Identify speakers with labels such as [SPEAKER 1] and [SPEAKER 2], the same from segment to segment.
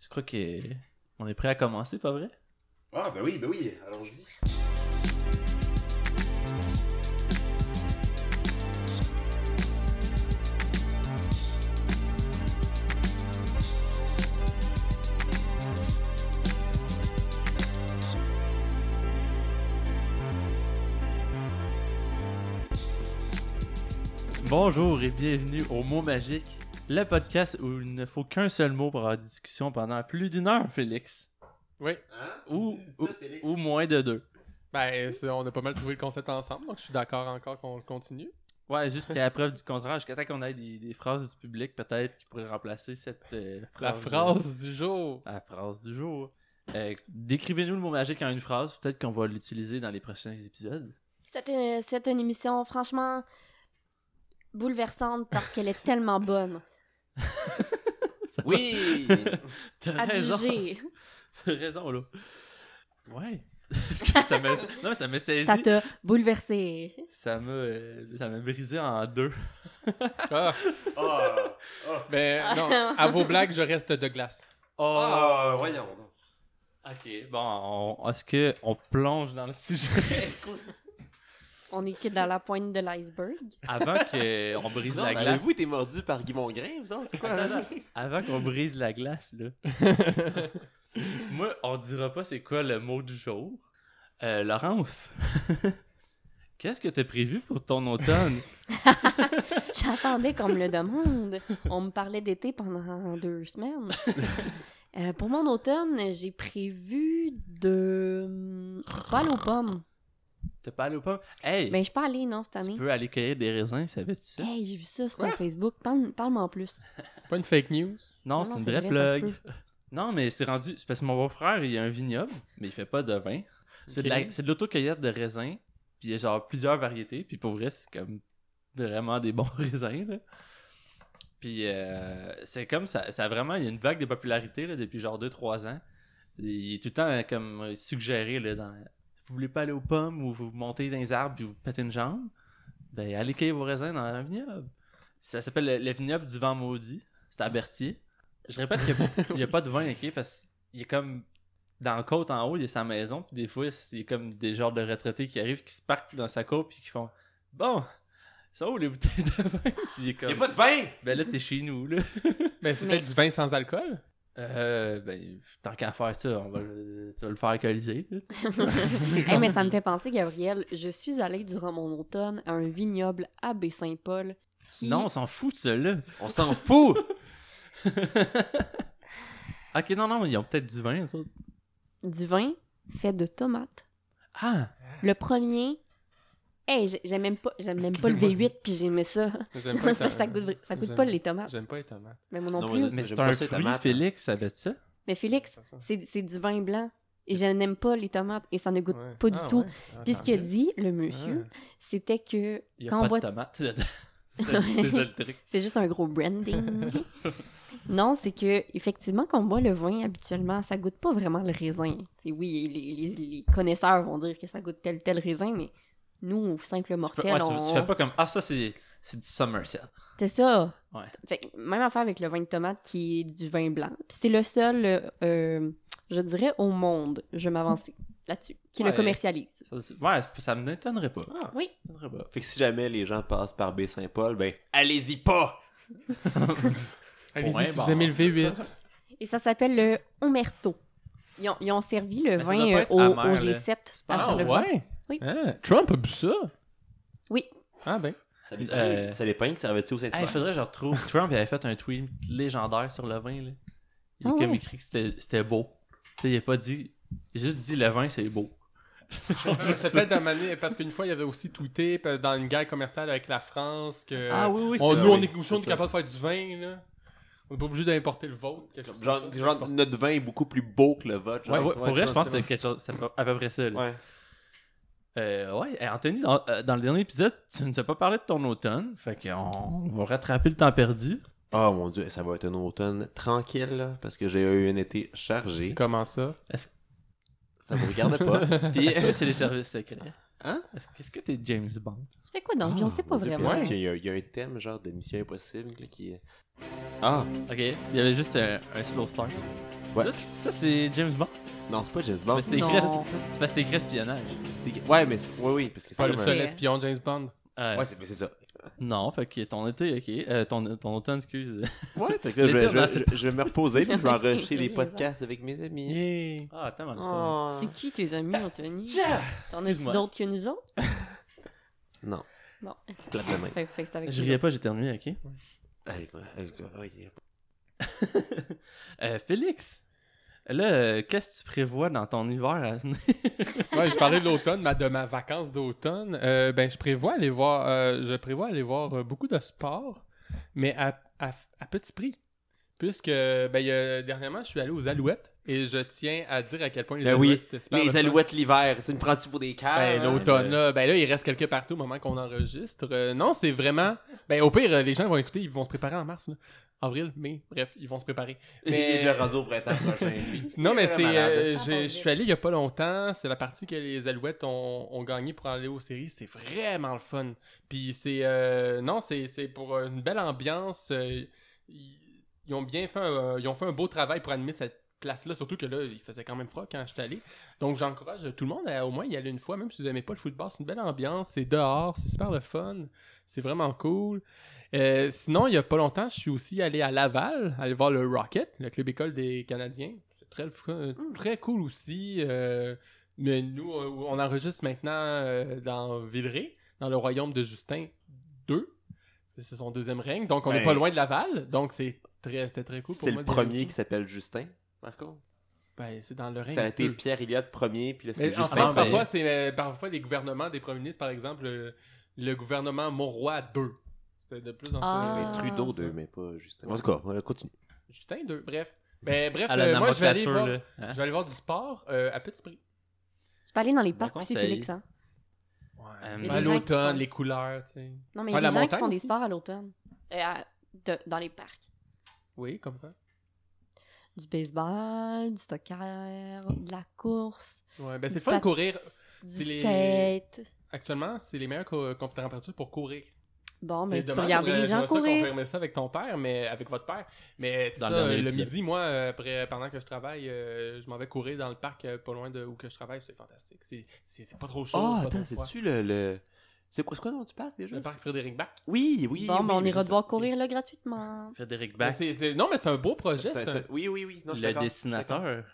[SPEAKER 1] Je crois que on est prêt à commencer, pas vrai?
[SPEAKER 2] Ah, ben oui, ben oui, allons-y.
[SPEAKER 1] Bonjour et bienvenue au Mot Magique, le podcast où il ne faut qu'un seul mot pour avoir une discussion pendant plus d'une heure, Félix.
[SPEAKER 3] Oui.
[SPEAKER 2] Hein?
[SPEAKER 1] Ou,
[SPEAKER 2] Dis
[SPEAKER 1] ou,
[SPEAKER 2] ça, Félix.
[SPEAKER 1] ou moins de deux.
[SPEAKER 3] Ben, c'est- on a pas mal trouvé le concept ensemble, donc je suis d'accord encore qu'on le continue.
[SPEAKER 1] Ouais, jusqu'à la preuve du contraire, jusqu'à temps qu'on ait des, des phrases du public peut-être qui pourraient remplacer cette euh,
[SPEAKER 3] La
[SPEAKER 1] phrase.
[SPEAKER 3] phrase du jour.
[SPEAKER 1] La phrase du jour. Euh, Décrivez-nous le mot magique en une phrase, peut-être qu'on va l'utiliser dans les prochains épisodes.
[SPEAKER 4] C'est une, c'est une euh, émission franchement bouleversante parce qu'elle est tellement bonne.
[SPEAKER 2] Oui!
[SPEAKER 1] T'as
[SPEAKER 4] À
[SPEAKER 1] raison.
[SPEAKER 4] juger.
[SPEAKER 1] T'as raison, là. Ouais. Est-ce que ça m'a... Non, mais ça m'a saisi.
[SPEAKER 4] Ça t'a bouleversé.
[SPEAKER 1] Ça m'a, euh, ça m'a brisé en deux.
[SPEAKER 3] Ah,
[SPEAKER 2] Ah, ah,
[SPEAKER 3] ben, non. À vos blagues, je reste de glace.
[SPEAKER 1] Oh!
[SPEAKER 2] ah, voyons. donc.
[SPEAKER 1] Ok, bon, on- est-ce que on plonge dans le sujet
[SPEAKER 4] On est que dans la pointe de l'iceberg.
[SPEAKER 1] avant que euh, on brise
[SPEAKER 2] Non,
[SPEAKER 1] la
[SPEAKER 2] mais
[SPEAKER 1] glace
[SPEAKER 2] Avez-vous été mordu par Guy Mongrain, vous autres? C'est quoi?
[SPEAKER 1] Attends, attends. Avant qu'on brise la glace là. Moi, on dira pas c'est quoi le mot du jour. Euh, Laurence, qu'est-ce que t'as prévu pour ton automne
[SPEAKER 4] J'attendais qu'on me le demande. On me parlait d'été pendant deux semaines. Euh, pour mon automne, j'ai prévu de hum, pas aller aux pommes.
[SPEAKER 1] T'as pas allé aux pommes Hey,
[SPEAKER 4] Mais je suis pas allée, non, Ben, cette
[SPEAKER 1] tu
[SPEAKER 4] année.
[SPEAKER 1] peux aller cueillir des raisins, savais-tu ça
[SPEAKER 4] Hey, j'ai vu ça sur
[SPEAKER 3] Quoi?
[SPEAKER 4] ton Facebook. Parle- Parle-moi en plus.
[SPEAKER 3] C'est pas une fake news.
[SPEAKER 1] Non,
[SPEAKER 4] Non,
[SPEAKER 1] c'est
[SPEAKER 4] non,
[SPEAKER 1] une
[SPEAKER 4] c'est
[SPEAKER 1] vraie
[SPEAKER 4] vrai, ça se
[SPEAKER 1] plug. Non, mais c'est rendu. C'est parce que mon beau-frère, il a un vignoble, mais il fait pas de vin. C'est
[SPEAKER 3] Ok.
[SPEAKER 1] de la- c'est de l'autocueillette de raisins, puis il y a genre plusieurs variétés, puis pour vrai, c'est comme vraiment des bons raisins, là. Puis euh, c'est comme ça, ça a vraiment, il y a une vague de popularité là, depuis genre 2-3 ans. Il est tout le temps euh, comme suggéré là, dans Vous voulez pas aller aux pommes ou vous montez dans les arbres puis vous pétez une jambe Ben allez cueillir vos raisins dans un vignoble. Ça s'appelle le, le vignoble du vent maudit. C'est à Berthier. Je répète qu'il n'y a, pas de vin, ok, parce qu'il est comme dans la côte en haut, il y a sa maison, puis des fois, c'est comme des genres de retraités qui arrivent, qui se parquent dans sa côte, puis qui font Bon, ça où les bouteilles de vin Puis il est
[SPEAKER 2] Il
[SPEAKER 1] comme,
[SPEAKER 2] n'y a pas de vin!
[SPEAKER 1] Ben là, t'es chez nous, là.
[SPEAKER 3] Mais c'était
[SPEAKER 4] Mais-
[SPEAKER 3] Ben, du vin sans alcool.
[SPEAKER 1] Euh, ben, tant qu'à faire ça, on va le, tu vas le faire alcooliser. là.
[SPEAKER 4] Hey, Eh, mais ça me fait penser, Gabriel, je suis allée durant mon automne à un vignoble à Baie-Saint-Paul qui...
[SPEAKER 1] Non, on s'en fout de ça, là.
[SPEAKER 2] On s'en fout!
[SPEAKER 1] Ok, non, non, ils ont peut-être du vin, ça.
[SPEAKER 4] du vin fait de tomates.
[SPEAKER 1] Ah!
[SPEAKER 4] Le premier... Hey, j'ai- j'aime même pas, j'aime même pas le
[SPEAKER 3] Excusez-moi.
[SPEAKER 4] V8 puis j'aimais ça.
[SPEAKER 3] J'aime
[SPEAKER 4] C'est parce que ça goûte, ça goûte pas
[SPEAKER 3] j'aime-
[SPEAKER 4] les tomates,
[SPEAKER 3] J'aime pas les tomates.
[SPEAKER 4] mais moi non,
[SPEAKER 2] Non,
[SPEAKER 4] plus.
[SPEAKER 2] vas-y.
[SPEAKER 1] Mais
[SPEAKER 2] J'aime
[SPEAKER 1] c'est
[SPEAKER 2] pas
[SPEAKER 1] un
[SPEAKER 2] ça, les
[SPEAKER 1] fruit,
[SPEAKER 2] tomates, hein.
[SPEAKER 1] Félix, ça veut dire ça?
[SPEAKER 4] Mais Félix,
[SPEAKER 3] C'est ça.
[SPEAKER 4] c'est du- c'est du vin blanc et je n'aime pas les tomates et ça ne goûte
[SPEAKER 3] Ouais.
[SPEAKER 4] pas du
[SPEAKER 3] Ah,
[SPEAKER 4] tout.
[SPEAKER 3] ouais. Ah,
[SPEAKER 4] Puis ce
[SPEAKER 3] tant
[SPEAKER 4] qu'il a
[SPEAKER 3] mieux.
[SPEAKER 4] dit, le monsieur, c'était que
[SPEAKER 1] Il y a
[SPEAKER 4] quand
[SPEAKER 1] pas
[SPEAKER 4] on boit
[SPEAKER 1] de tomates dedans. c'est c'est ça le truc.
[SPEAKER 4] C'est juste un gros branding. non, c'est que effectivement, quand on boit le vin habituellement, ça goûte pas vraiment le raisin. C'est oui, les, les- les connaisseurs vont dire que ça goûte tel tel raisin, mais nous, simples
[SPEAKER 1] Tu, peux-
[SPEAKER 4] mortels,
[SPEAKER 1] ouais, tu-
[SPEAKER 4] on...
[SPEAKER 1] tu fais pas comme Ah, ça, c'est c'est du Somerset.
[SPEAKER 4] c'est ça.
[SPEAKER 1] Ouais.
[SPEAKER 4] Fait que même affaire avec le vin de tomate qui est du vin blanc. Puis c'est le seul, euh, euh, je dirais, au monde, je vais m'avancer là-dessus, qui
[SPEAKER 1] Ouais.
[SPEAKER 4] le commercialise.
[SPEAKER 1] Ça, c'est- ouais, ça me m'étonnerait pas. Ah, Ça
[SPEAKER 4] Oui,
[SPEAKER 1] m'étonnerait pas.
[SPEAKER 2] Fait que si jamais les gens passent par Baie-Saint-Paul, ben, allez-y pas!
[SPEAKER 3] Allez-y,
[SPEAKER 1] Ouais,
[SPEAKER 3] si
[SPEAKER 1] bon.
[SPEAKER 3] vous aimez le V8.
[SPEAKER 4] et ça s'appelle le Omerto. Ils ont, ils ont servi le
[SPEAKER 1] Mais ça doit
[SPEAKER 4] vin
[SPEAKER 1] pas
[SPEAKER 4] euh,
[SPEAKER 1] être
[SPEAKER 4] au,
[SPEAKER 1] amer, là.
[SPEAKER 4] au G7
[SPEAKER 1] C'est pas-
[SPEAKER 4] à
[SPEAKER 1] Ah,
[SPEAKER 3] Ah,
[SPEAKER 4] Charlevoix.
[SPEAKER 3] ouais?
[SPEAKER 4] Oui.
[SPEAKER 3] Ah, Trump a bu ça?
[SPEAKER 4] Oui.
[SPEAKER 3] Ah, ben.
[SPEAKER 2] Ça
[SPEAKER 1] dépend.
[SPEAKER 2] Euh, Ça dépend, ça servait-tu au saint
[SPEAKER 1] Hey, faudrait que je retrouve. Trump il avait fait un tweet légendaire sur le vin. Là. Il a
[SPEAKER 4] Ah
[SPEAKER 1] comme
[SPEAKER 4] ouais.
[SPEAKER 1] écrit que c'était- c'était beau. Tu sais, il a pas dit. Il a juste dit le vin, c'est beau.
[SPEAKER 3] C'est peut-être dans ma année, parce qu'une fois, il avait aussi tweeté euh, dans une guerre commerciale avec la France que.
[SPEAKER 1] Ah oui, oui,
[SPEAKER 3] On,
[SPEAKER 2] ça,
[SPEAKER 3] nous, on
[SPEAKER 2] oui,
[SPEAKER 3] est, nous, on
[SPEAKER 2] c'est
[SPEAKER 3] est
[SPEAKER 2] ça.
[SPEAKER 3] capable de faire du vin, là. On n'est pas obligé d'importer le vôtre. quelque chose
[SPEAKER 2] Genre,
[SPEAKER 3] comme ça.
[SPEAKER 2] genre, notre vin est beaucoup plus beau que le vôtre.
[SPEAKER 1] Ouais,
[SPEAKER 2] genre,
[SPEAKER 1] ouais,
[SPEAKER 2] tu
[SPEAKER 1] pour
[SPEAKER 2] vois,
[SPEAKER 1] vrai, je pense que
[SPEAKER 3] c'est
[SPEAKER 1] c'est quelque chose. C'est à peu près ça. là.
[SPEAKER 2] Ouais.
[SPEAKER 1] Euh, ouais, Hey, Anthony, dans, euh, dans le dernier épisode, tu ne nous as pas parlé de ton automne. Fait qu'on va rattraper le temps perdu.
[SPEAKER 2] Oh mon dieu, ça va être un automne tranquille, là, parce que j'ai eu un été chargé.
[SPEAKER 3] Comment ça?
[SPEAKER 2] Ça vous regarde pas. Puis,
[SPEAKER 1] Est-ce que c'est les services secrets?
[SPEAKER 2] Hein?
[SPEAKER 1] Est-ce que- est-ce que t'es James Bond?
[SPEAKER 4] Tu fais quoi dans la vie? On
[SPEAKER 1] Ah,
[SPEAKER 4] sait pas
[SPEAKER 2] Ah, Mon Dieu,
[SPEAKER 4] vraiment.
[SPEAKER 2] puis en plus, Il y, a- il y a un thème genre de Mission Impossible là, qui est. Ah!
[SPEAKER 1] Ok, il y avait juste un, un slow start.
[SPEAKER 2] Ouais. Ah.
[SPEAKER 1] Ça, c'est- ça, c'est James Bond.
[SPEAKER 2] Non, c'est pas James Bond.
[SPEAKER 1] Mais c'est
[SPEAKER 4] Non.
[SPEAKER 1] écrit, c'est parce que c'est écrit espionnage.
[SPEAKER 2] c'est- Ouais, mais c'est- ouais, oui, parce que c'est
[SPEAKER 3] Pas le
[SPEAKER 2] comme un-
[SPEAKER 3] seul
[SPEAKER 4] Ouais.
[SPEAKER 3] espion James Bond.
[SPEAKER 1] Euh,
[SPEAKER 2] Ouais, c'est mais c'est ça.
[SPEAKER 1] Non, fait que ton été, ok. Euh, ton, ton automne, excuse.
[SPEAKER 2] Ouais, fait que là, je vais,
[SPEAKER 1] Mais
[SPEAKER 2] je, vais-
[SPEAKER 1] t'as-
[SPEAKER 2] je- je vais me reposer puis je vais enregistrer des podcasts avec mes amis.
[SPEAKER 1] Ah, t'as mal.
[SPEAKER 2] Oh.
[SPEAKER 4] C'est qui tes amis,
[SPEAKER 3] Ah,
[SPEAKER 4] Anthony? T'en as-tu
[SPEAKER 1] Excuse-moi.
[SPEAKER 4] d'autres que nous autres?
[SPEAKER 2] Non.
[SPEAKER 4] Non.
[SPEAKER 2] Plate de main.
[SPEAKER 4] Fait, fait que c'est avec
[SPEAKER 1] Je
[SPEAKER 4] nous
[SPEAKER 1] riais
[SPEAKER 4] autres.
[SPEAKER 1] pas, j'éternuais, ok.
[SPEAKER 2] Hey, hey, oh, yeah.
[SPEAKER 1] Euh, Félix, là, euh, qu'est-ce que tu prévois dans ton hiver à venir?
[SPEAKER 3] Ouais, je parlais de l'automne, ma, de ma vacance d'automne. Euh, ben, je prévois aller voir, euh, je prévois aller voir euh, beaucoup de sport, mais à, à, à petit prix. Puisque, ben, il y a- dernièrement, je suis allé aux Alouettes et je tiens à dire à quel point les
[SPEAKER 2] Ben oui,
[SPEAKER 3] Alouettes, c'était super. le
[SPEAKER 2] Les
[SPEAKER 3] fun.
[SPEAKER 2] alouettes l'hiver, tu me prends-tu pour des caves?
[SPEAKER 3] Ben,
[SPEAKER 2] hein?
[SPEAKER 3] l'automne,
[SPEAKER 1] Euh,
[SPEAKER 3] là, ben là, il reste quelques parties au moment qu'on enregistre. Euh, non, c'est vraiment. Ben, au pire, euh, les gens vont écouter, ils vont se préparer en mars, là. Avril, mai, bref, ils vont se préparer.
[SPEAKER 2] Il est
[SPEAKER 3] Mais-
[SPEAKER 2] déjà rasé au printemps prochain, lui.
[SPEAKER 3] Non, mais c'est.
[SPEAKER 2] Malade.
[SPEAKER 3] euh,
[SPEAKER 4] Ah,
[SPEAKER 3] j'ai-
[SPEAKER 4] bon,
[SPEAKER 3] je suis allé il y a pas longtemps. C'est la partie que les Alouettes ont, ont gagnée pour aller aux séries. C'est vraiment le fun. Puis c'est. euh, non, c'est c'est pour une belle ambiance. Euh, Ils ils ont bien fait un, ils ont fait un beau travail pour animer cette place-là. Surtout que là, il faisait quand même froid quand je suis allé. Donc j'encourage tout le monde à au moins y aller une fois, même si vous n'aimez pas le football. C'est une belle ambiance. C'est dehors. C'est super le fun. C'est vraiment cool. Euh, sinon, il y a pas longtemps, je suis aussi allé à Laval, aller voir le Rocket, le club école des Canadiens. C'est très, le fun-
[SPEAKER 4] Mm.
[SPEAKER 3] très cool aussi. euh, mais nous, euh, on enregistre maintenant euh, dans Villeray, dans le royaume de Justin II. C'est son deuxième règne, donc on n'est
[SPEAKER 2] Ben,
[SPEAKER 3] pas loin de Laval. Donc c'est très, c'était très cool pour
[SPEAKER 2] C'est
[SPEAKER 3] moi.
[SPEAKER 2] le
[SPEAKER 3] d'y aller
[SPEAKER 2] premier
[SPEAKER 3] aussi.
[SPEAKER 2] qui s'appelle Justin, par contre.
[SPEAKER 3] Ben, c'est dans le règne.
[SPEAKER 2] Ça a été
[SPEAKER 3] II.
[SPEAKER 2] Pierre Elliott premier, puis là, c'est
[SPEAKER 3] Mais en
[SPEAKER 2] Justin.
[SPEAKER 1] ben-
[SPEAKER 3] France,
[SPEAKER 2] premier.
[SPEAKER 3] parfois, c'est euh, parfois les gouvernements des premiers ministres, par exemple, le, le gouvernement Monroy II. C'était de plus en plus.
[SPEAKER 4] Ah.
[SPEAKER 2] Mais Trudeau deux, mais pas Justin. En tout cas, on continue.
[SPEAKER 3] Justin 2, bref. Ben, bref,
[SPEAKER 1] À la
[SPEAKER 3] euh, moi, je vais, aller
[SPEAKER 1] nomenclature, là.
[SPEAKER 3] voir, je
[SPEAKER 1] Hein?
[SPEAKER 3] vais aller voir du sport euh, à petit prix.
[SPEAKER 4] Tu peux aller dans les
[SPEAKER 1] Bon
[SPEAKER 4] parcs aussi,
[SPEAKER 1] conseil.
[SPEAKER 4] Félix. Hein?
[SPEAKER 1] Euh,
[SPEAKER 3] Ben,
[SPEAKER 1] Il y a des gens
[SPEAKER 3] l'automne,
[SPEAKER 4] qui font-
[SPEAKER 3] les couleurs, tu sais.
[SPEAKER 4] Non, mais il y
[SPEAKER 3] Faire
[SPEAKER 4] a
[SPEAKER 3] la
[SPEAKER 4] des gens qui
[SPEAKER 3] montagne
[SPEAKER 4] font des
[SPEAKER 3] aussi.
[SPEAKER 4] sports à l'automne. Euh, à- de- dans les parcs.
[SPEAKER 3] Oui, comme quoi.
[SPEAKER 4] Du baseball, du soccer, de la course.
[SPEAKER 3] Ouais, ben,
[SPEAKER 4] du
[SPEAKER 3] c'est le fun de
[SPEAKER 4] patin-
[SPEAKER 3] courir.
[SPEAKER 4] Du
[SPEAKER 3] C'est les-
[SPEAKER 4] skate.
[SPEAKER 3] Actuellement, c'est les meilleures co- euh, comp- températures pour courir.
[SPEAKER 4] Bon,
[SPEAKER 3] C'est
[SPEAKER 4] ben, tu peux
[SPEAKER 3] dommage,
[SPEAKER 4] regarder
[SPEAKER 3] j'aimerais-
[SPEAKER 4] les gens
[SPEAKER 3] j'aimerais ça
[SPEAKER 4] courir.
[SPEAKER 3] confirmer ça avec ton père, mais avec votre père. Mais c'est
[SPEAKER 1] Dans
[SPEAKER 3] ça,
[SPEAKER 1] le dernier
[SPEAKER 3] le
[SPEAKER 1] épisode.
[SPEAKER 3] midi, moi, euh, après, pendant que je travaille, euh, je m'en vais courir dans le parc euh, pas loin de où que je travaille. C'est fantastique. C'est- C'est c'est pas trop chaud.
[SPEAKER 2] Ah,
[SPEAKER 3] pas trop
[SPEAKER 2] attends,
[SPEAKER 3] froid.
[SPEAKER 2] c'est-tu le. le... C'est quoi, c'est quoi le nom du parc déjà
[SPEAKER 3] Le parc Frédéric Bach.
[SPEAKER 2] Oui, oui.
[SPEAKER 4] Bon,
[SPEAKER 2] oui,
[SPEAKER 4] ben, on
[SPEAKER 2] oui,
[SPEAKER 4] ira
[SPEAKER 2] c'est
[SPEAKER 4] devoir
[SPEAKER 2] ça.
[SPEAKER 4] courir là gratuitement.
[SPEAKER 1] Frédéric
[SPEAKER 3] Mais
[SPEAKER 1] Bach,
[SPEAKER 3] c'est- c'est- Non, mais c'est un beau projet.
[SPEAKER 2] C'est un-
[SPEAKER 3] c'est un-
[SPEAKER 2] c'est un- Oui, oui, oui. Non, je suis
[SPEAKER 1] le
[SPEAKER 2] d'accord.
[SPEAKER 1] dessinateur.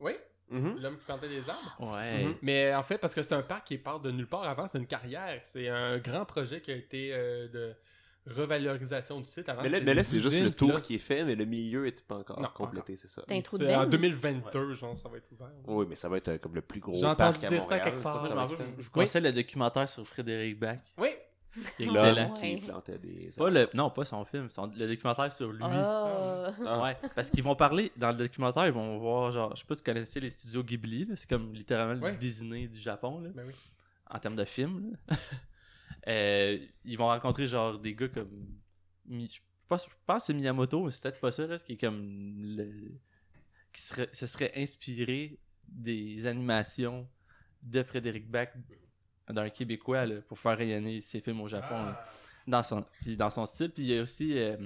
[SPEAKER 3] Oui,
[SPEAKER 1] Mm-hmm.
[SPEAKER 2] Mhm.
[SPEAKER 3] l'homme qui plantait des arbres.
[SPEAKER 1] Ouais.
[SPEAKER 2] Mm-hmm.
[SPEAKER 3] Mhm. Mais en fait, parce que c'est un parc qui part de nulle part avant, c'est une carrière. C'est un grand projet qui a été euh, de revalorisation du site avant.
[SPEAKER 2] Mais là,
[SPEAKER 3] c'était
[SPEAKER 2] mais là,
[SPEAKER 3] des
[SPEAKER 2] c'est juste
[SPEAKER 3] usines,
[SPEAKER 2] le
[SPEAKER 3] puis
[SPEAKER 2] tour
[SPEAKER 3] là,
[SPEAKER 2] qui est fait, mais le milieu n'est pas encore
[SPEAKER 3] Non,
[SPEAKER 2] complété, c'est ça.
[SPEAKER 4] T'as un trou de
[SPEAKER 3] c'est en
[SPEAKER 4] veine.
[SPEAKER 3] 2022, je pense, ça va être ouvert.
[SPEAKER 2] Oui, mais ça va être euh, comme le plus gros
[SPEAKER 3] J'ai
[SPEAKER 2] parc
[SPEAKER 3] entendu
[SPEAKER 2] à
[SPEAKER 3] dire ça
[SPEAKER 2] Montréal,
[SPEAKER 3] quelque
[SPEAKER 2] quoi,
[SPEAKER 3] part.
[SPEAKER 1] Moi, je
[SPEAKER 2] ça
[SPEAKER 1] m'en
[SPEAKER 2] va
[SPEAKER 1] veux.
[SPEAKER 2] être-
[SPEAKER 1] Je connaissais le documentaire sur Frédéric Bach.
[SPEAKER 3] Oui,
[SPEAKER 1] qui est
[SPEAKER 2] L'homme
[SPEAKER 1] Excellent.
[SPEAKER 2] qui
[SPEAKER 4] Ouais.
[SPEAKER 2] plantait des...
[SPEAKER 1] Pas le... Non, pas son film, son- le documentaire sur lui.
[SPEAKER 4] Oh.
[SPEAKER 2] Ah.
[SPEAKER 1] Ouais, parce qu'ils vont parler dans le documentaire, ils vont voir genre, je sais pas si vous connaissez les studios Ghibli, là, c'est comme littéralement
[SPEAKER 3] Ouais.
[SPEAKER 1] le Disney du Japon là,
[SPEAKER 3] ben oui.
[SPEAKER 1] en termes de films. là. Euh, ils vont rencontrer genre des gars comme, Mi- je pense, je pense que c'est Miyamoto, mais c'est peut-être pas ça là, qui est comme le- qui serait, se serait inspiré des animations de Frédéric Bach d'un Québécois là, pour faire rayonner ses films au Japon. là dans son, puis dans son style. Puis il y a aussi. euh,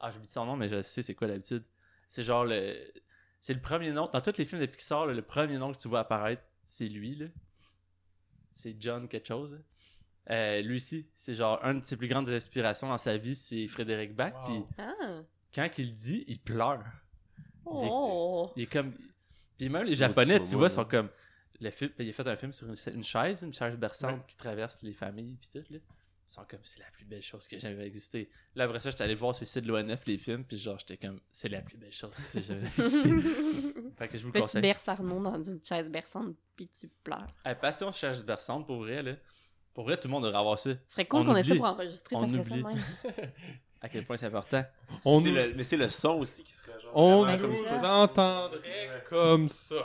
[SPEAKER 1] Ah, j'ai oublié son nom, mais je sais c'est quoi l'habitude. C'est genre le. C'est le premier nom. Dans tous les films de Pixar, là, le premier nom que tu vois apparaître, c'est lui. là. C'est John quelque chose. là. Euh, lui aussi, c'est genre un de ses plus grandes inspirations dans sa vie, c'est Frédéric Bach.
[SPEAKER 3] Wow.
[SPEAKER 1] Puis
[SPEAKER 4] Ah.
[SPEAKER 1] quand il le dit, il pleure.
[SPEAKER 4] Oh.
[SPEAKER 1] Il est comme. Puis même les
[SPEAKER 2] petit
[SPEAKER 1] Japonais, tu
[SPEAKER 2] bobo,
[SPEAKER 1] vois,
[SPEAKER 2] là.
[SPEAKER 1] sont comme. Le film, il a fait un film sur une, une chaise, une chaise berçante qui traverse les familles puis tout, là. Ils sont comme, c'est la plus belle chose qui a jamais existé. Là, après ça, j'étais allé voir sur le site de l'ONF les films, puis genre, j'étais comme, c'est la plus belle chose qui a jamais existé.
[SPEAKER 4] Là,
[SPEAKER 1] fait que je vous le
[SPEAKER 4] tu
[SPEAKER 1] conseille.
[SPEAKER 4] berces Arnaud dans une chaise berçante, puis tu pleures.
[SPEAKER 1] Hey, passion chaise berçante, pour vrai, là. Pour vrai, tout le monde devrait avoir ça.
[SPEAKER 4] Ce serait cool
[SPEAKER 1] On
[SPEAKER 4] qu'on ait ça
[SPEAKER 1] oublie.
[SPEAKER 4] pour enregistrer,
[SPEAKER 1] On
[SPEAKER 4] ça ferait ça de
[SPEAKER 1] oublie.
[SPEAKER 4] même.
[SPEAKER 1] À quel point c'est important.
[SPEAKER 3] On
[SPEAKER 2] C'est
[SPEAKER 3] nous,
[SPEAKER 2] le- Mais c'est le son aussi qui serait genre...
[SPEAKER 3] on
[SPEAKER 4] Ben,
[SPEAKER 2] vraiment
[SPEAKER 4] c'est
[SPEAKER 3] nous
[SPEAKER 4] ça.
[SPEAKER 3] entendrait comme ça.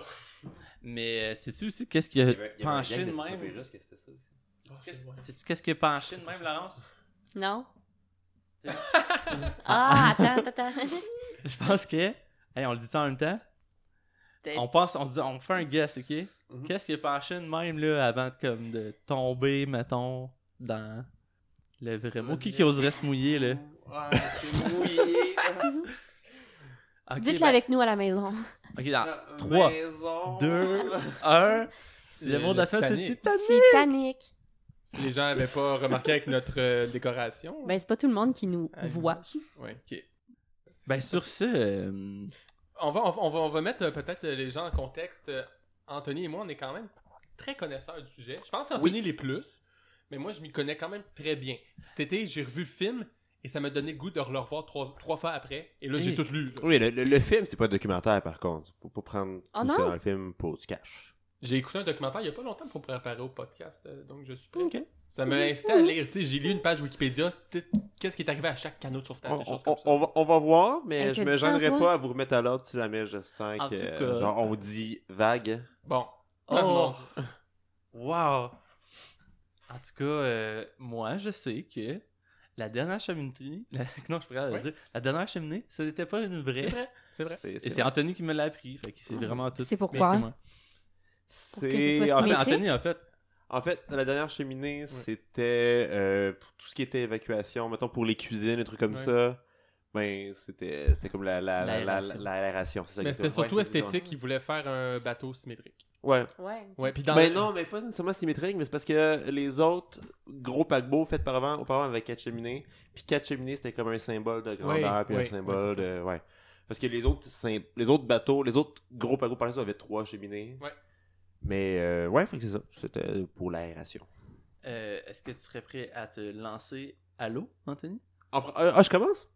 [SPEAKER 1] Mais, euh, sais-tu aussi qu'est-ce qui a
[SPEAKER 2] Il y avait- il y avait un
[SPEAKER 1] penché
[SPEAKER 2] gang
[SPEAKER 1] de
[SPEAKER 2] petits
[SPEAKER 1] même?
[SPEAKER 2] Opérus qui c'était ça aussi.
[SPEAKER 1] Qu'est-ce- Sais-tu qu'est-ce qui a penché de même, Laurence?
[SPEAKER 4] Non?
[SPEAKER 1] C'est-
[SPEAKER 4] ah, attends, attends, attends.
[SPEAKER 1] Je pense que. Hey, on le dit ça en même temps.
[SPEAKER 4] T'es-
[SPEAKER 1] On pense, on se dit, on fait un guess, ok?
[SPEAKER 2] Mhm.
[SPEAKER 1] Qu'est-ce qui est penché de même, là, avant de, comme, de tomber, mettons, dans le vrai mot? Qui qui oserait se mouiller, là?
[SPEAKER 2] Ouais, je suis mouillé.
[SPEAKER 1] Ok,
[SPEAKER 4] Dites-le
[SPEAKER 1] ben-
[SPEAKER 4] avec nous à la maison.
[SPEAKER 1] Ok,
[SPEAKER 3] Ah,
[SPEAKER 1] dans trois,
[SPEAKER 2] 3,
[SPEAKER 1] deux, un. C'est le
[SPEAKER 3] Le
[SPEAKER 1] mot de la semaine, c'est
[SPEAKER 3] Titanic.
[SPEAKER 1] Titanic.
[SPEAKER 4] Titanic.
[SPEAKER 3] Si les gens n'avaient pas remarqué avec notre euh, décoration.
[SPEAKER 4] Ben, c'est pas tout le monde qui nous
[SPEAKER 1] Ah,
[SPEAKER 3] à
[SPEAKER 4] voit.
[SPEAKER 3] l'image. Ouais.
[SPEAKER 1] Ben, sur ce, euh,
[SPEAKER 3] On va, on va, on va, on va mettre euh, peut-être euh, les gens en contexte. Euh, Anthony et moi, on est quand même très connaisseurs du sujet. Je pense qu'Anthony les plus, mais moi, je m'y connais quand même très bien. Cet été, j'ai revu le film et ça m'a donné le goût de le revoir trois, trois fois après. Et là, j'ai
[SPEAKER 1] Hey.
[SPEAKER 3] tout lu. là.
[SPEAKER 2] Oui, le, le- le film, c'est pas un documentaire par contre. Faut pas prendre
[SPEAKER 4] Oh
[SPEAKER 2] tout ce qu'il y a
[SPEAKER 4] non?
[SPEAKER 2] dans le film pour du cash.
[SPEAKER 3] J'ai écouté un documentaire il n'y a pas longtemps pour préparer au podcast, euh, donc je
[SPEAKER 4] Hmm.
[SPEAKER 3] suis prêt.
[SPEAKER 2] Ok.
[SPEAKER 3] Ça m'a incité à lire. Tu sais, j'ai lu une page Wikipédia. t- Qu'est-ce qui est arrivé à chaque canot de sauvetage,
[SPEAKER 2] On,
[SPEAKER 3] des choses
[SPEAKER 2] on-
[SPEAKER 3] comme ça.
[SPEAKER 1] Oh,
[SPEAKER 2] on va, on va voir, mais
[SPEAKER 4] Hey,
[SPEAKER 2] je
[SPEAKER 4] que
[SPEAKER 2] me
[SPEAKER 4] dis-en,
[SPEAKER 2] gênerai
[SPEAKER 4] toi?
[SPEAKER 2] pas à vous remettre à l'ordre si jamais je sens
[SPEAKER 1] En
[SPEAKER 2] que
[SPEAKER 1] tout
[SPEAKER 2] euh,
[SPEAKER 1] cas-
[SPEAKER 2] genre, on dit vague.
[SPEAKER 3] Bon.
[SPEAKER 1] Oh.
[SPEAKER 3] Oh.
[SPEAKER 1] Wow! En tout cas, euh, moi, je sais que la dernière cheminée. la- non, je pourrais le
[SPEAKER 3] Oui.
[SPEAKER 1] dire. La dernière cheminée, ce n'était pas une vraie.
[SPEAKER 3] C'est vrai. C'est vrai.
[SPEAKER 2] C'est-
[SPEAKER 1] Et
[SPEAKER 2] c'est-
[SPEAKER 1] c'est Anthony qui me l'a appris. Fait qu'il sait
[SPEAKER 4] Ah.
[SPEAKER 1] vraiment tout.
[SPEAKER 4] C'est pourquoi?
[SPEAKER 1] Explique-moi.
[SPEAKER 4] Pour que ce
[SPEAKER 2] C'est.
[SPEAKER 4] soit
[SPEAKER 2] En
[SPEAKER 1] Ah,
[SPEAKER 2] fait,
[SPEAKER 1] mais
[SPEAKER 4] symétrique.
[SPEAKER 1] Anthony, en fait.
[SPEAKER 2] en fait, la dernière cheminée, c'était euh, pour tout ce qui était évacuation, mettons pour les cuisines, des trucs comme
[SPEAKER 3] Ouais.
[SPEAKER 2] ça. Ben, c'était c'était comme la la- la- la-
[SPEAKER 1] L'aération.
[SPEAKER 2] l'aération. c'est ça
[SPEAKER 3] Mais c'était
[SPEAKER 2] exactement.
[SPEAKER 3] surtout
[SPEAKER 2] Ouais, c'est-
[SPEAKER 3] esthétique. Ils voulaient faire un bateau symétrique.
[SPEAKER 2] Ouais.
[SPEAKER 4] Ouais.
[SPEAKER 3] Ouais, puis dans
[SPEAKER 2] ben
[SPEAKER 3] le-
[SPEAKER 2] non, mais pas nécessairement symétrique, mais c'est parce que les autres gros paquebots faits par avant, auparavant avaient quatre cheminées, puis quatre cheminées c'était comme un symbole de grandeur,
[SPEAKER 3] Oui,
[SPEAKER 2] puis un
[SPEAKER 3] oui,
[SPEAKER 2] symbole
[SPEAKER 3] oui, c'est ça.
[SPEAKER 2] de. Ouais. Parce que les autres, sym- les autres bateaux, les autres gros paquebots par exemple avaient trois cheminées.
[SPEAKER 3] Ouais.
[SPEAKER 2] Mais euh, ouais, fait que c'est ça. C'était pour l'aération.
[SPEAKER 1] euh, Est-ce que tu serais prêt à te lancer à l'eau, Anthony?
[SPEAKER 2] En pre- Ah, ah, je commence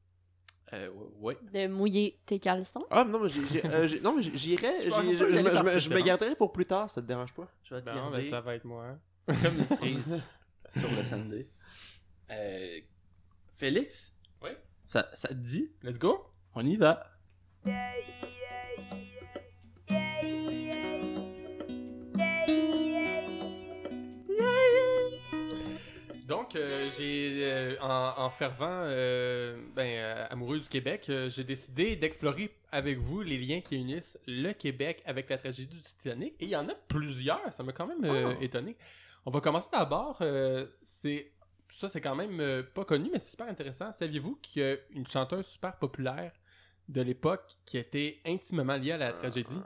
[SPEAKER 1] Euh, oui.
[SPEAKER 4] De mouiller tes caleçons.
[SPEAKER 2] Ah, non, mais j'ai- j'ai- euh, j'ai- non, mais j'ai- j'irai.
[SPEAKER 1] Tu vas
[SPEAKER 2] j'ai- Je
[SPEAKER 1] encore y
[SPEAKER 2] je
[SPEAKER 1] aller
[SPEAKER 2] me-
[SPEAKER 1] par
[SPEAKER 2] je me- je me
[SPEAKER 1] préférence.
[SPEAKER 2] garderai pour plus tard, ça te dérange pas.
[SPEAKER 1] Je vais te
[SPEAKER 3] Bon, ben
[SPEAKER 1] garder
[SPEAKER 3] ça va être moi. hein.
[SPEAKER 1] comme une cerise sur le Sunday. Euh, Félix?
[SPEAKER 3] Oui?
[SPEAKER 1] Ça, ça te dit?
[SPEAKER 3] Let's go.
[SPEAKER 1] On y va!
[SPEAKER 3] Donc, euh, j'ai, euh, en, en fervent euh, ben, euh, amoureux du Québec, euh, j'ai décidé d'explorer avec vous les liens qui unissent le Québec avec la tragédie du Titanic. Et il y en a plusieurs, ça m'a quand même euh,
[SPEAKER 1] Ah.
[SPEAKER 2] Oh.
[SPEAKER 3] étonné. On va commencer d'abord, euh, c'est... Ça, c'est quand même euh, pas connu, mais c'est super intéressant. Saviez-vous qu'il y a une chanteuse super populaire de l'époque qui était intimement liée à
[SPEAKER 1] Ah.
[SPEAKER 3] la tragédie?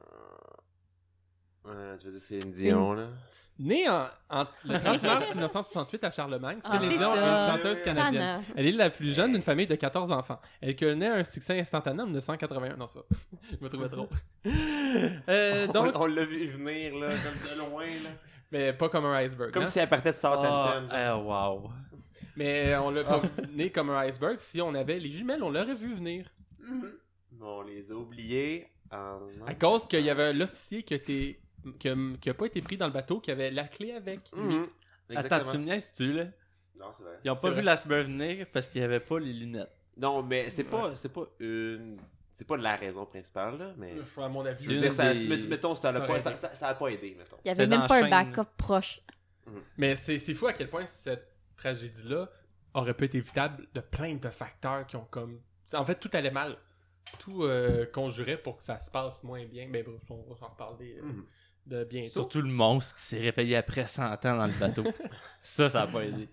[SPEAKER 2] Euh, tu veux dire, c'est une Dion, là.
[SPEAKER 3] Née en, en- le 30 mars 1968 à Charlemagne,
[SPEAKER 4] Ah,
[SPEAKER 3] Céline
[SPEAKER 4] c'est
[SPEAKER 3] Dion est
[SPEAKER 4] ça.
[SPEAKER 3] une chanteuse canadienne.
[SPEAKER 4] Tana.
[SPEAKER 3] Elle est la plus jeune d'une famille de 14 enfants. Elle connaît un succès instantané en 1981. Non, ça va. Je me trouvais trop. Euh, donc,
[SPEAKER 2] on, on l'a vu venir, là, comme de loin, là.
[SPEAKER 3] mais pas comme un iceberg.
[SPEAKER 2] Comme
[SPEAKER 3] hein.
[SPEAKER 2] si elle partait de Southampton.
[SPEAKER 1] Ah, euh, wow.
[SPEAKER 3] Mais on l'a pas
[SPEAKER 2] Ah.
[SPEAKER 3] né comme un iceberg. Si on avait les jumelles, on l'aurait vu venir.
[SPEAKER 2] Bon, on les a oubliés. Ah, non.
[SPEAKER 3] À cause qu'il y avait l'officier qui était. Qui a, qui a pas été pris dans le bateau, qui avait la clé avec. lui.
[SPEAKER 2] Mhm. Exactement.
[SPEAKER 1] Attends, tu me niaises-tu, là?
[SPEAKER 2] Non, c'est vrai.
[SPEAKER 1] Ils ont
[SPEAKER 3] mm-hmm. C'est
[SPEAKER 1] pas vu
[SPEAKER 3] vrai.
[SPEAKER 1] la semaine venir parce qu'il n'y avait pas les lunettes.
[SPEAKER 2] Non, mais c'est pas, c'est pas une. C'est pas la raison principale, là, mais.
[SPEAKER 3] Euh, À mon avis.
[SPEAKER 2] Je veux
[SPEAKER 1] une
[SPEAKER 2] dire, ça,
[SPEAKER 1] des-
[SPEAKER 2] met- mettons, ça l'a
[SPEAKER 3] Ça
[SPEAKER 2] pas,
[SPEAKER 3] aurait
[SPEAKER 2] ça,
[SPEAKER 3] aidé.
[SPEAKER 2] ça, ça a pas aidé, mettons.
[SPEAKER 4] Il y
[SPEAKER 1] C'est
[SPEAKER 4] avait
[SPEAKER 1] dans
[SPEAKER 4] même pas un
[SPEAKER 1] Chaîne.
[SPEAKER 4] backup proche.
[SPEAKER 3] Mais c'est c'est fou à quel point cette tragédie-là aurait pu être évitable de plein de facteurs qui ont comme. En fait, tout allait mal. Tout euh, conjurait pour que ça se passe moins bien. Ben bref, on va s'en reparler euh,
[SPEAKER 2] Mhm.
[SPEAKER 3] de bientôt.
[SPEAKER 1] Surtout le monstre qui s'est réveillé après 100 ans dans le bateau. ça, ça n'a pas aidé.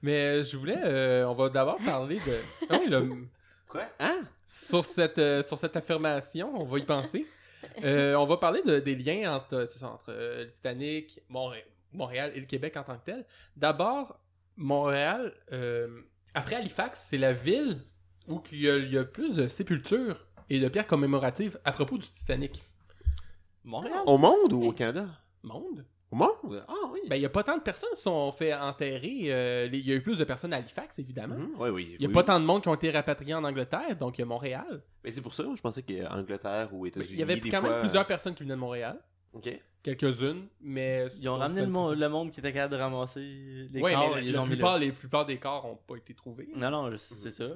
[SPEAKER 3] Mais euh, je voulais. euh, on va d'abord parler de. Ah oui, le-
[SPEAKER 2] Quoi? Hein?
[SPEAKER 3] sur, cette, euh, sur cette affirmation, on va y penser. Euh, on va parler de- des liens entre, euh, c'est ça, entre euh, le Titanic, Montré- Montréal et le Québec en tant que tel. D'abord, Montréal, euh, après Halifax, c'est la ville où il y, a, il y a plus de sépultures et de pierres commémoratives à propos du Titanic.
[SPEAKER 1] Montréal?
[SPEAKER 2] Au monde ou au Canada?
[SPEAKER 3] Monde?
[SPEAKER 2] Au monde? Ah oui.
[SPEAKER 3] Ben, il n'y a pas tant de personnes qui sont fait enterrer. euh, les- Il y a eu plus de personnes à Halifax, évidemment.
[SPEAKER 2] Mhm. Oui, oui.
[SPEAKER 3] Il n'y a
[SPEAKER 2] oui,
[SPEAKER 3] pas
[SPEAKER 2] oui.
[SPEAKER 3] tant de monde qui ont été rapatriés en Angleterre, donc il y a Montréal.
[SPEAKER 2] Mais c'est pour ça, moi, je pensais qu'Angleterre ou
[SPEAKER 3] Mais
[SPEAKER 2] États-Unis.
[SPEAKER 3] Il y avait
[SPEAKER 2] des
[SPEAKER 3] quand
[SPEAKER 2] fois, euh,
[SPEAKER 3] même plusieurs personnes qui venaient de Montréal.
[SPEAKER 2] Ok.
[SPEAKER 3] Quelques-unes, mais.
[SPEAKER 1] Ils ont ramené le, mon- le monde qui était capable de ramasser les
[SPEAKER 3] Ouais,
[SPEAKER 1] corps
[SPEAKER 3] mais
[SPEAKER 1] et
[SPEAKER 3] la-
[SPEAKER 1] ils
[SPEAKER 3] la
[SPEAKER 1] ont mis
[SPEAKER 3] plupart,
[SPEAKER 1] là.
[SPEAKER 3] les plupart des corps n'ont pas été trouvés.
[SPEAKER 1] Non, non, je- c'est ça.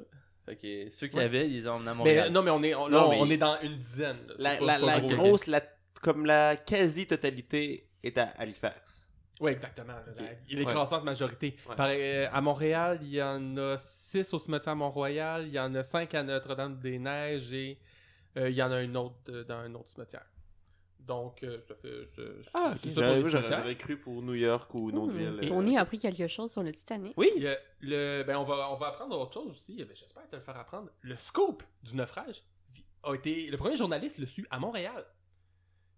[SPEAKER 1] Fait que ceux qui
[SPEAKER 3] Ouais.
[SPEAKER 1] avaient, ils les ont emmenés à
[SPEAKER 3] Mais
[SPEAKER 1] Montréal.
[SPEAKER 3] euh, non, mais on est, on, là,
[SPEAKER 2] Non,
[SPEAKER 3] on-
[SPEAKER 2] mais-
[SPEAKER 3] on est dans une dizaine. là.
[SPEAKER 2] La,
[SPEAKER 3] C'est pas-
[SPEAKER 2] la,
[SPEAKER 3] c'est pas
[SPEAKER 2] la
[SPEAKER 3] gros.
[SPEAKER 2] grosse, la, comme la quasi-totalité est à Halifax.
[SPEAKER 3] Ouais, exactement. là, la- Il est
[SPEAKER 2] Ouais.
[SPEAKER 3] classante majorité.
[SPEAKER 2] Ouais.
[SPEAKER 3] Pareil, euh, à Montréal, il y en a 6 au cimetière Mont-Royal, il y en a 5 à Notre-Dame-des-Neiges et euh, il y en a une autre euh, dans un autre cimetière. Donc, euh, ça fait. c'est-
[SPEAKER 2] Ah,
[SPEAKER 3] c'est
[SPEAKER 2] ok.
[SPEAKER 3] ça pour
[SPEAKER 2] J'aurais
[SPEAKER 3] les
[SPEAKER 2] j'aurais-
[SPEAKER 3] cimetières.
[SPEAKER 2] j'aurais cru pour New York ou une autre
[SPEAKER 4] Hmm.
[SPEAKER 2] ville. euh,
[SPEAKER 4] Tony a appris quelque chose sur le Titanic.
[SPEAKER 2] Oui,
[SPEAKER 3] Il y a euh, le, ben on, va, on va apprendre autre chose aussi. Ben, J'espère te le faire apprendre. Le scoop du naufrage vi- a été le premier journaliste le su à Montréal.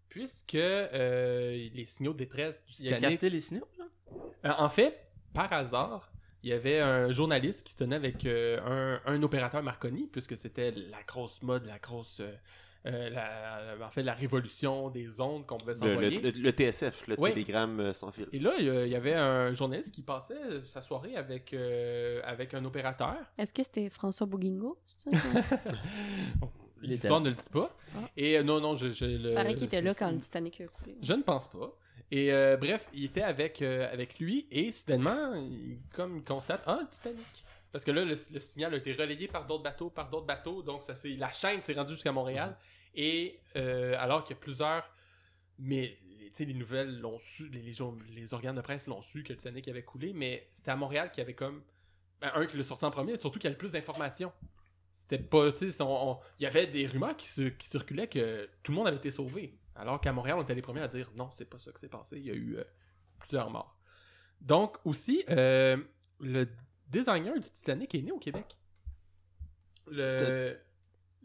[SPEAKER 3] Puisque euh, les signaux de détresse du
[SPEAKER 1] Il a
[SPEAKER 3] Titanic...
[SPEAKER 1] capté les signaux?
[SPEAKER 3] Euh, en fait, par hasard, il y avait un journaliste qui se tenait avec euh, un, un opérateur Marconi, puisque c'était la grosse mode, la grosse... euh, euh, la- en fait, la révolution des ondes qu'on pouvait
[SPEAKER 2] Le,
[SPEAKER 3] s'envoyer.
[SPEAKER 2] le- le- le TSF, le
[SPEAKER 3] Oui.
[SPEAKER 2] télégramme euh, sans fil.
[SPEAKER 3] Et là, il y a- il y avait un journaliste qui passait euh, sa soirée avec, euh, avec un opérateur.
[SPEAKER 4] Est-ce que c'était François Bouguingo? c'est ça?
[SPEAKER 3] L'histoire ne le dit pas.
[SPEAKER 4] Ah.
[SPEAKER 3] Et euh, non, non, je... je le,
[SPEAKER 4] Pareil qu'il était là
[SPEAKER 3] c'est-
[SPEAKER 4] quand le Titanic a coulé.
[SPEAKER 3] Je ne pense pas. Et euh, bref, il était avec, euh, avec lui et soudainement, il- comme il constate, ah, le Titanic. Parce que là, le, le signal a été relayé par d'autres bateaux, par d'autres bateaux. Donc, ça, c'est- la chaîne s'est rendue jusqu'à Montréal. Et euh, alors qu'il y a plusieurs. Mais tu sais, les nouvelles l'ont su, les, les jour- les organes de presse l'ont su que le Titanic avait coulé. Mais c'était à Montréal qu'il y avait comme. ben, un qui le sorti en premier, surtout qu'il y avait le plus d'informations. C'était pas. Tu sais, on- on- il y avait des rumeurs qui, cir- qui circulaient que tout le monde avait été sauvé. Alors qu'à Montréal, on était les premiers à dire non, c'est pas ça qui s'est passé, il y a eu euh, plusieurs morts. Donc, aussi, euh, le designer du Titanic est né au Québec. Le.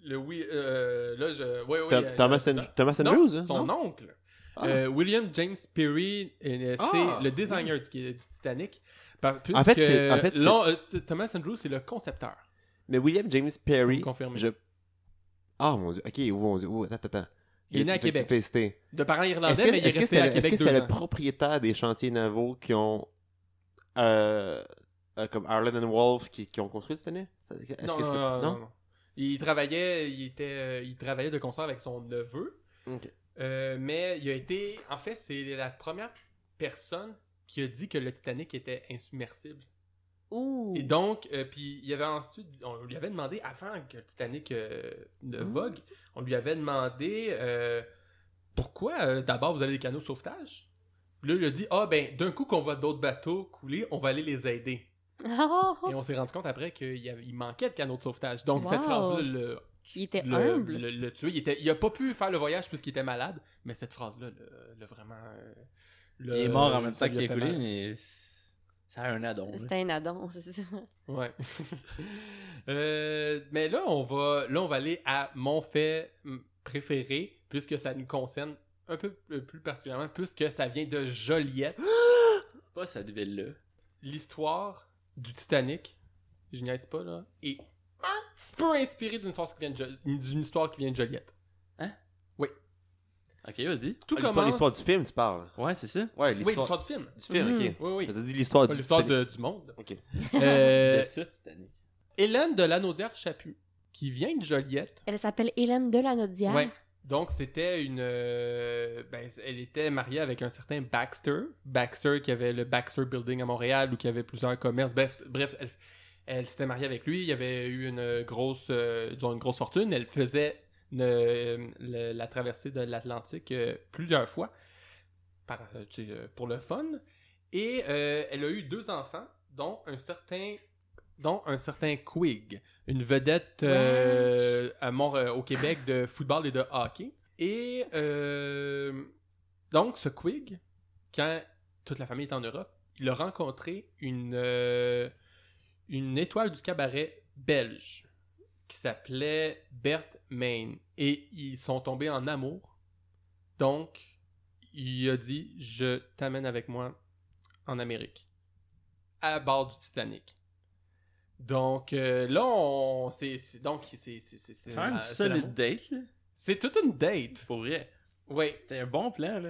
[SPEAKER 3] Le oui. euh, là, je. Ouais, ouais,
[SPEAKER 2] Tom-
[SPEAKER 3] il y a-
[SPEAKER 2] Thomas,
[SPEAKER 3] il y a-
[SPEAKER 2] An- Thomas
[SPEAKER 3] Non,
[SPEAKER 2] Andrews, hein,
[SPEAKER 3] Son
[SPEAKER 2] non?
[SPEAKER 3] oncle.
[SPEAKER 2] Ah.
[SPEAKER 3] Euh, William James Perry, euh, c'est
[SPEAKER 2] Ah,
[SPEAKER 3] le designer du, du Titanic. Par-
[SPEAKER 2] En fait,
[SPEAKER 3] puisque,
[SPEAKER 2] c'est- en fait, c'est-
[SPEAKER 3] l'on- euh, t- Thomas Andrews, c'est le concepteur.
[SPEAKER 2] Mais William James Perry,
[SPEAKER 3] Confirmé.
[SPEAKER 2] je... Ah, mon Dieu. OK, oh, mon Dieu. Oh, attends, attends.
[SPEAKER 3] Il est né à
[SPEAKER 2] Tu me fais-
[SPEAKER 3] Québec.
[SPEAKER 2] tu me fais citer.
[SPEAKER 3] De parents
[SPEAKER 2] Est-ce
[SPEAKER 3] irlandais,
[SPEAKER 2] que
[SPEAKER 3] mais
[SPEAKER 2] est-ce
[SPEAKER 3] il est
[SPEAKER 2] que
[SPEAKER 3] resté
[SPEAKER 2] c'était
[SPEAKER 3] à
[SPEAKER 2] le- est-ce
[SPEAKER 3] Québec
[SPEAKER 2] que
[SPEAKER 3] deux
[SPEAKER 2] c'était le
[SPEAKER 3] ans.
[SPEAKER 2] propriétaire des chantiers navaux qui ont... euh, euh, comme Ireland and Wolf qui, qui ont construit cette année? Ça- Est-ce
[SPEAKER 3] Non,
[SPEAKER 2] que
[SPEAKER 3] non,
[SPEAKER 2] c'est-
[SPEAKER 3] non, non, non. Il travaillait, il était, euh, il travaillait de concert avec son neveu,
[SPEAKER 2] Ok. Ah,
[SPEAKER 3] Euh, mais il a été, en fait, c'est la première personne qui a dit que le Titanic était insubmersible.
[SPEAKER 4] Ouh!
[SPEAKER 3] Et donc, euh, puis il y avait ensuite, on lui avait demandé avant que le Titanic euh, ne
[SPEAKER 2] Mmh.
[SPEAKER 4] Mm.
[SPEAKER 3] vogue, on lui avait demandé euh, pourquoi euh, d'abord vous avez des canots de sauvetage. Puis Là, il a dit ah ben d'un coup qu'on voit d'autres bateaux couler, on va aller les aider.
[SPEAKER 4] Ah,
[SPEAKER 3] Et on s'est rendu compte après qu'il y avait- il manquait de canaux de sauvetage. Donc
[SPEAKER 4] Wow.
[SPEAKER 3] cette phrase-là, le,
[SPEAKER 4] Il était
[SPEAKER 3] le-
[SPEAKER 4] humble.
[SPEAKER 3] le- le tuer. Il, était, il a pas pu faire le voyage puisqu'il était malade, mais cette phrase-là, le, le vraiment. euh,
[SPEAKER 1] Il
[SPEAKER 3] le-
[SPEAKER 1] est mort en même
[SPEAKER 3] ça
[SPEAKER 1] temps
[SPEAKER 3] lui a
[SPEAKER 1] qu'il est
[SPEAKER 3] fait
[SPEAKER 1] coulé,
[SPEAKER 3] mal.
[SPEAKER 1] mais ça a un addon. là.
[SPEAKER 4] c'était un addon, c'est ça.
[SPEAKER 3] Ouais. Euh, mais là, on va, là, on va aller à mon fait mm, préféré, puisque ça nous concerne un peu euh, plus particulièrement, puisque ça vient de Joliette.
[SPEAKER 1] Pas cette ville-là.
[SPEAKER 3] L'histoire du Titanic, je niaise pas, là, est un petit peu inspirée d'une histoire qui vient de Jol- d'une histoire qui vient de Joliette.
[SPEAKER 1] Ok, vas-y.
[SPEAKER 3] Tout
[SPEAKER 2] Ah, l'histoire-
[SPEAKER 3] commence...
[SPEAKER 2] L'histoire du film, tu parles.
[SPEAKER 1] Ouais, c'est ça.
[SPEAKER 2] Ouais,
[SPEAKER 3] Oui,
[SPEAKER 2] l'histoire
[SPEAKER 3] l'histoire du film.
[SPEAKER 2] du film,
[SPEAKER 4] Mhm.
[SPEAKER 2] OK.
[SPEAKER 3] Oui, oui.
[SPEAKER 2] T'as dit l'histoire
[SPEAKER 3] Pas
[SPEAKER 2] du
[SPEAKER 3] l'histoire
[SPEAKER 2] Titanic.
[SPEAKER 3] de- du monde.
[SPEAKER 2] Ok.
[SPEAKER 3] Euh,
[SPEAKER 1] De ça, Titanic.
[SPEAKER 3] Hélène de Lanaudière-Chaput, qui vient de Joliette.
[SPEAKER 4] Elle s'appelle Hélène de la Naudière.
[SPEAKER 3] Ouais. Donc, c'était une. euh, ben, elle était mariée avec un certain Baxter. Baxter qui avait le Baxter Building à Montréal ou qui avait plusieurs commerces. Bref, bref elle, elle s'était mariée avec lui. Il y avait eu une grosse, euh, disons, une grosse fortune. Elle faisait une, euh, le- la traversée de l'Atlantique euh, plusieurs fois par, euh, tu sais, euh, pour le fun. Et euh, elle a eu deux enfants, dont un certain, dont un certain Quig, une vedette euh, à Mont- euh, au Québec de football et de hockey. Et euh, donc, ce Quig, quand toute la famille est en Europe, il a rencontré une, euh, une étoile du cabaret belge qui s'appelait Berthe Main. Et ils sont tombés en amour. Donc, il a dit Je t'amène avec moi en Amérique, à bord du Titanic. Donc, euh, là, on. C'est c'est- donc. C'est c'est- c'est- c'est-
[SPEAKER 1] Quand même une
[SPEAKER 3] c'est
[SPEAKER 1] solide
[SPEAKER 3] l'amour.
[SPEAKER 1] date, là.
[SPEAKER 3] C'est toute une date.
[SPEAKER 1] Pour vrai.
[SPEAKER 3] Oui.
[SPEAKER 1] C'était un bon plan, là.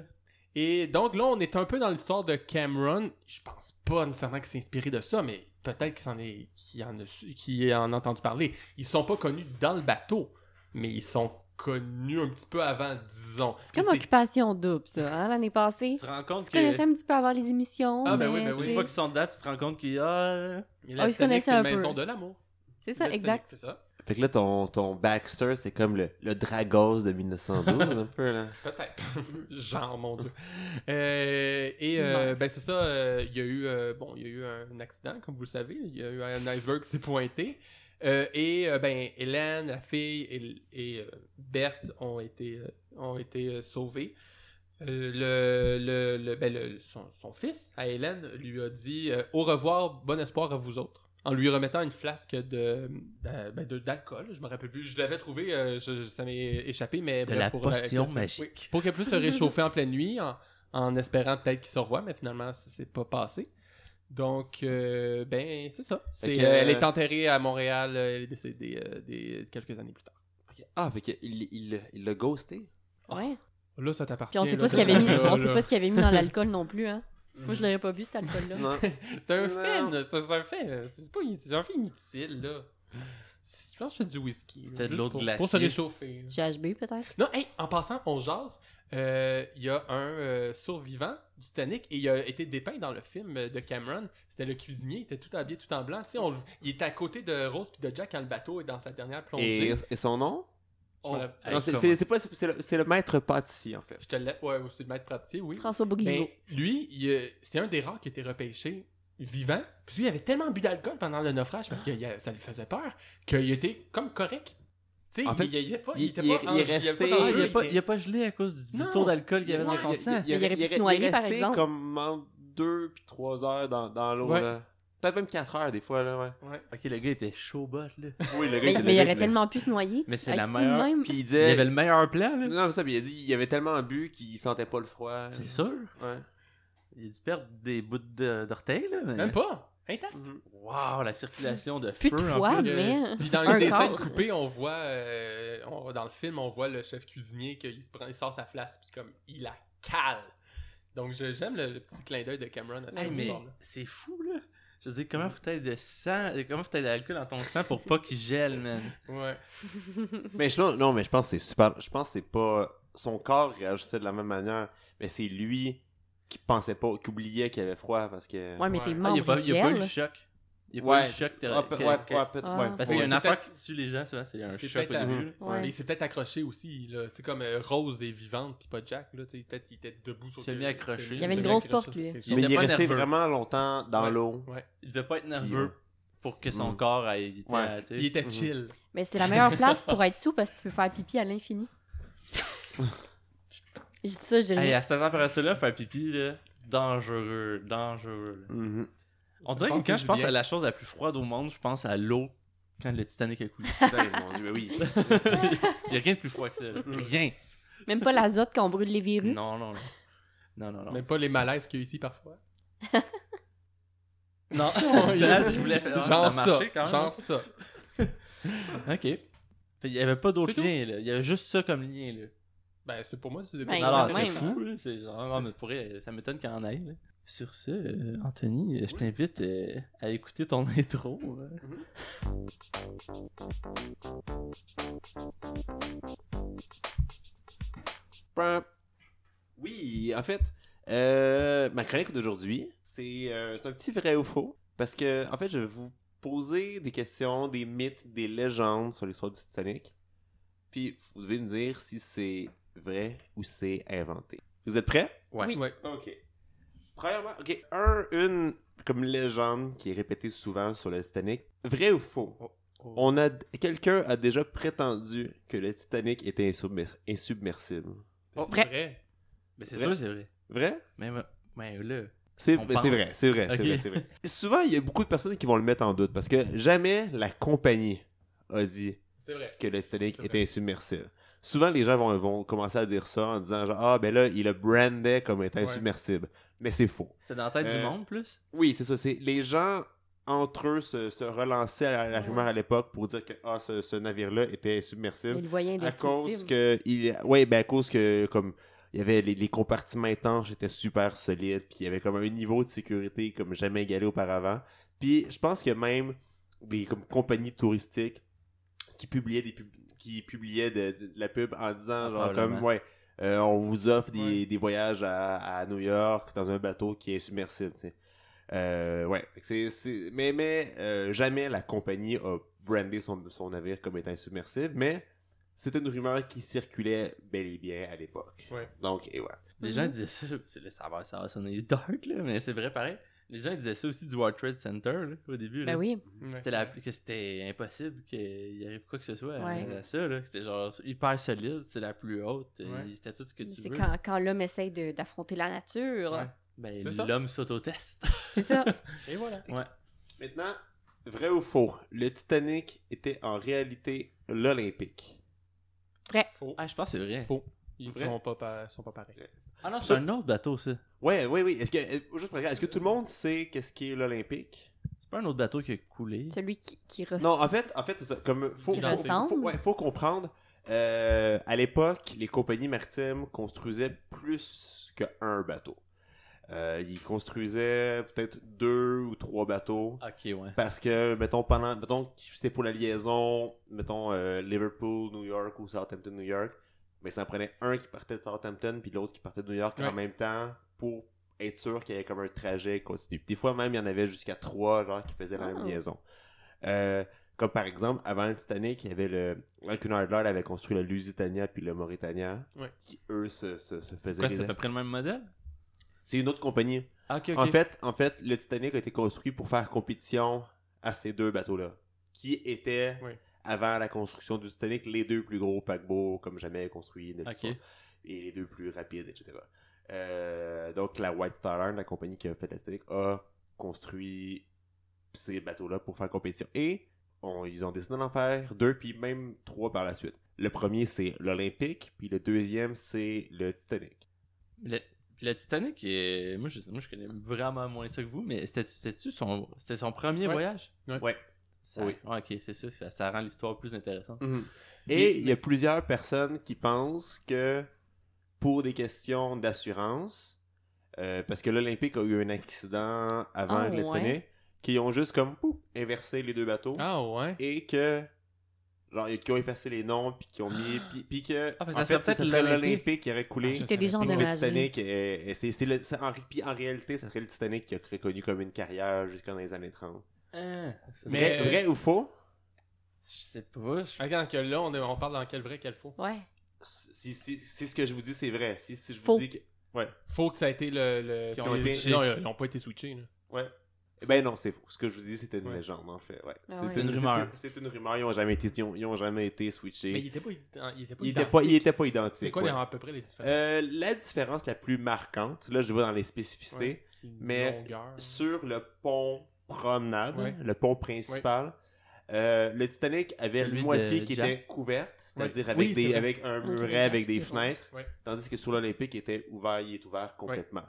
[SPEAKER 3] Et donc là, on est un peu dans l'histoire de Cameron. Je pense pas nécessairement qu'il s'est inspiré de ça, mais peut-être qu'il s'en est, qu'il en a, su- qu'il en a entendu parler. Ils sont pas connus dans le bateau, mais ils sont connus un petit peu avant, disons.
[SPEAKER 4] C'est comme occupation double, ça, hein, l'année passée.
[SPEAKER 1] Tu te rends compte
[SPEAKER 4] Je
[SPEAKER 1] que.
[SPEAKER 4] connaissais un petit peu avant les émissions.
[SPEAKER 3] Ah, ben
[SPEAKER 4] mais,
[SPEAKER 3] oui, ben oui.
[SPEAKER 4] tu
[SPEAKER 1] Une
[SPEAKER 4] sais,
[SPEAKER 1] fois qu'ils sont dedans, tu te rends compte qu'il y a.
[SPEAKER 3] Mais
[SPEAKER 4] Ah,
[SPEAKER 3] la
[SPEAKER 4] ils
[SPEAKER 3] Titanic,
[SPEAKER 4] se connaissaient
[SPEAKER 3] c'est
[SPEAKER 4] un
[SPEAKER 3] une
[SPEAKER 4] peu.
[SPEAKER 3] maison de l'amour.
[SPEAKER 4] C'est ça,
[SPEAKER 3] Le Titanic,
[SPEAKER 4] exact.
[SPEAKER 3] C'est ça.
[SPEAKER 2] Fait que là, ton, ton Baxter, c'est comme le, le Dragos de 1912, un peu, là.
[SPEAKER 3] Peut-être. Genre, mon Dieu. Euh, et euh, ben c'est ça, euh, il y a eu euh, bon, il y a eu un accident, comme vous le savez. Il y a eu un iceberg qui s'est pointé. Euh, et euh, ben Hélène, la fille et, et, euh, Berthe ont été euh, ont été euh, sauvées. Euh, le, le, le- ben, le- son, son fils, à Hélène, lui a dit euh, Au revoir, bon espoir à vous autres. en lui remettant une flasque de d'a- ben, de- d'alcool. je me rappelle plus. Je l'avais trouvé, euh, je- je- ça m'est échappé, mais
[SPEAKER 1] De la
[SPEAKER 3] euh,
[SPEAKER 1] potion
[SPEAKER 3] que-
[SPEAKER 1] magique.
[SPEAKER 3] oui, pour qu'elle puisse se réchauffer en pleine nuit, en, en espérant peut-être qu'il se revoit, mais finalement, ça s'est pas passé. Donc, euh, ben, c'est ça. C'est,
[SPEAKER 2] que-
[SPEAKER 3] euh, elle est enterrée à Montréal. euh, Elle est décédée euh, des- quelques années plus tard.
[SPEAKER 2] Ah, fait qu'il il, il l'a ghosté.
[SPEAKER 4] Ouais.
[SPEAKER 3] Là, ça t'appartient.
[SPEAKER 4] Puis on sait
[SPEAKER 3] là,
[SPEAKER 4] pas ce qu'il y avait mis.
[SPEAKER 3] là,
[SPEAKER 4] On sait
[SPEAKER 3] là.
[SPEAKER 4] pas ce qu'il y avait mis dans l'alcool non plus, hein. Moi, je l'aurais pas bu cet alcool-là.
[SPEAKER 2] Non.
[SPEAKER 3] C'est un
[SPEAKER 2] Non.
[SPEAKER 3] film, c'est un film. C'est pas c'est un film inutile, là. C'est- Je pense que c'est du whisky. là,
[SPEAKER 1] C'était de
[SPEAKER 3] juste
[SPEAKER 1] l'eau de
[SPEAKER 3] pour-
[SPEAKER 1] glacier.
[SPEAKER 3] Pour se réchauffer.
[SPEAKER 4] GHB, peut-être.
[SPEAKER 3] Non, hey, en passant, on jase. Euh, Il y a un euh, survivant du Titanic et il a été dépeint dans le film euh, de Cameron. C'était le cuisinier, il était tout habillé, tout en blanc. Tu sais, on le- il était à côté de Rose puis de Jack quand le bateau est dans sa dernière
[SPEAKER 2] Et,
[SPEAKER 3] plongée.
[SPEAKER 2] et son nom
[SPEAKER 3] Je me
[SPEAKER 1] on-
[SPEAKER 3] rappelle-
[SPEAKER 1] Hey,
[SPEAKER 2] Non, c'est-
[SPEAKER 1] comment?
[SPEAKER 2] c'est c'est pas c'est le, c'est le maître pâtissier en fait.
[SPEAKER 3] Je te l'ai. Ouais, ouais, c'est le maître pratier, oui.
[SPEAKER 4] François Bouguignot.
[SPEAKER 3] Mais lui, il, euh, c'est un des rares qui a été repêché vivant. Puis lui, il avait tellement bu d'alcool pendant le naufrage parce que il a- ça lui faisait peur qu'il était comme correct. Tu sais,
[SPEAKER 2] En fait,
[SPEAKER 3] il, il, il, était pas-
[SPEAKER 2] il-
[SPEAKER 3] il était pas
[SPEAKER 2] il-
[SPEAKER 3] en-
[SPEAKER 2] il est
[SPEAKER 3] avait
[SPEAKER 2] resté-
[SPEAKER 3] pas dans
[SPEAKER 1] Ah,
[SPEAKER 3] le
[SPEAKER 1] il,
[SPEAKER 3] jeu,
[SPEAKER 1] a pas,
[SPEAKER 3] était-
[SPEAKER 1] il a pas gelé à cause du, du
[SPEAKER 3] Non.
[SPEAKER 1] taux d'alcool qu'il y avait dans son sang.
[SPEAKER 4] il aurait pu se noyer, par exemple.
[SPEAKER 2] comme entre 2 puis 3 heures dans, dans l'eau.
[SPEAKER 3] Ouais.
[SPEAKER 2] là. Peut-être même 4 heures des fois. Là, ouais.
[SPEAKER 3] Ouais.
[SPEAKER 1] Ok, le gars était chaud bot, là.
[SPEAKER 2] Oui, le
[SPEAKER 4] Mais,
[SPEAKER 2] était-
[SPEAKER 4] mais il
[SPEAKER 2] le
[SPEAKER 4] aurait
[SPEAKER 2] était-
[SPEAKER 4] tellement pu se noyer.
[SPEAKER 1] Mais c'est la
[SPEAKER 4] Avec ça
[SPEAKER 1] meilleure-
[SPEAKER 4] même.
[SPEAKER 2] Puis il
[SPEAKER 1] Il
[SPEAKER 2] disait.
[SPEAKER 1] avait le meilleur plan, là.
[SPEAKER 2] Non, mais ça, puis il a dit il avait tellement bu qu'il sentait pas le froid.
[SPEAKER 1] C'est sûr.
[SPEAKER 2] Ouais.
[SPEAKER 1] Il a dû perdre des bouts de- d'orteil, là. Mais...
[SPEAKER 3] Même pas. Intact.
[SPEAKER 2] Mhm.
[SPEAKER 1] Wow, la circulation de
[SPEAKER 4] Plus
[SPEAKER 1] feu.
[SPEAKER 4] de
[SPEAKER 1] en
[SPEAKER 4] fois,
[SPEAKER 1] plus.
[SPEAKER 4] mais. hein.
[SPEAKER 3] Puis dans
[SPEAKER 4] Un
[SPEAKER 3] une des
[SPEAKER 4] corps.
[SPEAKER 3] scènes coupées, on voit, euh, on- dans le film, on voit le chef cuisinier qu'il se prend, il sort sa flasque puis comme il la cale. Donc je- j'aime le, le petit clin d'œil de Cameron à
[SPEAKER 1] Hey,
[SPEAKER 3] cette
[SPEAKER 1] mais
[SPEAKER 3] histoire-là.
[SPEAKER 1] c'est fou, là. Je veux dire, comment faut être de sang, comment faut être d'alcool dans ton sang pour pas qu'il gèle, man.
[SPEAKER 3] Ouais.
[SPEAKER 2] Mais je, non, non, mais je pense que c'est super. Je pense que c'est pas. Son corps réagissait de la même manière, mais c'est lui qui pensait pas, qui oubliait qu'il avait froid parce que.
[SPEAKER 4] Ouais, mais
[SPEAKER 3] Ouais. Ah, il
[SPEAKER 4] tes
[SPEAKER 1] Ah, il a pas, il
[SPEAKER 3] y a
[SPEAKER 4] membres ils
[SPEAKER 1] a pas eu le
[SPEAKER 4] gèlent.
[SPEAKER 1] choc. Il a
[SPEAKER 2] Ouais.
[SPEAKER 1] pas eu le choc.
[SPEAKER 2] Ah, pe-
[SPEAKER 1] que-
[SPEAKER 2] ouais, ouais,
[SPEAKER 1] que-
[SPEAKER 2] peut-être,
[SPEAKER 4] Ah.
[SPEAKER 2] ouais.
[SPEAKER 1] Parce
[SPEAKER 3] Ouais,
[SPEAKER 1] qu'il y a une
[SPEAKER 3] c'est
[SPEAKER 1] affaire qui
[SPEAKER 3] peut-être-
[SPEAKER 1] tue les gens, souvent, c'est un
[SPEAKER 3] C'est
[SPEAKER 1] choc au
[SPEAKER 3] peut-être
[SPEAKER 1] début.
[SPEAKER 2] la-
[SPEAKER 1] là.
[SPEAKER 4] Ouais.
[SPEAKER 3] Mais il s'est peut-être accroché aussi. là. C'est comme euh, Rose est vivante, puis pas Jack. Là, tu sais, peut-être il était debout sur
[SPEAKER 1] Il s'est
[SPEAKER 3] le-
[SPEAKER 1] mis accroché.
[SPEAKER 3] le-
[SPEAKER 1] Il y avait
[SPEAKER 3] s'est
[SPEAKER 1] une
[SPEAKER 3] mis
[SPEAKER 4] grosse
[SPEAKER 3] accroché
[SPEAKER 4] porte,
[SPEAKER 3] sur
[SPEAKER 4] lui.
[SPEAKER 3] quelque chose.
[SPEAKER 2] Mais
[SPEAKER 1] était
[SPEAKER 2] il est
[SPEAKER 1] pas
[SPEAKER 2] resté
[SPEAKER 1] nerveux.
[SPEAKER 2] vraiment longtemps dans
[SPEAKER 3] Ouais.
[SPEAKER 2] l'eau.
[SPEAKER 1] Il devait pas être
[SPEAKER 2] euh,
[SPEAKER 1] nerveux pour que son
[SPEAKER 2] Mm.
[SPEAKER 1] corps aille. était-
[SPEAKER 2] Ouais.
[SPEAKER 1] tu sais.
[SPEAKER 3] Il était chill.
[SPEAKER 4] Mais c'est la meilleure place pour être sous parce que tu peux faire pipi à l'infini. Je dis ça, je dis
[SPEAKER 1] Hey, euh,
[SPEAKER 4] rien.
[SPEAKER 1] à cette température-là, faire pipi, là, dangereux, dangereux. là.
[SPEAKER 2] Mhm.
[SPEAKER 1] On dirait
[SPEAKER 3] pense
[SPEAKER 1] que quand
[SPEAKER 3] que
[SPEAKER 1] je
[SPEAKER 3] c'est
[SPEAKER 1] pense
[SPEAKER 3] bien.
[SPEAKER 1] à la chose la plus froide au monde, je pense à l'eau quand le Titanic a coulé.
[SPEAKER 2] Putain, mon Dieu, oui.
[SPEAKER 1] Il n'y a rien de plus froid que ça. là. Rien.
[SPEAKER 4] Même pas l'azote quand on brûle les verrues.
[SPEAKER 1] Non, non, non. Non, non, non.
[SPEAKER 3] Même pas les malaises qu'il y a ici parfois.
[SPEAKER 1] Non, là, je voulais faire
[SPEAKER 3] Genre
[SPEAKER 1] ça. a
[SPEAKER 3] ça.
[SPEAKER 1] marché quand même.
[SPEAKER 3] Genre ça.
[SPEAKER 1] OK. Fait, Il n'y avait pas d'autres
[SPEAKER 3] C'est tout.
[SPEAKER 1] liens, là. Il y avait juste ça comme lien, là.
[SPEAKER 3] Ben, c'est pour moi, c'est
[SPEAKER 4] Ben,
[SPEAKER 1] non, non,
[SPEAKER 4] quand
[SPEAKER 1] c'est
[SPEAKER 4] même.
[SPEAKER 1] fou, là. C'est genre, non, mais pour vrai, ça m'étonne qu'il y en aille, là. Sur ce, euh, Anthony, je t'invite euh, à écouter ton intro. euh.
[SPEAKER 2] Pam. Oui, en fait, euh, ma chronique d'aujourd'hui, c'est euh, c'est un petit vrai ou faux. Parce que, en fait, je vais vous poser des questions, des mythes, des légendes sur l'histoire du Titanic. Puis, vous devez me dire si c'est vrai ou c'est inventé. Vous êtes prêts?
[SPEAKER 1] Ouais.
[SPEAKER 3] Oui. Ouais.
[SPEAKER 2] OK. Premièrement, OK, un, une comme légende qui est répétée souvent sur le Titanic. Vrai ou faux? On a quelqu'un a déjà prétendu que le Titanic était insubmer- insubmersible.
[SPEAKER 3] Oh,
[SPEAKER 4] Vrai.
[SPEAKER 3] c'est vrai.
[SPEAKER 1] Mais c'est
[SPEAKER 2] Vrai.
[SPEAKER 1] sûr, c'est vrai.
[SPEAKER 2] Vrai?
[SPEAKER 1] Mais, mais là.
[SPEAKER 2] C'est
[SPEAKER 1] On
[SPEAKER 2] ben,
[SPEAKER 1] pense.
[SPEAKER 2] c'est vrai, c'est vrai, c'est
[SPEAKER 1] Ok.
[SPEAKER 2] vrai, c'est vrai. Souvent, il y a beaucoup de personnes qui vont le mettre en doute parce que jamais la compagnie a dit
[SPEAKER 3] C'est vrai.
[SPEAKER 2] que le Titanic
[SPEAKER 3] C'est vrai.
[SPEAKER 2] était insubmersible. Souvent, les gens vont, vont commencer à dire ça en disant genre, ah ben là, il le brandait comme étant
[SPEAKER 3] Ouais.
[SPEAKER 2] insubmersible. Mais c'est faux.
[SPEAKER 1] C'est dans la tête du
[SPEAKER 2] Euh,
[SPEAKER 1] monde, plus?
[SPEAKER 2] Oui, c'est ça. C'est les gens entre eux se, se relançaient à la, la
[SPEAKER 4] Ouais.
[SPEAKER 2] rumeur à l'époque pour dire que ah, ce, ce navire-là était
[SPEAKER 4] Mais
[SPEAKER 2] insubmersible
[SPEAKER 4] le voyant
[SPEAKER 2] à cause
[SPEAKER 4] indestructible.
[SPEAKER 2] que il ouais ben à cause que comme il y avait les, les compartiments étanches étaient super solides puis il y avait comme un niveau de sécurité comme jamais égalé auparavant puis je pense que même des comme compagnies touristiques qui publiaient des pub- qui publiaient de, de- de la pub en disant genre
[SPEAKER 1] Probablement.
[SPEAKER 2] comme ouais euh, on vous offre des,
[SPEAKER 3] Ouais.
[SPEAKER 2] des voyages à, à New York dans un bateau qui est submersible tu sais. Euh, ouais Fait que c'est c'est- mais mais euh, jamais la compagnie a brandé son, son navire comme étant submersible mais c'était une rumeur qui circulait bel et bien à l'époque.
[SPEAKER 3] Ouais.
[SPEAKER 2] Donc, et ouais.
[SPEAKER 1] Les
[SPEAKER 4] Mhm.
[SPEAKER 1] gens disaient ça, c'est le savoir, ça va sonner dark, là, mais c'est vrai pareil. Les gens disaient ça aussi du World Trade Center là, au début. là.
[SPEAKER 4] Ben oui.
[SPEAKER 3] Ouais.
[SPEAKER 1] C'était la- que c'était impossible qu'il arrive quoi que ce soit à-
[SPEAKER 4] Ouais.
[SPEAKER 1] à ça. là. que C'était genre hyper solide, c'était la plus haute, euh,
[SPEAKER 3] Ouais.
[SPEAKER 1] c'était tout ce que tu
[SPEAKER 4] C'est
[SPEAKER 1] veux.
[SPEAKER 4] quand, quand l'homme essaye de- d'affronter la nature.
[SPEAKER 3] Ouais.
[SPEAKER 1] Ben,
[SPEAKER 3] C'est ça.
[SPEAKER 1] l'homme s'autoteste.
[SPEAKER 4] C'est ça.
[SPEAKER 3] Et voilà.
[SPEAKER 1] ouais.
[SPEAKER 2] Maintenant, Vrai ou faux? Le Titanic était en réalité l'Olympique.
[SPEAKER 3] Faux.
[SPEAKER 1] Ah, je pense que c'est vrai.
[SPEAKER 3] Faux. Ils
[SPEAKER 2] Vrai?
[SPEAKER 3] sont pas, pa- sont pas pareils.
[SPEAKER 1] Ah non, c'est un autre bateau, ça.
[SPEAKER 2] Ouais, oui, oui. Est-ce que, est- juste pour regarder, est-ce que tout le monde sait qu'est-ce qu'est l'Olympique?
[SPEAKER 1] C'est pas un autre bateau qui a coulé.
[SPEAKER 4] Celui qui, qui ressent.
[SPEAKER 2] Non, en fait, en fait, c'est ça. Comme, faut,
[SPEAKER 3] Qui
[SPEAKER 2] faut,
[SPEAKER 4] rassemble?
[SPEAKER 2] faut- ouais, faut comprendre. euh, à l'époque, les compagnies maritimes construisaient plus qu'un bateau. Euh, ils construisaient peut-être deux ou trois bateaux.
[SPEAKER 1] Ok, ouais.
[SPEAKER 2] Parce que, mettons, pendant, mettons, que c'était pour la liaison, mettons, euh, Liverpool, New York ou Southampton, New York, mais ça en prenait un qui partait de Southampton puis l'autre qui partait de New York
[SPEAKER 3] Ouais.
[SPEAKER 2] en même temps pour être sûr qu'il y avait comme un trajet continu. Puis Des fois même, il y en avait jusqu'à trois, genre, qui faisaient la
[SPEAKER 4] Ah.
[SPEAKER 2] même liaison. Euh, comme par exemple, avant le Titanic, il y avait le. Lacuna Adler avait construit le Lusitania puis le Mauritania,
[SPEAKER 3] Ouais.
[SPEAKER 2] qui eux se, se, se
[SPEAKER 1] C'est
[SPEAKER 2] faisaient.
[SPEAKER 1] quoi,
[SPEAKER 2] des-
[SPEAKER 1] c'est à peu près le même modèle?
[SPEAKER 2] C'est une autre compagnie.
[SPEAKER 1] Ah, ok, ok.
[SPEAKER 2] En fait, en fait, le Titanic a été construit pour faire compétition à ces deux bateaux-là, qui étaient
[SPEAKER 3] Oui.
[SPEAKER 2] avant la construction du Titanic les deux plus gros paquebots comme jamais construits de
[SPEAKER 1] Ok.
[SPEAKER 2] l'histoire, et les deux plus rapides, etc. Euh, donc la White Star Line, la compagnie qui a fait le Titanic, a construit ces bateaux-là pour faire compétition et on- ils ont décidé d'en faire deux puis même trois par la suite. Le premier c'est l'Olympique, puis le deuxième c'est le Titanic.
[SPEAKER 1] Le, le Titanic, est... moi, je, moi je connais vraiment moins ça que vous, mais c'était- c'était-tu son... c'était son premier
[SPEAKER 3] Ouais.
[SPEAKER 1] voyage?
[SPEAKER 3] Ouais.
[SPEAKER 2] Ouais.
[SPEAKER 1] Ça-
[SPEAKER 2] Oui.
[SPEAKER 1] ah, ok, c'est sûr, ça, ça rend l'histoire plus intéressante.
[SPEAKER 2] Mm-hmm. Et il y a plusieurs personnes qui pensent que pour des questions d'assurance, euh, parce que l'Olympique a eu un accident avant
[SPEAKER 4] Ah,
[SPEAKER 2] le Titanic, qui ont juste comme pouf, inversé les deux bateaux
[SPEAKER 3] Ah ouais.
[SPEAKER 2] et que genre qui ont effacé les noms puis qui ont mis puis, puis que
[SPEAKER 1] Ah, ben, ça
[SPEAKER 2] en
[SPEAKER 1] serait
[SPEAKER 2] fait ça
[SPEAKER 1] peut-être
[SPEAKER 2] serait
[SPEAKER 1] l'Olympique.
[SPEAKER 2] l'Olympique qui aurait coulé.
[SPEAKER 3] Ah,
[SPEAKER 4] que les gens
[SPEAKER 2] Puis que le
[SPEAKER 4] endommagés.
[SPEAKER 2] Titanic, est- est- c'est, c'est le- ça- en, puis en réalité, ça serait le Titanic qui a reconnu comme une carrière jusqu'en les années 30.
[SPEAKER 1] Hein, c'est vrai.
[SPEAKER 3] Mais-
[SPEAKER 2] Vrai, vrai ou faux?
[SPEAKER 1] Je sais pas. je-
[SPEAKER 3] Regarde Ah, que là, on, est- on parle dans quel vrai, quel faux.
[SPEAKER 4] Ouais.
[SPEAKER 2] Si, si, si ce que je vous dis, c'est vrai. Si, si je vous
[SPEAKER 4] Faux.
[SPEAKER 2] dis que...
[SPEAKER 3] Faux que ça a été le. le-
[SPEAKER 2] Ils ont été-
[SPEAKER 3] switché. Non, ils ont pas été switchés. là.
[SPEAKER 2] Ouais. Eh ben non, c'est faux. Ce que je vous dis, c'était une
[SPEAKER 3] Ouais.
[SPEAKER 2] légende, en fait. Ouais. C'est
[SPEAKER 4] Ah ouais.
[SPEAKER 1] C'est une rumeur.
[SPEAKER 2] c'est- C'est une rumeur. Ils ont jamais été, ils ont, ils ont jamais été
[SPEAKER 3] Mais
[SPEAKER 2] switchés.
[SPEAKER 3] ils étaient pas, ident- ils étaient pas
[SPEAKER 2] Ils étaient
[SPEAKER 3] identiques.
[SPEAKER 2] pas, ils étaient pas identiques.
[SPEAKER 3] C'est quoi les-
[SPEAKER 2] ouais.
[SPEAKER 3] à peu près les différences
[SPEAKER 2] Euh, la différence la plus marquante, là je vais dans les spécificités,
[SPEAKER 3] Ouais, c'est une
[SPEAKER 2] mais-
[SPEAKER 3] longueur.
[SPEAKER 2] sur le pont promenade,
[SPEAKER 3] Ouais.
[SPEAKER 2] le pont principal, euh, le Titanic avait
[SPEAKER 1] Celui
[SPEAKER 2] la moitié
[SPEAKER 1] de
[SPEAKER 2] qui
[SPEAKER 1] Jack.
[SPEAKER 2] était couverte, c'est-à-dire
[SPEAKER 3] Ouais.
[SPEAKER 2] avec,
[SPEAKER 3] Oui, c'est
[SPEAKER 2] des,
[SPEAKER 3] vrai.
[SPEAKER 2] avec un
[SPEAKER 4] Ok,
[SPEAKER 2] muret,
[SPEAKER 4] Jack,
[SPEAKER 2] avec des
[SPEAKER 4] c'est bon.
[SPEAKER 2] fenêtres,
[SPEAKER 3] Ouais.
[SPEAKER 2] tandis que sur l'Olympique, il était ouvert, il est ouvert complètement.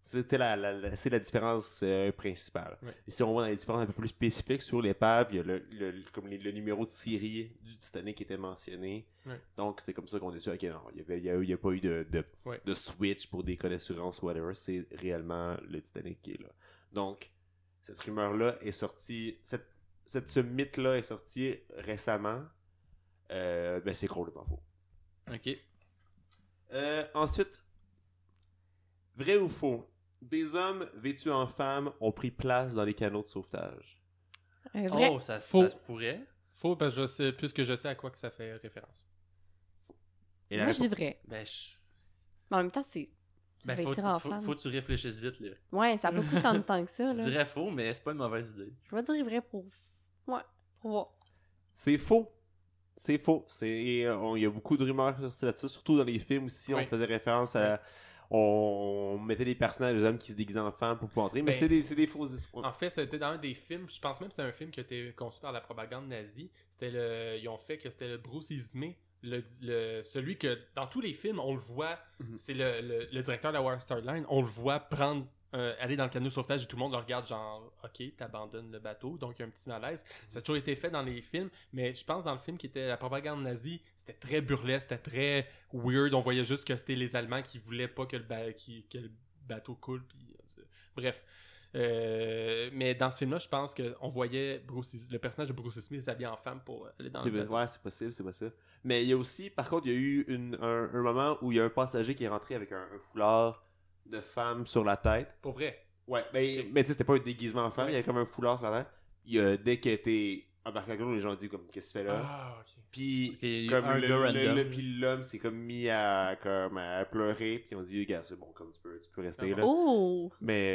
[SPEAKER 2] C'était la, la- la- c'est la différence euh, principale.
[SPEAKER 3] Ouais.
[SPEAKER 2] Et si on va dans les différences un peu plus spécifiques sur l'épave, il y a le, le- comme les- le numéro de série du Titanic qui était mentionné.
[SPEAKER 3] Ouais.
[SPEAKER 2] Donc, c'est comme ça qu'on est sûr. Ok, non, il n'y a, il y a- il y a pas eu de, de,
[SPEAKER 3] Ouais.
[SPEAKER 2] de switch pour des codes d'assurance ou whatever. C'est réellement le Titanic qui est là. Donc, cette rumeur-là est sortie. Cette, cette- ce mythe-là est sorti récemment. Euh, ben, c'est complètement faux.
[SPEAKER 1] Ok.
[SPEAKER 2] Euh, ensuite, vrai ou faux, des hommes vêtus en femmes ont pris place dans les canaux de sauvetage.
[SPEAKER 4] Un vrai.
[SPEAKER 1] Oh, ça,
[SPEAKER 3] Faux.
[SPEAKER 1] ça se pourrait.
[SPEAKER 3] Faux parce que je sais, puisque je sais à quoi que ça fait référence.
[SPEAKER 2] Et la
[SPEAKER 4] Moi, je dis
[SPEAKER 2] réponse-
[SPEAKER 4] vrai.
[SPEAKER 1] Ben, je-
[SPEAKER 4] Mais en même temps, c'est.
[SPEAKER 1] ben,
[SPEAKER 4] tu
[SPEAKER 1] faut,
[SPEAKER 4] vas tirer en
[SPEAKER 1] faut-
[SPEAKER 4] femme.
[SPEAKER 1] faut que tu réfléchisses vite. Là.
[SPEAKER 4] Ouais, ça a pas pris tant de temps que ça,
[SPEAKER 1] Je
[SPEAKER 4] là.
[SPEAKER 1] dirais faux, mais c'est pas une mauvaise idée.
[SPEAKER 4] Je vais dire vrai pour. Ouais, pour voir.
[SPEAKER 2] C'est faux. C'est faux. C'est, euh, on- il y a beaucoup de rumeurs sorties là-dessus, surtout dans les films aussi.
[SPEAKER 3] Oui.
[SPEAKER 2] On faisait référence à. On mettait des personnages, des hommes qui se déguisent en femmes pour pouvoir entrer, mais
[SPEAKER 3] Ben,
[SPEAKER 2] c'est des, c'est des fausses.
[SPEAKER 3] En fait, c'était dans un des films, je pense même que c'était un film qui a été conçu par la propagande nazie. C'était le, ils ont fait que c'était le Bruce Ismay, le, le- celui que dans tous les films, on le voit,
[SPEAKER 2] Mhm.
[SPEAKER 3] c'est le, le- le directeur de la White Star Line, on le voit prendre, euh, aller dans le canot de sauvetage et tout le monde le regarde genre, ok, t'abandonnes le bateau, donc il y a un petit malaise. Ça a toujours été fait dans les films, mais je pense dans le film qui était la propagande nazie, c'était très burlesque, c'était très weird. On voyait juste que c'était les Allemands qui voulaient pas que le, ba- qui- que le bateau coule. Puis, euh, bref. Euh, mais dans ce film-là, je pense qu'on voyait Bruce Is- le personnage de Bruce Smith s'habiller en femme pour aller dans
[SPEAKER 2] C'est-
[SPEAKER 3] le bateau.
[SPEAKER 2] ouais, c'est possible, c'est possible. Mais il y a aussi, par contre, il y a eu une- un, un moment où il y a un passager qui est rentré avec un- un foulard de femme sur la tête.
[SPEAKER 3] Pour vrai.
[SPEAKER 2] Ouais, mais, mais tu sais, c'était pas un déguisement en femme,
[SPEAKER 3] Ouais.
[SPEAKER 2] il y avait comme un foulard sur la tête. Il y a- dès que t'es embarqué à l'eau, les gens disent comme qu'est-ce que tu fais là.
[SPEAKER 3] Ah, ok.
[SPEAKER 2] Puis
[SPEAKER 1] Ok, il y a
[SPEAKER 2] comme
[SPEAKER 1] un gars
[SPEAKER 2] le- le-
[SPEAKER 1] random.
[SPEAKER 2] le- puis l'homme s'est comme mis à comme à pleurer, puis on dit gars c'est bon comme tu peux, tu peux rester
[SPEAKER 3] Ah
[SPEAKER 2] là.
[SPEAKER 4] Oh!
[SPEAKER 2] Mais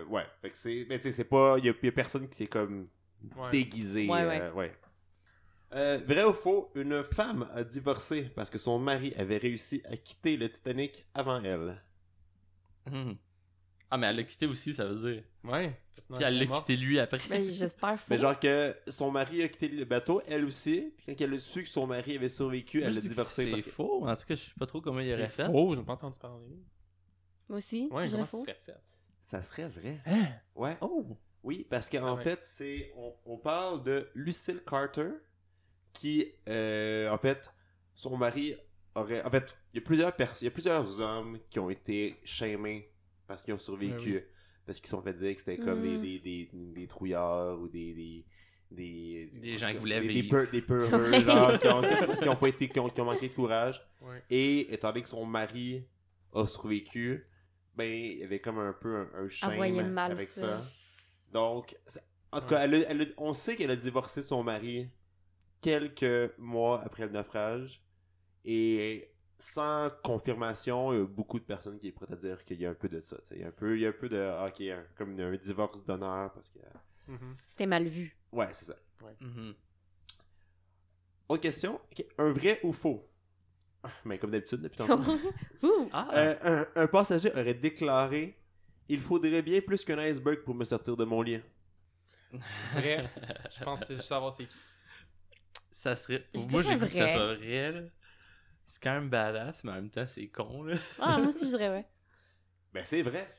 [SPEAKER 2] euh, ouais, fait que c'est mais tu sais c'est pas il y, a- il y a personne qui s'est comme
[SPEAKER 3] Ouais.
[SPEAKER 2] déguisé.
[SPEAKER 4] Ouais,
[SPEAKER 2] euh, ouais. Euh, vrai ou faux, une femme a divorcé parce que son mari avait réussi à quitter le Titanic avant elle.
[SPEAKER 1] Mhm. Hmm. Ah, mais elle l'a quitté aussi, ça veut dire.
[SPEAKER 3] Ouais. Sinon,
[SPEAKER 1] Puis elle l'a
[SPEAKER 3] est morte.
[SPEAKER 1] quitté lui après.
[SPEAKER 4] Ben, j'espère faux.
[SPEAKER 2] Mais genre que son mari a quitté le bateau, elle aussi. Puis quand elle a su que son mari avait survécu,
[SPEAKER 1] Moi,
[SPEAKER 2] elle
[SPEAKER 1] je
[SPEAKER 2] l'a
[SPEAKER 1] dis que
[SPEAKER 2] divorcé.
[SPEAKER 1] C'est
[SPEAKER 2] parce que-
[SPEAKER 1] faux. En tout cas, je sais pas trop comment il aurait
[SPEAKER 3] C'est
[SPEAKER 1] fait.
[SPEAKER 3] faux, j'ai pas entendu parler.
[SPEAKER 4] Moi aussi,
[SPEAKER 3] Ouais,
[SPEAKER 4] je
[SPEAKER 3] comment
[SPEAKER 4] dirais
[SPEAKER 3] ça
[SPEAKER 4] faux.
[SPEAKER 3] serait fait?
[SPEAKER 2] Ça serait vrai.
[SPEAKER 1] Hein?
[SPEAKER 2] Ouais.
[SPEAKER 1] Oh!
[SPEAKER 2] Oui, parce qu'en
[SPEAKER 3] Ah ouais.
[SPEAKER 2] fait, c'est on, on parle de Lucille Carter, qui, euh, en fait, son mari aurait... En fait, il y a plusieurs personnes, il y a plusieurs hommes qui ont été shamés parce qu'ils ont survécu.
[SPEAKER 3] Ben
[SPEAKER 2] Parce qu'ils se sont fait dire que c'était comme des,
[SPEAKER 4] Mm.
[SPEAKER 2] des, des, des trouillards ou des... des des,
[SPEAKER 1] Des gens qui voulaient
[SPEAKER 2] des, Des,
[SPEAKER 1] vivre.
[SPEAKER 2] peur- des peureux,
[SPEAKER 4] Ouais,
[SPEAKER 2] genre, qui,
[SPEAKER 4] c'est
[SPEAKER 2] ont,
[SPEAKER 4] ça.
[SPEAKER 2] qui ont pas été, qui ont, qui ont manqué de courage.
[SPEAKER 3] Ouais.
[SPEAKER 2] Et étant donné que son mari a survécu, ben, il y avait comme un peu un, un shame
[SPEAKER 4] Elle voyait mal
[SPEAKER 2] avec ça.
[SPEAKER 4] ça.
[SPEAKER 2] Donc, ça- en tout cas, elle a- elle a- on sait qu'elle a divorcé son mari quelques mois après le naufrage. Et sans confirmation, il y a beaucoup de personnes qui sont prêtes à dire qu'il y a un peu de ça. tu sais. Il y a un peu, il y a un peu de, ah, ok, un- comme un divorce d'honneur. parce que
[SPEAKER 3] Mhm.
[SPEAKER 4] C'était mal vu.
[SPEAKER 2] Ouais, c'est ça.
[SPEAKER 1] Mhm.
[SPEAKER 2] Autre question, ok, un vrai ou faux? Ah, Mais comme d'habitude, depuis tantôt.
[SPEAKER 4] Ouh!
[SPEAKER 1] Ah!
[SPEAKER 2] Euh, un, un passager aurait déclaré Il faudrait bien plus qu'un iceberg pour me sortir de mon lien.
[SPEAKER 3] Vrai, je pense que c'est juste savoir c'est qui.
[SPEAKER 1] ça serait.
[SPEAKER 4] Je
[SPEAKER 1] Pour moi,
[SPEAKER 4] dirais
[SPEAKER 1] j'ai vu que ça
[SPEAKER 4] vrai.
[SPEAKER 1] soit vrai, là. C'est quand même badass, mais en même temps, c'est con, là.
[SPEAKER 4] Ah, moi aussi, je dirais ouais.
[SPEAKER 2] Ben, c'est vrai.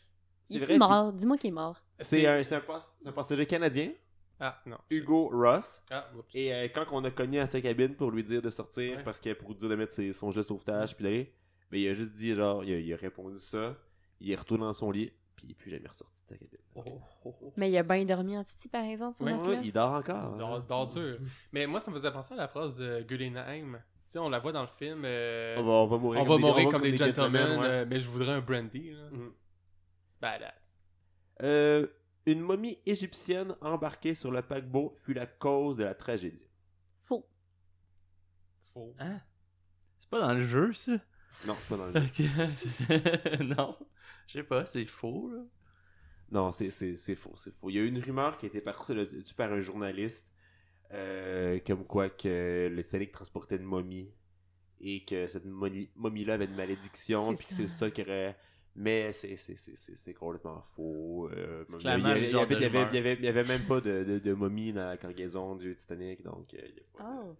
[SPEAKER 4] Il
[SPEAKER 2] vrai,
[SPEAKER 4] est mort? Dis-moi qu'il est mort.
[SPEAKER 2] puis C'est un, c'est un pass- c'est un passager canadien,
[SPEAKER 3] Ah, non.
[SPEAKER 2] Hugo Ross.
[SPEAKER 3] Ah, oups.
[SPEAKER 2] Et euh, quand on a cogné à sa cabine pour lui dire de sortir,
[SPEAKER 3] Ouais.
[SPEAKER 2] parce que pour lui dire de mettre ses- son jeu de sauvetage puis d'aller, ben, il a juste dit genre, il a, il a répondu ça, il est retourné dans son lit, puis il est plus jamais ressorti de sa cabine.
[SPEAKER 1] Oh,
[SPEAKER 4] Mais il a bien dormi en tutti, par exemple, son
[SPEAKER 3] Ouais.
[SPEAKER 4] matelas.
[SPEAKER 2] Ouais, il dort
[SPEAKER 1] Ah,
[SPEAKER 2] encore. hein.
[SPEAKER 3] Dors- dors dur. Mais moi, ça me faisait penser à la phrase de Guggenheim. Tu sais, on la voit dans le film. euh,
[SPEAKER 2] On va, on va mourir
[SPEAKER 3] on va
[SPEAKER 2] des-
[SPEAKER 3] mourir
[SPEAKER 2] on va
[SPEAKER 3] comme, des gentlemen, Mm.
[SPEAKER 2] ouais.
[SPEAKER 3] euh, mais je voudrais un brandy. Là.
[SPEAKER 2] Mhm.
[SPEAKER 3] Badass.
[SPEAKER 2] Euh, une momie égyptienne embarquée sur le paquebot fut la cause de la tragédie.
[SPEAKER 4] Faux.
[SPEAKER 3] Faux.
[SPEAKER 1] Hein? C'est pas dans le jeu, ça?
[SPEAKER 2] Non, c'est pas dans le jeu.
[SPEAKER 1] Ok, je sais- non. Je sais pas, c'est faux, là.
[SPEAKER 2] Non, c'est- c'est c'est faux, c'est faux. Il y a eu une rumeur qui a été partie là-dessus par un journaliste, euh, comme quoi que le Titanic transportait une momie et que cette momie- momie-là avait une malédiction,
[SPEAKER 4] C'est
[SPEAKER 2] puis que
[SPEAKER 4] ça.
[SPEAKER 2] c'est ça qui aurait... Mais c'est- c'est c'est- c'est- c'est complètement faux. euh,
[SPEAKER 1] C'est
[SPEAKER 2] il y
[SPEAKER 1] clairement
[SPEAKER 2] avait-
[SPEAKER 1] le
[SPEAKER 2] il y
[SPEAKER 1] genre
[SPEAKER 2] avait-
[SPEAKER 1] de
[SPEAKER 2] il y avait-
[SPEAKER 1] rumeur.
[SPEAKER 2] Il y avait- il y avait même pas de, de- de momie dans la cargaison du Titanic, donc euh, il y a pas de-
[SPEAKER 4] Oh.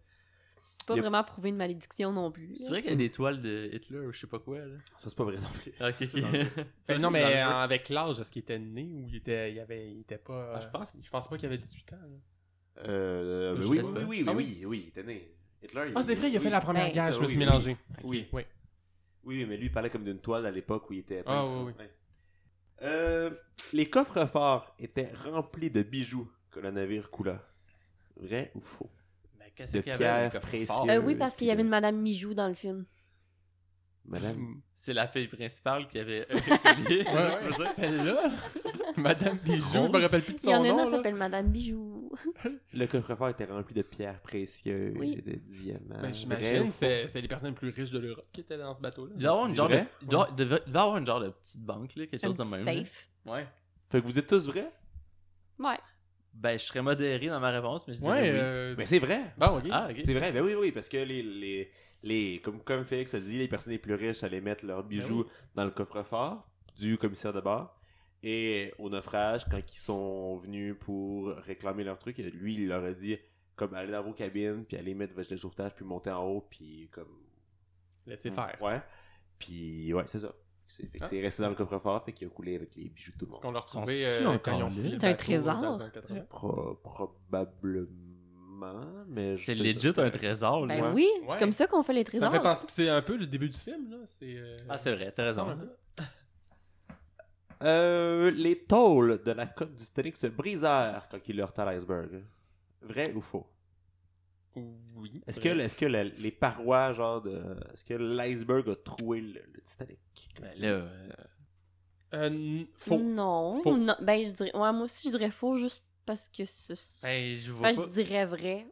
[SPEAKER 4] C'est pas
[SPEAKER 2] Il y a-
[SPEAKER 4] vraiment prouvé une malédiction non plus.
[SPEAKER 1] Ah. C'est vrai qu'il y a des toiles de Hitler ou je sais pas quoi, là.
[SPEAKER 2] Ça, c'est pas vrai non plus.
[SPEAKER 1] Ah, Ok,
[SPEAKER 2] C'est dans le jeu.
[SPEAKER 1] Ça,
[SPEAKER 3] Ben non,
[SPEAKER 1] c'est dans le
[SPEAKER 3] mais
[SPEAKER 1] jeu.
[SPEAKER 3] euh, avec l'âge, est-ce qu'il était né ou il était, il avait, il était pas. euh,
[SPEAKER 1] Ah, je pense
[SPEAKER 3] je pensais pas qu'il avait 18 ans. là.
[SPEAKER 2] Euh,
[SPEAKER 3] Je
[SPEAKER 2] mais oui,
[SPEAKER 3] sais
[SPEAKER 2] oui,
[SPEAKER 3] pas.
[SPEAKER 2] oui, oui,
[SPEAKER 3] Ah
[SPEAKER 2] oui, oui, oui, t'es né. Hitler.
[SPEAKER 3] Ah, c'est vrai, il a fait
[SPEAKER 2] oui.
[SPEAKER 3] la première
[SPEAKER 4] Ben,
[SPEAKER 3] guerre,
[SPEAKER 2] ça,
[SPEAKER 3] je me
[SPEAKER 2] oui,
[SPEAKER 3] suis
[SPEAKER 2] oui,
[SPEAKER 3] mélangé.
[SPEAKER 1] Oui.
[SPEAKER 3] Oui.
[SPEAKER 2] Oui, oui, mais lui, il parlait comme d'une toile à l'époque où il était.
[SPEAKER 3] Ah,
[SPEAKER 2] peintre.
[SPEAKER 3] oui, oui.
[SPEAKER 2] Ouais. Euh, les coffres forts étaient remplis de bijoux que le navire coula. Vrai ou faux?
[SPEAKER 1] Mais qu'est-ce
[SPEAKER 2] De
[SPEAKER 1] qu'il y avait
[SPEAKER 2] pierres
[SPEAKER 1] dans le
[SPEAKER 2] précieuses.
[SPEAKER 1] coffre-fort?
[SPEAKER 4] Euh,
[SPEAKER 2] Euh,
[SPEAKER 4] oui, parce qu'il y avait une Madame Mijou dans le film.
[SPEAKER 2] Madame.
[SPEAKER 1] C'est la fille principale qui avait un collier, c'est ça que tu veux dire?
[SPEAKER 3] Celle-là, Madame Bijou, je me
[SPEAKER 1] Rose.
[SPEAKER 3] rappelle plus de
[SPEAKER 4] Il y en
[SPEAKER 3] son
[SPEAKER 4] a une,
[SPEAKER 3] nom.
[SPEAKER 4] elle
[SPEAKER 3] là.
[SPEAKER 4] s'appelle Madame Bijou.
[SPEAKER 2] Le coffre fort était rempli de pierres précieuses
[SPEAKER 4] Oui.
[SPEAKER 2] et de diamants.
[SPEAKER 3] Ben,
[SPEAKER 2] Vrai ou
[SPEAKER 3] J'imagine
[SPEAKER 2] faux?
[SPEAKER 3] que c'est c'est les personnes les plus riches de l'Europe qui étaient dans ce bateau-là.
[SPEAKER 1] Il doit avoir une
[SPEAKER 2] Tu
[SPEAKER 1] genre de,
[SPEAKER 2] dirais?
[SPEAKER 1] il doit- devait- il doit avoir une genre de petite banque, là, quelque
[SPEAKER 4] Un
[SPEAKER 1] chose de
[SPEAKER 4] petit
[SPEAKER 1] même. là.
[SPEAKER 4] safe.
[SPEAKER 1] Ouais.
[SPEAKER 2] Fait que vous dites tous vrai?
[SPEAKER 4] Ouais.
[SPEAKER 1] Ben, je serais modéré dans ma réponse, mais je dirais
[SPEAKER 3] Ouais,
[SPEAKER 1] oui.
[SPEAKER 3] euh,
[SPEAKER 2] Mais c'est vrai!
[SPEAKER 3] bon, ok.
[SPEAKER 1] Ah, ok.
[SPEAKER 2] C'est vrai, ben oui, oui, parce que les, les, les comme, comme Félix a dit, les personnes les plus riches allaient mettre leurs bijoux dans le coffre-fort du commissaire de bord. Et au naufrage, quand ils sont venus pour réclamer leur truc, lui, il leur a dit comme allez dans vos cabines, puis allez mettre votre gilet de sauvetage, puis monter en haut, puis comme. hmm,
[SPEAKER 3] Laissez faire.
[SPEAKER 2] Ouais. Puis ouais, c'est ça. C'est fait que
[SPEAKER 3] Ah.
[SPEAKER 2] c'est resté dans le coffre-fort, fait qu'il a coulé avec les bijoux de tout le
[SPEAKER 3] Parce
[SPEAKER 2] monde.
[SPEAKER 3] qu'on l'a retrouvé
[SPEAKER 1] Sont-ils
[SPEAKER 3] euh,
[SPEAKER 1] encore
[SPEAKER 3] quand ils ont
[SPEAKER 1] là?
[SPEAKER 3] fini le
[SPEAKER 4] C'est
[SPEAKER 3] bateau,
[SPEAKER 4] un
[SPEAKER 3] euh, dans
[SPEAKER 4] trésor.
[SPEAKER 3] les années 80.
[SPEAKER 2] Pro- probablement, mais. je
[SPEAKER 1] C'est
[SPEAKER 2] sais
[SPEAKER 1] legit
[SPEAKER 2] pas.
[SPEAKER 1] un trésor, là.
[SPEAKER 4] Ben
[SPEAKER 2] Ouais.
[SPEAKER 4] oui,
[SPEAKER 3] Ouais.
[SPEAKER 4] c'est comme ça qu'on fait les
[SPEAKER 3] Ça
[SPEAKER 4] trésors.
[SPEAKER 3] me fait penser, puis c'est un peu le début du film, là. C'est, euh,
[SPEAKER 1] Ah, c'est vrai, t'as raison.
[SPEAKER 3] ressemble un peu.
[SPEAKER 2] Euh, les tôles de la côte du Titanic se brisèrent quand il heurta l'iceberg. Vrai ou faux?
[SPEAKER 3] Oui.
[SPEAKER 2] Est-ce que, est que la- les parois, genre de. Est-ce que l'iceberg a troué le, le Titanic?
[SPEAKER 1] Ben là, euh,
[SPEAKER 3] Euh, n- faux.
[SPEAKER 4] Mm. Non.
[SPEAKER 3] Faux.
[SPEAKER 4] non. Ben, je dirais... ouais, moi aussi, je dirais faux juste parce que ce...
[SPEAKER 1] ben, je vois
[SPEAKER 4] Enfin, je
[SPEAKER 1] pas.
[SPEAKER 4] dirais vrai.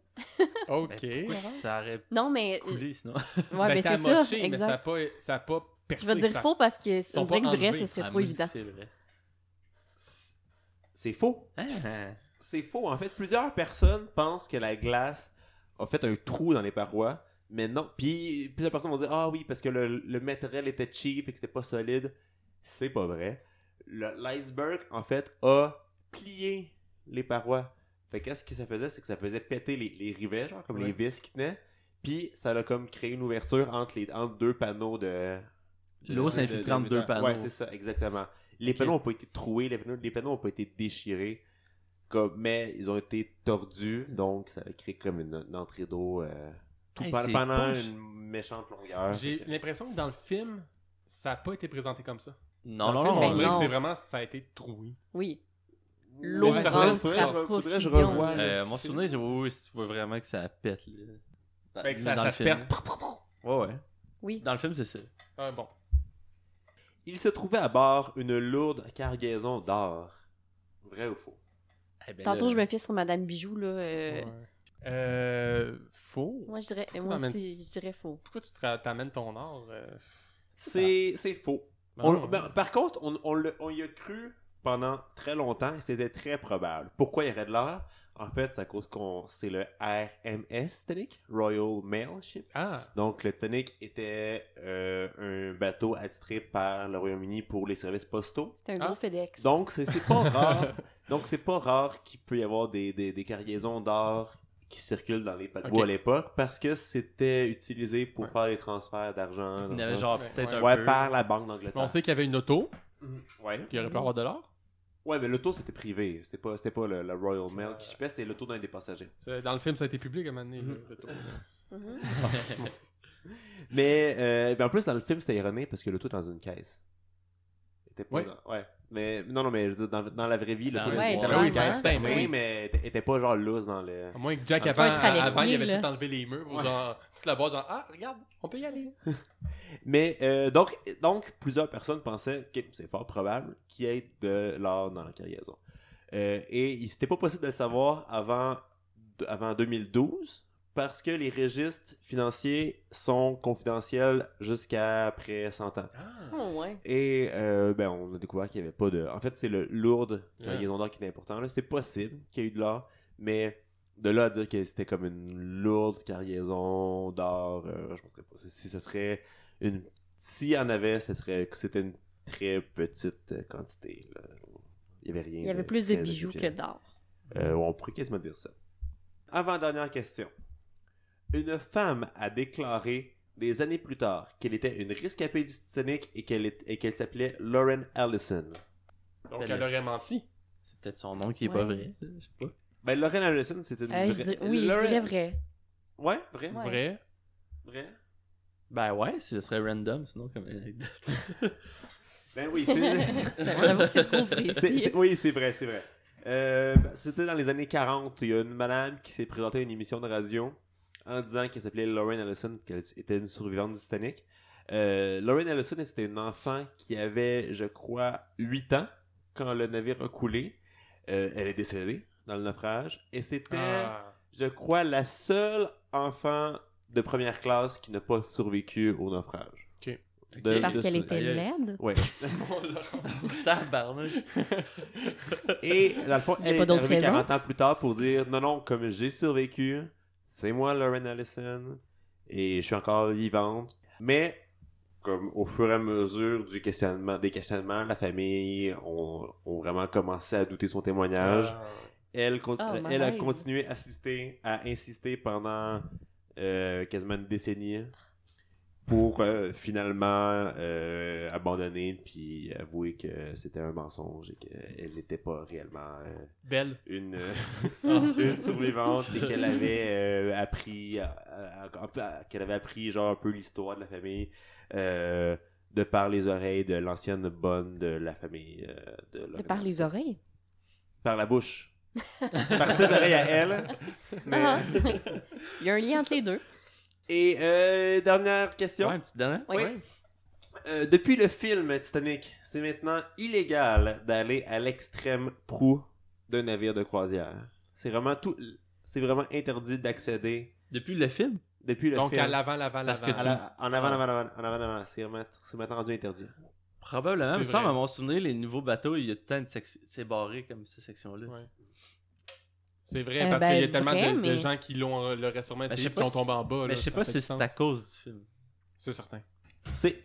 [SPEAKER 3] Ah, Ok.
[SPEAKER 1] Ben, pourquoi ça aurait
[SPEAKER 4] Non, mais... euh,
[SPEAKER 1] coulé, sinon.
[SPEAKER 3] Ça a
[SPEAKER 4] Ouais, mais
[SPEAKER 3] été
[SPEAKER 4] c'est ça,
[SPEAKER 3] amoché, mais ça n'a
[SPEAKER 4] exact.
[SPEAKER 3] pas, ça a pas percé.
[SPEAKER 4] Je vais dire
[SPEAKER 3] ça-
[SPEAKER 4] faux parce que
[SPEAKER 3] sont
[SPEAKER 4] on dirait
[SPEAKER 3] pas
[SPEAKER 4] que vrai,
[SPEAKER 3] enlevés.
[SPEAKER 4] ce serait
[SPEAKER 1] Ah,
[SPEAKER 4] trop
[SPEAKER 1] moi, je dis que
[SPEAKER 4] évident.
[SPEAKER 1] C'est vrai.
[SPEAKER 2] C'est faux.
[SPEAKER 1] Hein?
[SPEAKER 2] C'est faux. En fait, plusieurs personnes pensent que la glace a fait un trou dans les parois, mais non. Puis plusieurs personnes vont dire Ah oui, parce que le, le matériel était cheap et que c'était pas solide. C'est pas vrai. Le- L'iceberg, en fait, a plier les parois. Fait que ce que ça faisait, c'est que ça faisait péter les, les rivets, genre, comme
[SPEAKER 3] Ouais.
[SPEAKER 2] les vis qui tenaient. Puis ça a comme créé une ouverture entre, les, entre deux panneaux de.
[SPEAKER 1] L'eau
[SPEAKER 2] de-
[SPEAKER 1] s'infiltre
[SPEAKER 2] de- de-
[SPEAKER 1] entre deux
[SPEAKER 2] de-
[SPEAKER 1] panneaux.
[SPEAKER 2] Ouais, c'est ça, exactement. Les
[SPEAKER 1] Ok.
[SPEAKER 2] panneaux n'ont pas été troués, les panneaux, les panneaux n'ont pas été déchirés, comme, mais ils ont été tordus, donc ça a créé comme une, une entrée d'eau euh, tout
[SPEAKER 1] Hey,
[SPEAKER 2] pen-
[SPEAKER 1] c'est
[SPEAKER 2] pendant
[SPEAKER 1] poche.
[SPEAKER 2] une méchante longueur.
[SPEAKER 3] J'ai
[SPEAKER 2] Fait que-
[SPEAKER 3] l'impression que dans le film, ça n'a pas été présenté comme ça.
[SPEAKER 1] Non, non, non.
[SPEAKER 3] Dans le film,
[SPEAKER 4] mais
[SPEAKER 3] on dirait
[SPEAKER 4] non.
[SPEAKER 3] que c'est vraiment, ça a été troué.
[SPEAKER 4] Oui.
[SPEAKER 2] L'eau
[SPEAKER 3] Ouais,
[SPEAKER 2] rentre,
[SPEAKER 3] faudrait-
[SPEAKER 2] ça
[SPEAKER 4] faudrait-
[SPEAKER 2] faudrait que je
[SPEAKER 4] profusion.
[SPEAKER 2] revoie.
[SPEAKER 1] Euh, mon souvenir, c'est oui, oui, si tu veux vraiment que ça pète. là. Dans,
[SPEAKER 3] Fait que ça,
[SPEAKER 1] dans
[SPEAKER 3] ça
[SPEAKER 1] le
[SPEAKER 3] se
[SPEAKER 1] film.
[SPEAKER 3] perce.
[SPEAKER 1] Ouais, ouais.
[SPEAKER 4] Oui.
[SPEAKER 1] Dans le film, c'est ça.
[SPEAKER 3] Ah, bon.
[SPEAKER 2] Il se trouvait à bord une lourde cargaison d'or. Vrai ou faux?
[SPEAKER 1] Eh ben,
[SPEAKER 4] Tantôt,
[SPEAKER 1] là,
[SPEAKER 4] je me fie sur Madame Bijou, là. euh,
[SPEAKER 3] Ouais. Euh, faux.
[SPEAKER 4] Moi, je dirais, moi
[SPEAKER 3] Ah, mais
[SPEAKER 4] aussi,
[SPEAKER 3] tu-
[SPEAKER 4] je dirais faux.
[SPEAKER 3] Pourquoi tu tra- t'amènes ton or euh,
[SPEAKER 2] C'est c'est faux.
[SPEAKER 3] ben
[SPEAKER 2] On-
[SPEAKER 3] non.
[SPEAKER 2] ben, par contre, on, on le- on y a cru pendant très longtemps et c'était très probable. Pourquoi il y aurait de l'or? En fait, c'est à cause qu'on c'est le RMS Titanic, Royal Mail Ship.
[SPEAKER 3] Ah,
[SPEAKER 2] Donc, le Titanic était euh, un bateau attitré par le Royaume-Uni pour les services postaux.
[SPEAKER 4] C'est un
[SPEAKER 3] Ah.
[SPEAKER 4] gros FedEx.
[SPEAKER 2] Donc, c'est c'est pas rare. Donc, c'est pas rare qu'il peut y avoir des, des, des cargaisons d'or qui circulent dans les paquebots
[SPEAKER 3] Ok.
[SPEAKER 2] à l'époque parce que c'était utilisé pour
[SPEAKER 3] Ouais.
[SPEAKER 2] faire des transferts d'argent.
[SPEAKER 1] Il y en
[SPEAKER 2] d'argent.
[SPEAKER 1] avait genre
[SPEAKER 3] Ouais,
[SPEAKER 1] peut-être
[SPEAKER 3] ouais.
[SPEAKER 1] un
[SPEAKER 2] ouais,
[SPEAKER 1] peu.
[SPEAKER 2] par la Banque
[SPEAKER 3] mais on
[SPEAKER 2] d'Angleterre.
[SPEAKER 3] sait qu'il y avait une auto,
[SPEAKER 2] Mhm. Ouais.
[SPEAKER 3] puis il aurait
[SPEAKER 4] Mm.
[SPEAKER 3] pu avoir de l'or.
[SPEAKER 2] ouais, mais l'auto, c'était privé. C'était pas, c'était pas le, le Royal Mail qui chipait, c'était l'auto d'un des passagers.
[SPEAKER 3] C'est- Dans le film, ça a été publié comme année.
[SPEAKER 2] Mhm.
[SPEAKER 3] l'auto.
[SPEAKER 4] Mhm.
[SPEAKER 2] Mais euh, ben, en plus, dans le film, c'était erroné parce que l'auto était dans une caisse. C'était pas
[SPEAKER 3] Ouais.
[SPEAKER 2] dans- ouais. Mais non, non, mais je veux dire, dans, dans la vraie vie, l'auto
[SPEAKER 1] Dans-
[SPEAKER 2] était
[SPEAKER 4] Ouais,
[SPEAKER 2] dans une
[SPEAKER 4] clairement.
[SPEAKER 2] caisse fermée,
[SPEAKER 3] Ah Oui.
[SPEAKER 2] mais était- était pas genre loose dans le.
[SPEAKER 3] À moins que Jack,
[SPEAKER 2] Un
[SPEAKER 3] avant,
[SPEAKER 2] peu un
[SPEAKER 4] travesti,
[SPEAKER 3] avant, il avait
[SPEAKER 4] là.
[SPEAKER 3] tout enlevé les murs. pour
[SPEAKER 2] Ouais.
[SPEAKER 3] Genre, tu la vois, genre, ah, regarde, on peut y aller.
[SPEAKER 2] Mais euh, donc, donc, plusieurs personnes pensaient que c'est fort probable qu'il y ait de l'or dans la cargaison. Euh, et il n'était pas possible de le savoir avant, de- avant 2012 parce que les registres financiers sont confidentiels jusqu'à après 100 ans.
[SPEAKER 1] Ah.
[SPEAKER 4] Oh, ouais.
[SPEAKER 2] Et euh, ben, on a découvert qu'il n'y avait pas de. En fait, c'est le lourde
[SPEAKER 3] Ouais.
[SPEAKER 2] cargaison d'or qui est important. là. C'est possible qu'il y ait eu de l'or, mais de là à dire que c'était comme une lourde cargaison d'or, euh, je penserais pas. Si- Si ça serait une. S'il y en avait, ce serait que c'était une très petite euh, quantité. là. Il n'y avait rien.
[SPEAKER 4] Il y avait
[SPEAKER 2] de
[SPEAKER 4] plus de
[SPEAKER 2] très
[SPEAKER 4] bijoux que
[SPEAKER 2] exceptionnel.
[SPEAKER 4] d'or.
[SPEAKER 2] Euh, on pourrait quasiment dire ça. Avant-dernière question. Une femme a déclaré des années plus tard qu'elle était une rescapée du Titanic et qu'elle est- et qu'elle s'appelait Lauren Allison.
[SPEAKER 3] Donc,
[SPEAKER 1] Ben,
[SPEAKER 3] elle
[SPEAKER 1] le-
[SPEAKER 3] aurait menti.
[SPEAKER 1] C'est peut-être son nom qui est pas
[SPEAKER 4] Ouais.
[SPEAKER 1] vrai. Je sais pas.
[SPEAKER 2] Ben, Lauren Allison, c'est une.
[SPEAKER 4] Euh, je
[SPEAKER 2] vraie-
[SPEAKER 4] dirais- oui,
[SPEAKER 2] Lauren-
[SPEAKER 4] je dirais vrai.
[SPEAKER 2] Ouais, vrai.
[SPEAKER 4] Ouais.
[SPEAKER 3] Vrai.
[SPEAKER 2] Vrai.
[SPEAKER 1] Ben ouais, ce serait random sinon comme anecdote.
[SPEAKER 2] Ben oui, c'est.
[SPEAKER 4] J'avoue que c'est trop
[SPEAKER 2] C'est-
[SPEAKER 4] précis.
[SPEAKER 2] c'est- oui, c'est vrai, c'est vrai. Euh, C'était dans les années 40. Il y a une madame qui s'est présentée à une émission de radio en disant qu'elle s'appelait Lauren Allison, qu'elle était une survivante du Titanic. Euh, Lauren Allison, c'était une enfant qui avait, je crois, 8 ans quand le navire a coulé. Euh, elle est décédée dans le naufrage. Et c'était,
[SPEAKER 3] Ah.
[SPEAKER 2] je crois, la seule enfant de première classe qui n'a pas survécu au naufrage.
[SPEAKER 3] Ok.
[SPEAKER 2] De-
[SPEAKER 4] Parce
[SPEAKER 2] de-
[SPEAKER 4] qu'elle était
[SPEAKER 1] Aïe, aïe.
[SPEAKER 4] laide.
[SPEAKER 2] Ouais.
[SPEAKER 1] Oh
[SPEAKER 3] Bon, Laurence.
[SPEAKER 1] Tabarnak.
[SPEAKER 2] Et dans le fond,
[SPEAKER 4] Il y a
[SPEAKER 2] elle est
[SPEAKER 4] pas d'autre
[SPEAKER 2] arrivée
[SPEAKER 4] raison?
[SPEAKER 2] 40 ans plus tard pour dire non, non, comme j'ai survécu, c'est moi Lauren Allison et je suis encore vivante. Mais comme au fur et à mesure du questionnement, des questionnements, la famille ont, ont vraiment commencé à douter de son témoignage.
[SPEAKER 3] Ah.
[SPEAKER 2] Elle, con-
[SPEAKER 4] Ah,
[SPEAKER 2] elle a
[SPEAKER 4] malaise.
[SPEAKER 2] continué à assister, à insister pendant euh, quasiment une décennie pour euh, finalement euh, abandonner puis avouer que c'était un mensonge et qu'elle n'était pas réellement euh,
[SPEAKER 3] Belle.
[SPEAKER 2] une, une survivante et qu'elle avait euh, appris à- à- à- à- qu'elle avait appris genre un peu l'histoire de la famille euh, de par les oreilles de l'ancienne bonne de la famille euh, de,
[SPEAKER 4] De
[SPEAKER 2] Lorraine
[SPEAKER 4] par les
[SPEAKER 2] Wilson.
[SPEAKER 4] oreilles.
[SPEAKER 2] Par la bouche. par ses oreilles à elle. Mais- euh,
[SPEAKER 4] Ah, Il y a un lien entre les deux.
[SPEAKER 2] Et euh, dernière question.
[SPEAKER 1] Ouais, un petit
[SPEAKER 3] Ah.
[SPEAKER 1] dernier.
[SPEAKER 2] Oui. Euh, depuis le film Titanic, c'est maintenant illégal d'aller à l'extrême proue d'un navire de croisière. C'est vraiment tout. C'est vraiment interdit d'accéder
[SPEAKER 1] Depuis le film.
[SPEAKER 2] depuis le
[SPEAKER 3] Donc,
[SPEAKER 2] film.
[SPEAKER 3] à l'avant, l'avant, l'avant.
[SPEAKER 1] Parce que
[SPEAKER 2] À la- en avant, en avant, en avant, en avant, en avant. C'est vraiment- c'est maintenant rendu interdit.
[SPEAKER 1] Probablement.
[SPEAKER 3] C'est
[SPEAKER 1] Il me semble,
[SPEAKER 3] vrai.
[SPEAKER 1] à mon souvenir, les nouveaux bateaux, il y a tout le temps une section. C'est barré comme cette section-là.
[SPEAKER 3] Ouais. C'est vrai,
[SPEAKER 4] Euh,
[SPEAKER 3] parce
[SPEAKER 4] ben,
[SPEAKER 3] qu'il y a tellement
[SPEAKER 4] vrai,
[SPEAKER 3] de, de
[SPEAKER 4] mais-
[SPEAKER 3] gens qui l'ont, euh, l'auraient sûrement
[SPEAKER 1] Ben, je
[SPEAKER 3] essayé
[SPEAKER 1] sais
[SPEAKER 3] et
[SPEAKER 1] pas
[SPEAKER 3] qui sont
[SPEAKER 1] si-
[SPEAKER 3] tombés en bas.
[SPEAKER 1] Mais
[SPEAKER 3] là,
[SPEAKER 1] je sais
[SPEAKER 3] ça
[SPEAKER 1] pas
[SPEAKER 3] fait
[SPEAKER 1] si
[SPEAKER 3] du
[SPEAKER 1] c'est
[SPEAKER 3] sens.
[SPEAKER 1] à cause du film.
[SPEAKER 3] C'est certain.
[SPEAKER 2] C'est.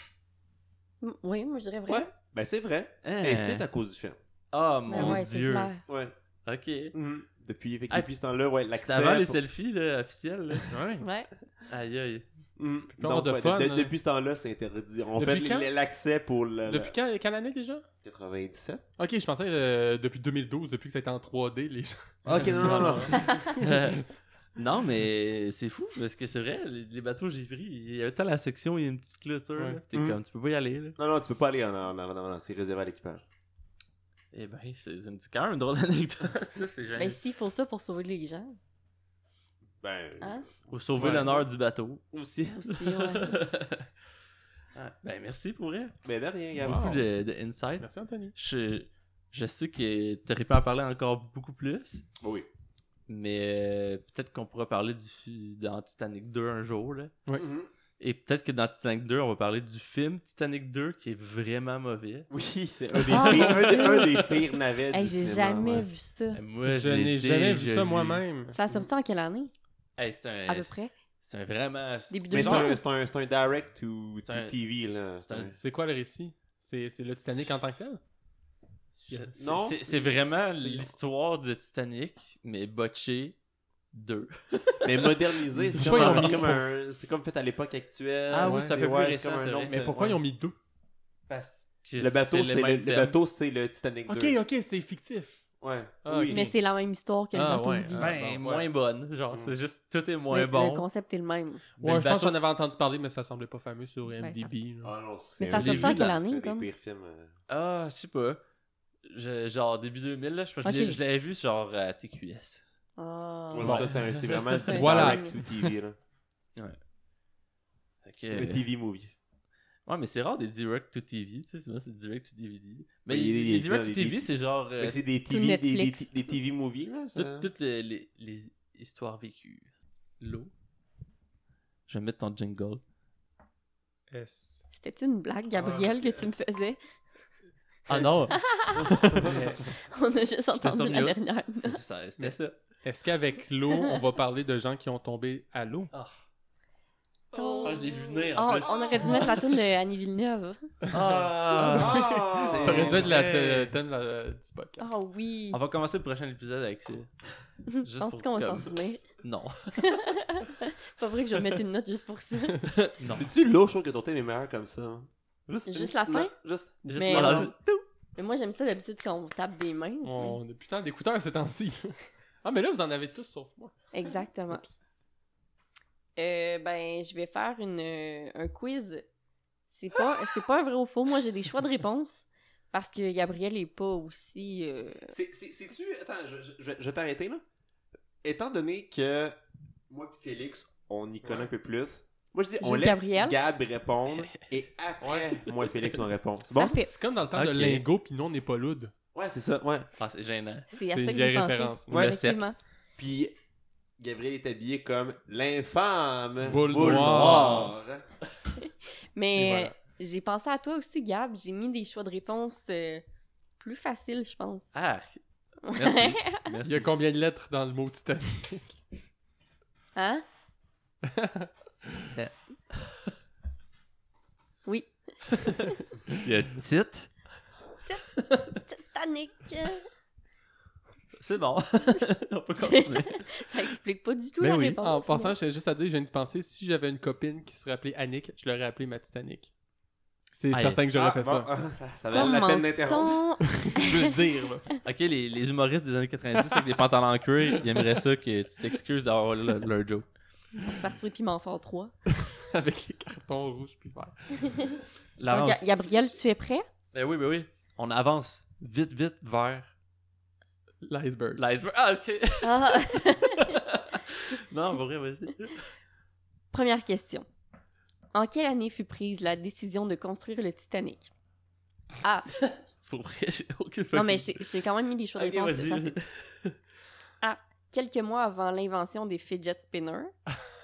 [SPEAKER 4] Mm, Oui, moi, je dirais vrai.
[SPEAKER 2] Ouais, ben c'est vrai.
[SPEAKER 1] Hein?
[SPEAKER 2] Et c'est à cause du film.
[SPEAKER 1] Oh
[SPEAKER 4] Mais
[SPEAKER 1] mon
[SPEAKER 4] ouais, c'est
[SPEAKER 1] dieu.
[SPEAKER 4] clair.
[SPEAKER 2] Ouais.
[SPEAKER 1] Ok.
[SPEAKER 3] Mm.
[SPEAKER 2] Depuis, fait que
[SPEAKER 1] Ah,
[SPEAKER 2] depuis ce temps-là, ouais,
[SPEAKER 1] C'était
[SPEAKER 2] l'accès.
[SPEAKER 1] avant les
[SPEAKER 2] pour-
[SPEAKER 1] selfies là, officielles. là.
[SPEAKER 3] Ouais.
[SPEAKER 4] Ouais.
[SPEAKER 1] Aïe aïe.
[SPEAKER 2] Mm.
[SPEAKER 3] avoir
[SPEAKER 2] Donc,
[SPEAKER 3] de
[SPEAKER 2] ouais,
[SPEAKER 3] fun,
[SPEAKER 2] de-
[SPEAKER 3] hein.
[SPEAKER 2] Depuis ce temps-là, c'est interdit. On
[SPEAKER 3] Depuis
[SPEAKER 2] fait
[SPEAKER 3] quand?
[SPEAKER 2] l- l'accès pour le.
[SPEAKER 3] Depuis quand, quelle année déjà
[SPEAKER 2] 97.
[SPEAKER 3] Ok, je pensais euh, depuis 2012, depuis que ça a été en 3D, les gens.
[SPEAKER 2] Ok, non, non, non.
[SPEAKER 1] Euh, non, mais c'est fou parce que c'est vrai, les, les bateaux j'ai pris, il y avait tant la section, il y a une petite clôture.
[SPEAKER 3] Ouais.
[SPEAKER 1] là, T'es
[SPEAKER 3] Mm.
[SPEAKER 1] comme, tu peux pas y aller. Là.
[SPEAKER 2] non, non, tu peux pas aller en avant, en avant, en avant, c'est réservé à l'équipage.
[SPEAKER 1] Eh ben, c'est c'est une- c'est quand même une drôle d'anecdote. ça, c'est
[SPEAKER 4] Mais
[SPEAKER 1] génial.
[SPEAKER 4] Ben, s'il faut ça pour sauver les gens,
[SPEAKER 2] Ben,
[SPEAKER 4] hein?
[SPEAKER 1] Pour sauver
[SPEAKER 3] Ouais.
[SPEAKER 1] l'honneur du bateau.
[SPEAKER 2] aussi.
[SPEAKER 4] Aussi, ouais.
[SPEAKER 1] Ah, ben, merci pour elle.
[SPEAKER 2] Mais de rien, Gab.
[SPEAKER 3] Wow.
[SPEAKER 1] Beaucoup de, de insight.
[SPEAKER 3] Merci Anthony.
[SPEAKER 1] Je, je sais que t'aurais pas à parler encore beaucoup plus,
[SPEAKER 2] Bah Oui.
[SPEAKER 1] mais euh, peut-être qu'on pourra parler du, fi- dans Titanic 2 un jour. Là.
[SPEAKER 3] Ouais.
[SPEAKER 2] Mhm.
[SPEAKER 1] Et peut-être que dans Titanic 2, on va parler du film Titanic 2 qui est vraiment mauvais.
[SPEAKER 2] Oui, c'est un, des
[SPEAKER 4] Ah,
[SPEAKER 2] pires-
[SPEAKER 4] mon
[SPEAKER 2] un des-
[SPEAKER 4] Dieu.
[SPEAKER 2] un des pires navets
[SPEAKER 4] Hey,
[SPEAKER 2] du
[SPEAKER 4] j'ai
[SPEAKER 2] cinéma.
[SPEAKER 4] jamais
[SPEAKER 2] ouais.
[SPEAKER 4] vu ça.
[SPEAKER 1] Euh, Moi,
[SPEAKER 3] je
[SPEAKER 1] l'ai
[SPEAKER 3] n'ai jamais vu
[SPEAKER 1] déjà
[SPEAKER 3] ça
[SPEAKER 1] lu.
[SPEAKER 3] moi-même.
[SPEAKER 4] Ça a sorti en quelle année,
[SPEAKER 1] Hey, c'est un,
[SPEAKER 4] à peu près?
[SPEAKER 1] c'est un vraiment.
[SPEAKER 4] Début
[SPEAKER 2] Mais c'est
[SPEAKER 4] 2000?
[SPEAKER 2] un, c'est un, c'est un direct to, to
[SPEAKER 1] C'est un-
[SPEAKER 2] TV, là. C'est
[SPEAKER 1] c'est
[SPEAKER 2] un-
[SPEAKER 3] C'est quoi le récit C'est c'est le Titanic en tant que tel
[SPEAKER 1] c'est- c'est-
[SPEAKER 2] Non,
[SPEAKER 1] c'est-
[SPEAKER 2] c'est-
[SPEAKER 1] c'est vraiment
[SPEAKER 2] c'est-
[SPEAKER 1] l'histoire de Titanic, mais botché 2.
[SPEAKER 2] Mais modernisé, c'est
[SPEAKER 3] Je
[SPEAKER 2] comme,
[SPEAKER 3] sais pas,
[SPEAKER 2] un-
[SPEAKER 3] ils ont
[SPEAKER 2] c'est
[SPEAKER 3] mis-
[SPEAKER 2] comme un- c'est comme fait à l'époque actuelle.
[SPEAKER 1] Ah oui,
[SPEAKER 2] Ouais,
[SPEAKER 1] c'est un peu plus
[SPEAKER 2] ouais,
[SPEAKER 1] récent,
[SPEAKER 2] comme
[SPEAKER 1] c'est vrai.
[SPEAKER 2] autre-
[SPEAKER 3] Mais pourquoi
[SPEAKER 2] ouais.
[SPEAKER 3] ils ont mis deux
[SPEAKER 1] Parce que
[SPEAKER 2] Le bateau, c'est le,
[SPEAKER 1] même
[SPEAKER 2] le
[SPEAKER 1] thème.
[SPEAKER 2] bateau, c'est le Titanic
[SPEAKER 3] Ok,
[SPEAKER 2] 2.
[SPEAKER 3] ok, c'était fictif.
[SPEAKER 2] Ouais.
[SPEAKER 3] Ah,
[SPEAKER 2] oui.
[SPEAKER 3] ok.
[SPEAKER 4] Mais c'est la même histoire que le
[SPEAKER 3] Ah,
[SPEAKER 4] bateau
[SPEAKER 3] ouais,
[SPEAKER 4] de vie.
[SPEAKER 3] hein.
[SPEAKER 1] Ben,
[SPEAKER 3] Ah, bon,
[SPEAKER 1] moins
[SPEAKER 3] ouais.
[SPEAKER 1] bonne. Genre,
[SPEAKER 2] Mm.
[SPEAKER 1] c'est juste tout est moins
[SPEAKER 4] le, le
[SPEAKER 1] bon.
[SPEAKER 4] concept est le même.
[SPEAKER 1] Mais
[SPEAKER 3] Ouais,
[SPEAKER 1] le
[SPEAKER 3] je pense que
[SPEAKER 1] bateau-
[SPEAKER 3] j'en avais entendu parler, mais ça semblait pas fameux sur
[SPEAKER 4] Ouais, ça-
[SPEAKER 3] MDB.
[SPEAKER 2] Ah non, c'est
[SPEAKER 4] Mais ça
[SPEAKER 2] un
[SPEAKER 1] sortait
[SPEAKER 2] des-
[SPEAKER 1] en quelle
[SPEAKER 2] c'est un
[SPEAKER 4] année,
[SPEAKER 2] des
[SPEAKER 4] comme?
[SPEAKER 2] pires films, euh.
[SPEAKER 1] Ah, je sais pas. Je- genre début 2000, là, je, pense que je l'ai-
[SPEAKER 4] Ok.
[SPEAKER 1] je l'avais vu genre à TQS.
[SPEAKER 4] Ah.
[SPEAKER 2] Ouais, Ça, c'est un- c'est vraiment du
[SPEAKER 3] Voilà.
[SPEAKER 2] direct to TV, là.
[SPEAKER 1] Fait que-
[SPEAKER 2] Le TV movie.
[SPEAKER 1] Ouais, mais c'est rare des direct to TV, tu sais, souvent c'est direct to DVD. Mais
[SPEAKER 2] Oui, il y
[SPEAKER 1] les,
[SPEAKER 2] a des-
[SPEAKER 1] les direct
[SPEAKER 2] des-
[SPEAKER 1] to TV, c'est genre euh,
[SPEAKER 2] Mais c'est des
[SPEAKER 4] tout
[SPEAKER 2] TV, des, des,
[SPEAKER 4] Netflix.
[SPEAKER 2] des TV movies, là.
[SPEAKER 1] tout-
[SPEAKER 2] ça?
[SPEAKER 1] toutes les, les- les histoires vécues. L'eau. Je vais mettre ton jingle.
[SPEAKER 3] S.
[SPEAKER 4] C'était une blague, Gabriel, que tu me faisais.
[SPEAKER 1] Ah non!
[SPEAKER 4] On a juste entendu
[SPEAKER 1] sur
[SPEAKER 4] la
[SPEAKER 1] mute.
[SPEAKER 4] dernière.
[SPEAKER 1] C'est ça, C'était ça.
[SPEAKER 3] Est-ce qu'avec l'eau, on va parler de gens qui ont tombé à l'eau
[SPEAKER 1] Ah,
[SPEAKER 4] Oh.
[SPEAKER 1] je l'ai vu venir en
[SPEAKER 4] Oh,
[SPEAKER 1] plus.
[SPEAKER 4] on aurait dû mettre la tune de Annie Villeneuve.
[SPEAKER 1] Ah.
[SPEAKER 2] Ah!
[SPEAKER 1] C'est-
[SPEAKER 3] Ça aurait dû être la
[SPEAKER 1] Ouais.
[SPEAKER 3] tonne de la- du podcast.
[SPEAKER 4] Ah oui.
[SPEAKER 1] On va commencer le prochain épisode avec ça.
[SPEAKER 4] Je pense
[SPEAKER 1] pour
[SPEAKER 4] qu'on va s'en
[SPEAKER 1] comme-
[SPEAKER 4] souvenir.
[SPEAKER 1] Non.
[SPEAKER 4] Pas vrai que je vais mettre une note juste pour ça.
[SPEAKER 1] non.
[SPEAKER 2] C'est-tu l'eau, je trouve que ton thème est meilleur comme ça? Juste,
[SPEAKER 4] Juste la fin?
[SPEAKER 2] non, Juste.
[SPEAKER 1] Juste
[SPEAKER 4] Mais-
[SPEAKER 1] dans-
[SPEAKER 4] Mais moi, j'aime ça d'habitude quand on tape des mains.
[SPEAKER 3] On a putain d'écouteurs ces temps-ci. Ah, mais là, vous en avez tous sauf moi.
[SPEAKER 4] Exactement.
[SPEAKER 3] Oups.
[SPEAKER 4] Euh, ben, je vais faire une, euh, un quiz. C'est pas, c'est pas un vrai ou faux. Moi, j'ai des choix de réponses parce que Gabriel est pas aussi. euh,
[SPEAKER 2] C'est- c'est- C'est-tu. Attends, je, je- je, je vais t'arrêter, là. Étant donné que moi et Félix, on y connaît
[SPEAKER 3] Ouais.
[SPEAKER 2] un peu plus, moi je dis, on
[SPEAKER 4] Juste
[SPEAKER 2] laisse
[SPEAKER 4] Gabriel.
[SPEAKER 2] Gab répondre et après, moi et Félix, on répond. C'est bon?
[SPEAKER 4] Parfait.
[SPEAKER 3] C'est comme dans le temps
[SPEAKER 1] Ok.
[SPEAKER 3] de Lingo, puis non, on n'est pas loud.
[SPEAKER 2] Ouais, c'est ça, ouais.
[SPEAKER 1] Ah, c'est gênant.
[SPEAKER 4] C'est à
[SPEAKER 3] C'est
[SPEAKER 4] ça
[SPEAKER 3] une
[SPEAKER 4] que
[SPEAKER 3] vieille
[SPEAKER 4] j'ai pensé.
[SPEAKER 3] référence.
[SPEAKER 1] Ouais. Le cercle.
[SPEAKER 4] Effectivement.
[SPEAKER 2] Puis Gabriel est habillé comme l'infâme
[SPEAKER 3] Boule
[SPEAKER 2] noire.
[SPEAKER 4] Mais
[SPEAKER 3] Et voilà.
[SPEAKER 4] euh, j'ai pensé à toi aussi, Gab. J'ai mis des choix de réponses euh, plus faciles, je pense.
[SPEAKER 1] Ah, merci. merci.
[SPEAKER 3] Il y a combien de lettres dans le mot Titanic
[SPEAKER 4] Hein?
[SPEAKER 1] Sept.
[SPEAKER 4] oui.
[SPEAKER 1] Il y a titre.
[SPEAKER 4] Titanic!
[SPEAKER 1] C'est bon. On peut continuer.
[SPEAKER 4] Ça explique pas du tout
[SPEAKER 1] Ben
[SPEAKER 4] la
[SPEAKER 1] oui.
[SPEAKER 4] réponse.
[SPEAKER 3] En passant, j'ai juste à dire, je viens de penser, si j'avais une copine qui serait appelée Annick, je l'aurais appelée ma Titanic. C'est
[SPEAKER 1] Aïe.
[SPEAKER 3] certain que j'aurais
[SPEAKER 2] Ah,
[SPEAKER 3] fait
[SPEAKER 2] bon,
[SPEAKER 3] ça.
[SPEAKER 2] ah, ça. Ça valait la peine d'interrompre.
[SPEAKER 4] Commençons...
[SPEAKER 3] Je veux le dire, là.
[SPEAKER 1] Ok, les, les humoristes des années 90 avec des pantalons en cuir, ils aimeraient ça que tu t'excuses d'avoir le- leur joke.
[SPEAKER 4] Partir Piment Fort 3.
[SPEAKER 3] Avec les cartons rouges puis verts.
[SPEAKER 1] Laurence.
[SPEAKER 4] Ga- Gabriel, tu es prêt?
[SPEAKER 1] Ben oui, ben oui. On avance vite, vite vers
[SPEAKER 3] L'iceberg.
[SPEAKER 1] l'iceberg. Ah, ok.
[SPEAKER 4] Ah,
[SPEAKER 1] non, pour vrai, vas-y.
[SPEAKER 4] Première question. En quelle année fut prise la décision de construire le Titanic? Ah,
[SPEAKER 1] Pour vrai, j'ai aucune
[SPEAKER 4] non, mais j'ai j'ai quand même mis des choix de
[SPEAKER 1] Ok,
[SPEAKER 4] réponse.
[SPEAKER 1] vas-y.
[SPEAKER 4] ça, c'est- Ah, Quelques mois avant l'invention des fidget spinners.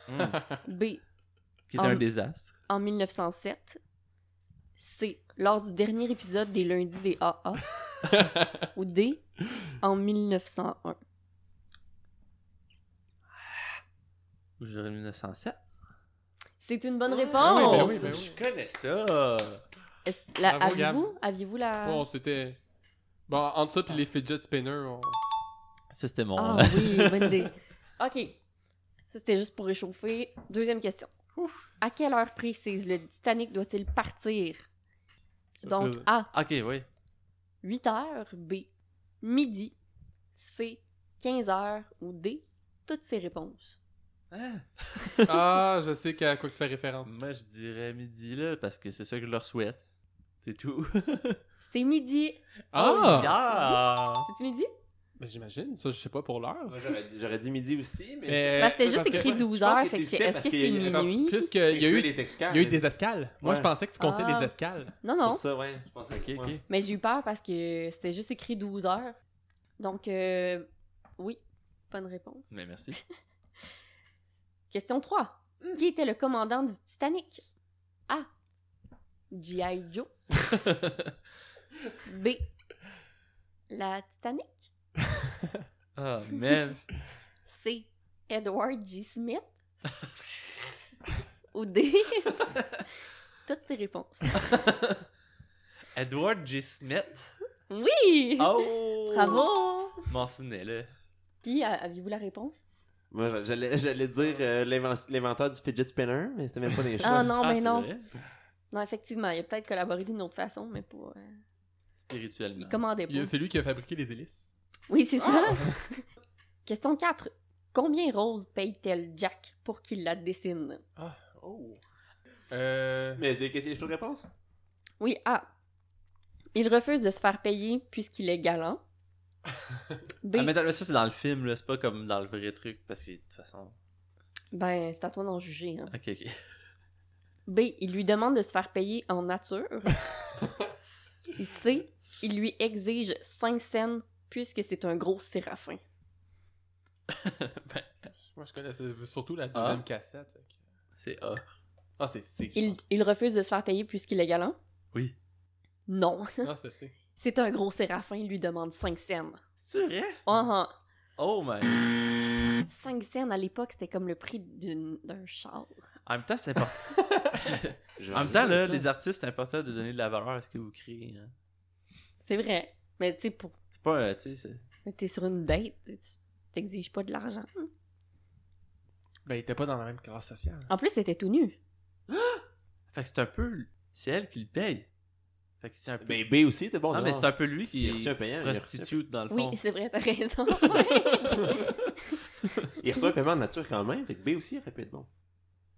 [SPEAKER 1] Hmm.
[SPEAKER 4] B.
[SPEAKER 1] Qui est un
[SPEAKER 4] En-
[SPEAKER 1] désastre.
[SPEAKER 4] En 1907. C. Lors du dernier épisode des lundis des AA. ou D. En 1901.
[SPEAKER 1] J'aurais 1907.
[SPEAKER 4] C'est une bonne
[SPEAKER 3] Ah
[SPEAKER 4] réponse!
[SPEAKER 3] oui, ben oui, ben oui.
[SPEAKER 1] Je connais ça.
[SPEAKER 4] Est-ce- la-
[SPEAKER 3] Bravo, Gab.
[SPEAKER 4] Ah. Aviez-vous aviez-vous la...
[SPEAKER 3] Bon, c'était. Bon, entre ça puis les fidget spinners, on-
[SPEAKER 1] Ça, c'était mon.
[SPEAKER 4] Ah oui, bonne idée. OK. Ça, c'était juste pour réchauffer. Deuxième question. À quelle heure précise le Titanic doit-il partir? Donc,
[SPEAKER 1] peut-
[SPEAKER 4] A,
[SPEAKER 1] Ah, ok, oui.
[SPEAKER 4] 8 heures, B, midi, C, 15 heures ou D, toutes ces réponses.
[SPEAKER 3] Ah, je sais qu'à quoi que tu fais référence.
[SPEAKER 2] Oh,
[SPEAKER 1] Moi, je dirais midi, là, parce que c'est ça que je leur souhaite. C'est tout.
[SPEAKER 4] C'est midi.
[SPEAKER 3] Ah!
[SPEAKER 1] Ah!
[SPEAKER 4] C'est-tu midi?
[SPEAKER 3] Ben, j'imagine, ça, je sais pas pour l'heure.
[SPEAKER 2] Moi, j'aurais dit- J'aurais dit midi aussi, mais.
[SPEAKER 3] Mais-
[SPEAKER 4] Parce que Bah, c'était
[SPEAKER 3] parce
[SPEAKER 4] juste
[SPEAKER 3] que-
[SPEAKER 4] écrit 12
[SPEAKER 2] je pense
[SPEAKER 4] heures,
[SPEAKER 2] que
[SPEAKER 4] fait que je-
[SPEAKER 2] t'hésitais
[SPEAKER 4] est-ce que
[SPEAKER 2] parce
[SPEAKER 4] c'est
[SPEAKER 2] qu'il- parce-
[SPEAKER 4] minuit?
[SPEAKER 3] Puisqu'il y a eu,
[SPEAKER 2] les escales.
[SPEAKER 3] il y a eu des escales. Moi,
[SPEAKER 2] Ouais.
[SPEAKER 3] je pensais que tu comptais
[SPEAKER 4] Ah.
[SPEAKER 3] les escales.
[SPEAKER 4] Non,
[SPEAKER 2] C'est
[SPEAKER 4] non.
[SPEAKER 2] pour ça, ouais. Je pensais
[SPEAKER 1] Ok,
[SPEAKER 2] que.
[SPEAKER 1] ok.
[SPEAKER 2] ouais.
[SPEAKER 4] Mais j'ai eu peur parce que c'était juste écrit 12 heures. Donc, euh, oui, bonne réponse.
[SPEAKER 1] Mais merci.
[SPEAKER 4] Question 3. Qui était le commandant du Titanic? A. G.I. Joe. B. La Titanic.
[SPEAKER 1] Ah, man.
[SPEAKER 4] C. Edward G. Smith. Ou D. Toutes ces réponses.
[SPEAKER 1] Edward J. Smith.
[SPEAKER 4] Oui!
[SPEAKER 2] Oh!
[SPEAKER 4] Bravo!
[SPEAKER 1] Je m'en souvenais, là.
[SPEAKER 4] Puis, a- aviez-vous la réponse?
[SPEAKER 2] Moi, j'a- j'allais j'allais dire euh, l'inven- l'inventeur du fidget spinner, mais c'était même pas des
[SPEAKER 4] Ah
[SPEAKER 2] choix.
[SPEAKER 4] non, mais
[SPEAKER 1] c'est
[SPEAKER 4] non.
[SPEAKER 1] vrai?
[SPEAKER 4] Non, effectivement, il a peut-être collaboré d'une autre façon, mais pas... euh,
[SPEAKER 1] Spirituellement.
[SPEAKER 4] il commandait
[SPEAKER 3] Il y
[SPEAKER 4] pas.
[SPEAKER 3] a- C'est lui qui a fabriqué les hélices.
[SPEAKER 4] Oui, c'est ça. Question 4. Combien Rose paye-t-elle Jack pour qu'il la dessine?
[SPEAKER 3] Oh. Euh,
[SPEAKER 2] Mais des questions, des choses de réponse?
[SPEAKER 4] Oui, A. Il refuse de se faire payer puisqu'il est galant. B.
[SPEAKER 1] Ah, mais dans- ça, c'est dans le film, là. C'est pas comme dans le vrai truc, parce que de toute façon.
[SPEAKER 4] Ben, c'est à toi d'en juger. hein.
[SPEAKER 1] Ok, ok.
[SPEAKER 4] B. Il lui demande de se faire payer en nature. Et C. Il lui exige 5 scènes puisque c'est un gros séraphin.
[SPEAKER 3] moi, je connais ce- surtout
[SPEAKER 2] Ah.
[SPEAKER 3] la deuxième cassette. fait que-
[SPEAKER 1] C'est A.
[SPEAKER 3] Ah, c'est C. je
[SPEAKER 4] Il,
[SPEAKER 3] pense.
[SPEAKER 4] il refuse de se faire payer puisqu'il est galant?
[SPEAKER 1] Oui.
[SPEAKER 4] Non.
[SPEAKER 3] Ah, c'est C.
[SPEAKER 4] C'est un gros séraphin, il lui demande 5 scènes.
[SPEAKER 1] C'est vrai?
[SPEAKER 4] Ah, ah.
[SPEAKER 1] Oh, man.
[SPEAKER 4] 5 scènes à l'époque, c'était comme le prix d'une- d'un char.
[SPEAKER 1] En même temps, c'est important.
[SPEAKER 2] Je vais
[SPEAKER 1] en même temps,
[SPEAKER 2] regarder
[SPEAKER 1] là,
[SPEAKER 2] ça.
[SPEAKER 1] les artistes, c'est important de donner de la valeur à ce que vous créez. hein.
[SPEAKER 4] C'est vrai. Mais tu sais, pour...
[SPEAKER 1] C'est pas, euh, tu sais, c'est-
[SPEAKER 4] mais t'es sur une date, tu t'exiges pas de l'argent.
[SPEAKER 3] Ben, il était pas dans la même classe sociale.
[SPEAKER 4] En plus, c'était tout nu.
[SPEAKER 1] Fait que c'est un peu. C'est elle qui le paye. Fait que c'est un peu.
[SPEAKER 2] Mais B aussi, t'es bon.
[SPEAKER 3] Ah,
[SPEAKER 1] non,
[SPEAKER 2] Ben, non?
[SPEAKER 1] mais c'est un peu lui
[SPEAKER 2] Il
[SPEAKER 1] qui,
[SPEAKER 2] a reçu un
[SPEAKER 1] qui se
[SPEAKER 2] payant, il a reçu un
[SPEAKER 1] prostitue dans le
[SPEAKER 4] Oui,
[SPEAKER 1] fond.
[SPEAKER 4] c'est vrai, t'as raison.
[SPEAKER 2] Il reçoit un paiement en nature quand même, fait que B aussi, il aurait pu être bon.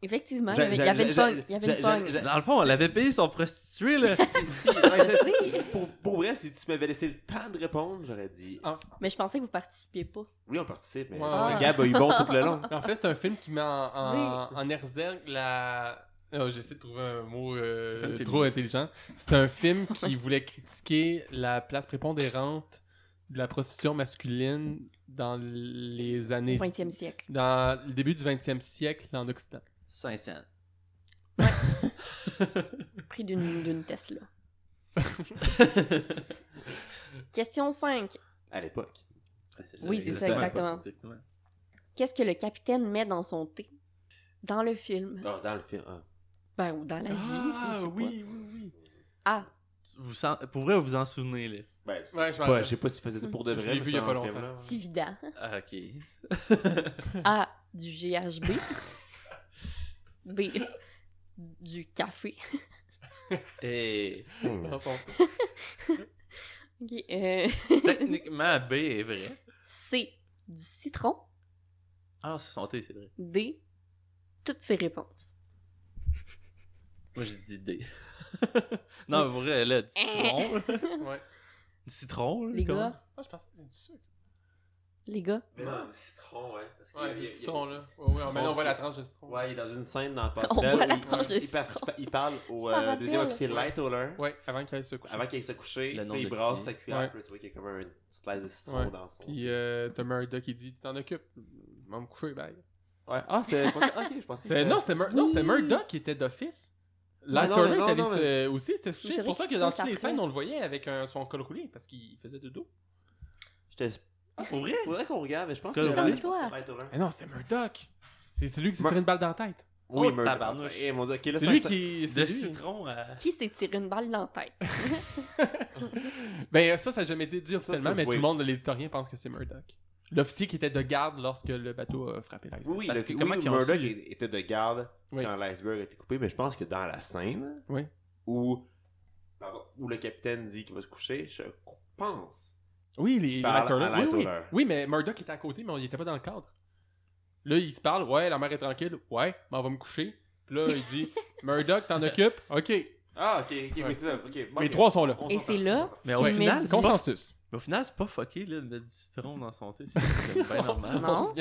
[SPEAKER 4] Effectivement,
[SPEAKER 2] J'a-
[SPEAKER 4] il y avait- il y
[SPEAKER 2] j'a-
[SPEAKER 4] avait une
[SPEAKER 2] j'a-
[SPEAKER 4] pogne. Il y avait une
[SPEAKER 2] j'a- j'a-
[SPEAKER 4] pogne.
[SPEAKER 2] j'a-
[SPEAKER 1] Dans le fond, on l'avait payé son prostitué, là.
[SPEAKER 2] Si- si- ouais, c'est- si- si- pour, pour vrai, si tu m'avais laissé le temps de répondre, j'aurais dit
[SPEAKER 3] En,
[SPEAKER 4] Mais je pensais que vous participiez pas.
[SPEAKER 2] oui, on participe, mais
[SPEAKER 3] Ouais.
[SPEAKER 2] le Gab a eu bon tout le long.
[SPEAKER 3] en fait, c'est un film qui met en, en, en exergue la. Oh, J'essaie de trouver un mot euh,
[SPEAKER 1] C'est un film
[SPEAKER 3] trop
[SPEAKER 1] féministe.
[SPEAKER 3] intelligent. C'est un film qui voulait critiquer la place prépondérante de la prostitution masculine dans les
[SPEAKER 4] Au
[SPEAKER 3] années.
[SPEAKER 4] 20e siècle.
[SPEAKER 3] Dans le début du 20e siècle en Occident.
[SPEAKER 1] 5 cents.
[SPEAKER 4] Prix d'une d'une Tesla. Question 5.
[SPEAKER 2] À l'époque.
[SPEAKER 4] Oui, c'est ça, exactement. Qu'est-ce que le capitaine met dans son thé? Dans le film.
[SPEAKER 2] Alors, dans le film. ah.
[SPEAKER 4] Ben, ou dans la vie, c'est- je sais
[SPEAKER 3] Ah,
[SPEAKER 4] pas.
[SPEAKER 3] oui,
[SPEAKER 4] Ah,
[SPEAKER 1] Vous sen- Pour vrai, vous vous en souvenez, là.
[SPEAKER 2] Ben, c'est-
[SPEAKER 3] Ouais,
[SPEAKER 2] c'est
[SPEAKER 3] je
[SPEAKER 2] pas-
[SPEAKER 3] m'en rappelle.
[SPEAKER 2] je sais pas s'il faisait ça pour de
[SPEAKER 3] Je
[SPEAKER 2] vrai.
[SPEAKER 3] l'ai
[SPEAKER 2] mais
[SPEAKER 3] vu il y a
[SPEAKER 2] c'est
[SPEAKER 3] pas
[SPEAKER 2] dans le
[SPEAKER 3] longtemps.
[SPEAKER 2] film, là.
[SPEAKER 4] c'est évident.
[SPEAKER 1] Ah, ok.
[SPEAKER 4] A, du GHB. B, du café.
[SPEAKER 1] Et
[SPEAKER 2] Hmm.
[SPEAKER 3] Dans son-
[SPEAKER 4] Ok, euh,
[SPEAKER 1] techniquement, B est vrai.
[SPEAKER 4] C, du citron.
[SPEAKER 1] Ah non, c'est son thé, c'est vrai.
[SPEAKER 4] D, toutes ces réponses.
[SPEAKER 1] Moi, j'ai dit D. non, mais pour vrai, là, du citron. là.
[SPEAKER 3] Ouais.
[SPEAKER 1] Du citron, là,
[SPEAKER 4] Les
[SPEAKER 1] comment?
[SPEAKER 4] gars,
[SPEAKER 3] Ah, je pensais que c'était du sucre.
[SPEAKER 4] les gars,
[SPEAKER 2] Mais non, du citron, ouais. parce qu'il y a- il
[SPEAKER 3] Ouais,
[SPEAKER 2] y
[SPEAKER 3] du
[SPEAKER 2] a-
[SPEAKER 3] citron, là. Ouais,
[SPEAKER 2] Citron,
[SPEAKER 3] ouais, mais là, on voit
[SPEAKER 2] c'est-
[SPEAKER 3] la tranche de citron.
[SPEAKER 2] Ouais, il est dans une scène dans
[SPEAKER 4] on
[SPEAKER 2] Pascal.
[SPEAKER 4] voit la
[SPEAKER 2] il-
[SPEAKER 4] tranche de
[SPEAKER 2] il, passe-
[SPEAKER 4] citron.
[SPEAKER 2] il parle au
[SPEAKER 4] Je m'en
[SPEAKER 2] euh, deuxième
[SPEAKER 4] rappelle.
[SPEAKER 2] officier Lightoller
[SPEAKER 3] Ouais, avant qu'il aille se coucher.
[SPEAKER 2] avant qu'il se couche,
[SPEAKER 1] Le nom
[SPEAKER 2] puis
[SPEAKER 1] d'officier.
[SPEAKER 2] il brasse sa cuillère,
[SPEAKER 3] Ouais.
[SPEAKER 2] puis là, tu vois qu'il y a comme un petit slice de citron
[SPEAKER 3] Ouais.
[SPEAKER 2] dans son.
[SPEAKER 3] Puis euh, t'as Murdoch qui dit Tu t'en occupes Je vais me coucher, bye.
[SPEAKER 2] Ouais. Ah, c'était. ok, je pensais que
[SPEAKER 3] C'est- Non, c'était Mur- non, c'était Murdoch qui était d'office. Là,
[SPEAKER 2] non,
[SPEAKER 3] Turner
[SPEAKER 2] non,
[SPEAKER 3] était allé
[SPEAKER 2] non,
[SPEAKER 3] se- aussi, c'était
[SPEAKER 4] C'est
[SPEAKER 3] couché. C'est
[SPEAKER 4] vrai
[SPEAKER 3] pour ça
[SPEAKER 4] que
[SPEAKER 3] que dans
[SPEAKER 4] c'est
[SPEAKER 3] toutes les
[SPEAKER 4] après.
[SPEAKER 3] scènes, on le voyait avec un- son col roulé parce qu'il faisait de dos.
[SPEAKER 2] J'étais.
[SPEAKER 1] Pour vrai?
[SPEAKER 2] Faudrait qu'on regarde, mais je pense que
[SPEAKER 1] Comme
[SPEAKER 2] je pense que
[SPEAKER 4] toi.
[SPEAKER 2] c'était Lightoller.
[SPEAKER 3] Mais non, c'était Murdoch C'est c'est lui qui s'est
[SPEAKER 2] Mur-
[SPEAKER 3] tiré une balle dans la tête.
[SPEAKER 2] Oui,
[SPEAKER 1] Oh,
[SPEAKER 2] Murdoch.
[SPEAKER 1] tabarnouche.
[SPEAKER 2] Eh, mon Dieu, ok, là,
[SPEAKER 3] C'est
[SPEAKER 2] c'est un-
[SPEAKER 3] lui qui.
[SPEAKER 1] De
[SPEAKER 3] c'est lui.
[SPEAKER 1] citron à.
[SPEAKER 4] Qui s'est tiré une balle dans la tête?
[SPEAKER 3] Ben, euh, ça, ça n'a jamais été dit officiellement,
[SPEAKER 2] c'est-
[SPEAKER 3] mais tout
[SPEAKER 2] oui.
[SPEAKER 3] le monde, l'éditorien, pense que c'est Murdoch. L'officier qui était de garde lorsque le bateau a frappé l'iceberg.
[SPEAKER 2] Oui,
[SPEAKER 1] Parce
[SPEAKER 2] le-
[SPEAKER 1] que
[SPEAKER 2] oui,
[SPEAKER 1] comment qu'ils ont
[SPEAKER 2] Murdoch
[SPEAKER 1] su-
[SPEAKER 2] é- était de garde
[SPEAKER 3] Oui.
[SPEAKER 2] quand l'iceberg a été coupé, mais je pense que dans la scène
[SPEAKER 3] Oui.
[SPEAKER 2] où, pardon, où le capitaine dit qu'il va se coucher, je pense.
[SPEAKER 3] Oui, les, les
[SPEAKER 2] parle
[SPEAKER 3] Lightoller,
[SPEAKER 2] à
[SPEAKER 3] Oui, oui.
[SPEAKER 2] Lightoller.
[SPEAKER 3] Oui, mais Murdoch était à côté, mais on n'était pas dans le cadre. Là, il se parle. Ouais, la mère est tranquille. Ouais, mais on va me coucher. Puis là, il dit Murdoch, t'en occupes Ok.
[SPEAKER 2] Ah, ok, ok,
[SPEAKER 3] Ouais.
[SPEAKER 2] oui, c'est ça. ok, bon,
[SPEAKER 3] Les
[SPEAKER 2] ok.
[SPEAKER 3] trois sont là.
[SPEAKER 2] On
[SPEAKER 4] Et
[SPEAKER 2] s'entend,
[SPEAKER 4] c'est
[SPEAKER 2] on
[SPEAKER 4] là-
[SPEAKER 2] s'entend.
[SPEAKER 1] Mais au
[SPEAKER 3] Ouais.
[SPEAKER 1] final, c'est pas...
[SPEAKER 3] Consensus.
[SPEAKER 1] mais au final, c'est pas fucké là, de mettre du citron dans son thé. C'est c'est bien Ben, normal.
[SPEAKER 4] Non.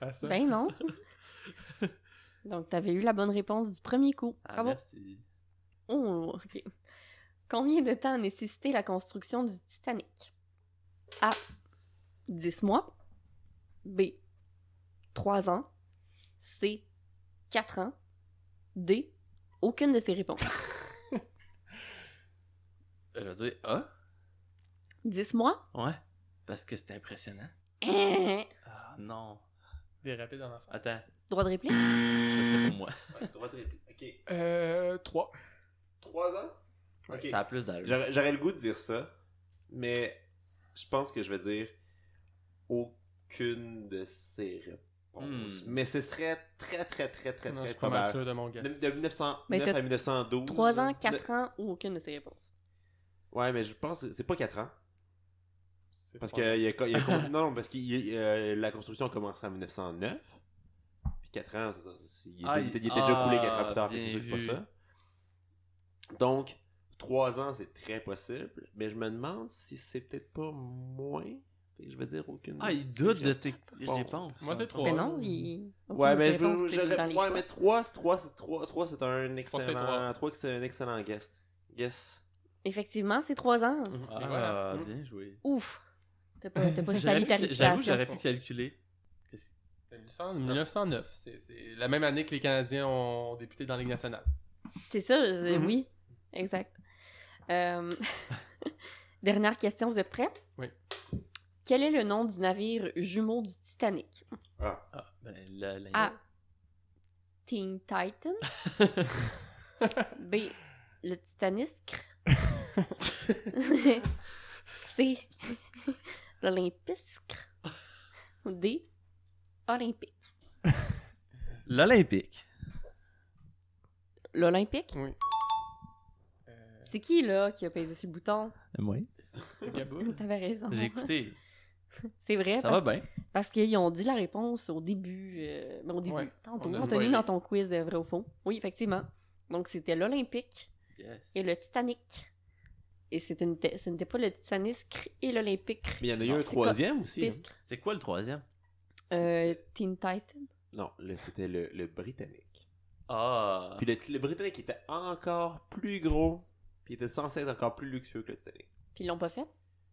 [SPEAKER 3] À ça.
[SPEAKER 4] ben non. Donc, t'avais eu la bonne réponse du premier coup.
[SPEAKER 1] Ah,
[SPEAKER 4] Bravo.
[SPEAKER 1] merci.
[SPEAKER 4] Oh, ok. Combien de temps a nécessité la construction du Titanic? A. 10 mois. B. 3 ans. C. 4 ans. D. Aucune de ces réponses.
[SPEAKER 1] Je veux dire, ah,
[SPEAKER 4] 10 mois?
[SPEAKER 1] ouais. Parce que c'était impressionnant.
[SPEAKER 4] Hein?
[SPEAKER 1] Ah non.
[SPEAKER 3] Des rapides en enfant.
[SPEAKER 1] Attends,
[SPEAKER 4] Droit de réplique?
[SPEAKER 1] ça, c'était pour moi.
[SPEAKER 2] Ouais, droit de réplique. Ok,
[SPEAKER 3] Euh. Trois.
[SPEAKER 2] trois ans Ok.
[SPEAKER 1] Ça a plus d'allure.
[SPEAKER 2] J'aurais j'aurais le goût de dire ça, mais je pense que je vais dire aucune de ces réponses.
[SPEAKER 1] Hmm.
[SPEAKER 2] Mais ce serait très, très, très, très,
[SPEAKER 3] Non, je
[SPEAKER 2] très
[SPEAKER 3] suis pas mal
[SPEAKER 2] probable.
[SPEAKER 3] sûr de mon gars.
[SPEAKER 2] De, de 1909
[SPEAKER 4] Mais t'as
[SPEAKER 2] à 1912.
[SPEAKER 4] 3 ans,
[SPEAKER 2] Ne-
[SPEAKER 4] 4 ans ou aucune de ces réponses?
[SPEAKER 2] Ouais, mais je pense que c'est pas 4 ans.
[SPEAKER 3] C'est
[SPEAKER 2] Parce
[SPEAKER 3] pas mal.
[SPEAKER 2] que il y a, co- il y a con- non, parce que il y a- euh, la construction a commencé en 1909. Puis 4 ans, c'est ça. c'est- Il était,
[SPEAKER 1] Ah,
[SPEAKER 2] il était- il
[SPEAKER 1] il-
[SPEAKER 2] était déjà coulé
[SPEAKER 1] ah,
[SPEAKER 2] 4 ans plus tard, fait que
[SPEAKER 1] bien
[SPEAKER 2] c'est sûr que c'est pas
[SPEAKER 1] vu.
[SPEAKER 2] ça. Donc, 3 ans, c'est très possible. Mais je me demande si c'est peut-être pas moins. Fait que je vais dire aucune.
[SPEAKER 1] Ah,
[SPEAKER 2] de
[SPEAKER 1] il
[SPEAKER 2] ces
[SPEAKER 1] doute de
[SPEAKER 2] réponses.
[SPEAKER 1] tes
[SPEAKER 2] Bon.
[SPEAKER 1] réponses. hein.
[SPEAKER 3] Moi, c'est trois.
[SPEAKER 4] Mais non, il... aucune
[SPEAKER 2] Ouais,
[SPEAKER 4] de
[SPEAKER 2] mais,
[SPEAKER 4] ces réponses,
[SPEAKER 2] je-
[SPEAKER 4] c'est
[SPEAKER 2] j'aurais-
[SPEAKER 4] dans les
[SPEAKER 2] ouais,
[SPEAKER 4] choix.
[SPEAKER 2] mais 3, 3, 3, c'est un
[SPEAKER 3] Trois, c'est
[SPEAKER 2] excellent.
[SPEAKER 3] trois.
[SPEAKER 2] 3, c'est un excellent guest. Yes.
[SPEAKER 4] Effectivement, c'est 3 ans.
[SPEAKER 1] Ah,
[SPEAKER 3] Et voilà.
[SPEAKER 1] bien joué.
[SPEAKER 4] Ouf! T'as pas, t'as pas
[SPEAKER 1] J'aurais
[SPEAKER 4] sali
[SPEAKER 1] pu-
[SPEAKER 4] ta
[SPEAKER 1] J'avoue,
[SPEAKER 4] réputation.
[SPEAKER 1] j'aurais pu calculer.
[SPEAKER 3] C'est 1900 1909. C'est c'est la même année que les Canadiens ont débuté dans la Ligue nationale.
[SPEAKER 4] C'est ça, je-
[SPEAKER 2] Mhm.
[SPEAKER 4] oui. Exact. Euh, Dernière question, vous êtes prêts?
[SPEAKER 3] Oui.
[SPEAKER 4] Quel est le nom du navire jumeau du Titanic?
[SPEAKER 1] Ah, ben là, là,
[SPEAKER 4] A. Teen Titan. B. Le Titaniscre. C. L'Olympiscre. Ou D. Olympique.
[SPEAKER 1] L'Olympique.
[SPEAKER 4] L'Olympique?
[SPEAKER 3] Oui. Euh,
[SPEAKER 4] C'est qui, là, qui a pesé sur le bouton?
[SPEAKER 1] Oui.
[SPEAKER 3] Gaboul.
[SPEAKER 4] T'avais raison.
[SPEAKER 1] J'ai écouté.
[SPEAKER 4] C'est vrai,
[SPEAKER 1] Ça
[SPEAKER 4] parce
[SPEAKER 1] va bien.
[SPEAKER 4] Parce qu'ils ont dit la réponse au début. euh, mais au début,
[SPEAKER 3] Ouais,
[SPEAKER 4] tantôt.
[SPEAKER 3] on a
[SPEAKER 4] Anthony,
[SPEAKER 3] spoilé.
[SPEAKER 4] dans ton quiz de vrai au fond. Oui, effectivement. Donc, c'était l'Olympique
[SPEAKER 1] Yes.
[SPEAKER 4] et le Titanic. Et c'est une te- ce n'était pas le Titaniscre et l'Olympique.
[SPEAKER 2] Mais il y en a eu
[SPEAKER 4] Non,
[SPEAKER 2] un
[SPEAKER 4] c'est
[SPEAKER 2] troisième aussi. hein?
[SPEAKER 4] Piscre.
[SPEAKER 1] C'est quoi le troisième?
[SPEAKER 4] Euh, Teen Titan.
[SPEAKER 2] Non, là, c'était le, le britannique.
[SPEAKER 1] Ah.
[SPEAKER 2] Puis le, le britannique était encore plus gros, puis il était censé être encore plus luxueux que le britannique.
[SPEAKER 4] Puis ils l'ont pas fait.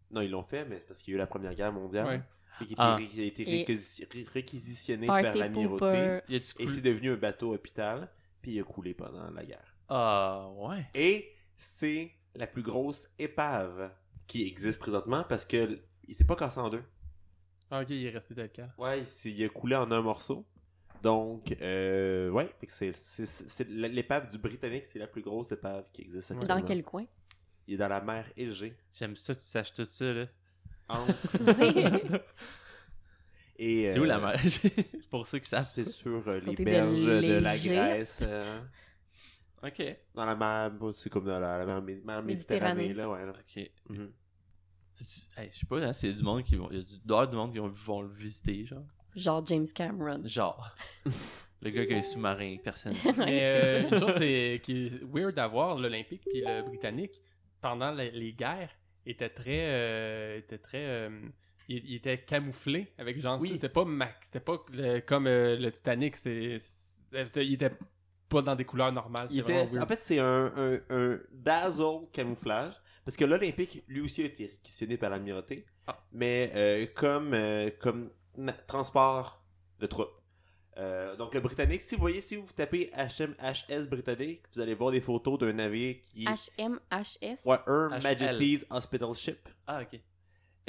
[SPEAKER 2] Non, ils l'ont fait, mais c'est parce qu'il y a eu la Première Guerre mondiale.
[SPEAKER 3] Ouais.
[SPEAKER 2] Puis qu'il
[SPEAKER 1] Ah.
[SPEAKER 2] était ré- il a été
[SPEAKER 4] Et-
[SPEAKER 2] réquisi- ré- réquisitionné par
[SPEAKER 4] Party
[SPEAKER 2] l'amirauté.
[SPEAKER 4] Pooper.
[SPEAKER 1] Y a-tu
[SPEAKER 2] Et
[SPEAKER 1] coulé-
[SPEAKER 2] c'est devenu un bateau hôpital, puis il a coulé pendant la guerre.
[SPEAKER 1] Ah, ouais.
[SPEAKER 2] Et c'est la plus grosse épave qui existe présentement parce que l- il s'est pas cassé en deux.
[SPEAKER 3] Ah, ok, il est resté tel quel.
[SPEAKER 2] Ouais, il, s'est- il a coulé en un morceau. Donc, euh, ouais, fait que c'est- c'est- c'est l- l'épave du Britannique, c'est la plus grosse épave qui existe. actuellement.
[SPEAKER 4] Dans quel coin?
[SPEAKER 2] Il est dans la mer Égée.
[SPEAKER 1] J'aime ça que tu saches tout ça,
[SPEAKER 2] Euh,
[SPEAKER 1] là.
[SPEAKER 2] Entre et,
[SPEAKER 1] C'est où
[SPEAKER 2] euh,
[SPEAKER 1] la mer? Pour ceux qui savent.
[SPEAKER 2] C'est sur euh, les
[SPEAKER 4] Côté de
[SPEAKER 2] berges de, la
[SPEAKER 4] l'Égée.
[SPEAKER 2] Grèce. euh,
[SPEAKER 1] Ok.
[SPEAKER 2] dans la mer, bon, c'est comme dans la, la mer, Mé- mer Méditerranée,
[SPEAKER 4] Méditerranée.
[SPEAKER 2] là, ouais. là.
[SPEAKER 1] Ok.
[SPEAKER 2] Mhm.
[SPEAKER 1] C'est-tu- Hey, je sais pas, hein, c'est du monde qui vont. Il y a du dehors du monde qui vont, vont le visiter, genre.
[SPEAKER 4] Genre James Cameron.
[SPEAKER 1] Genre. le gars qui a un sous-marin, personne.
[SPEAKER 3] Mais euh, une chose c'est qui est weird d'avoir l'Olympique puis le Britannique pendant les, les guerres était très euh, était très euh, il, il était camouflé avec genre
[SPEAKER 2] Oui.
[SPEAKER 3] c'était pas max c'était pas le- comme euh, le Titanic c'est c'est- c'était- il était pas dans des couleurs normales
[SPEAKER 2] Il
[SPEAKER 3] c'était
[SPEAKER 2] était-
[SPEAKER 3] vraiment
[SPEAKER 2] en
[SPEAKER 3] weird.
[SPEAKER 2] fait, c'est un, un, un dazzle camouflage. Parce que l'Olympique, lui aussi, a été réquisitionné par l'amirauté.
[SPEAKER 1] Ah.
[SPEAKER 2] Mais euh, comme, euh, comme na- transport de troupes. Euh, donc, le Britannique, si vous voyez, si vous tapez HMHS Britannique, vous allez voir des photos d'un navire qui est
[SPEAKER 4] HMHS.
[SPEAKER 2] Ouais, Her
[SPEAKER 1] HL.
[SPEAKER 2] Majesty's Hospital Ship.
[SPEAKER 1] Ah, ok.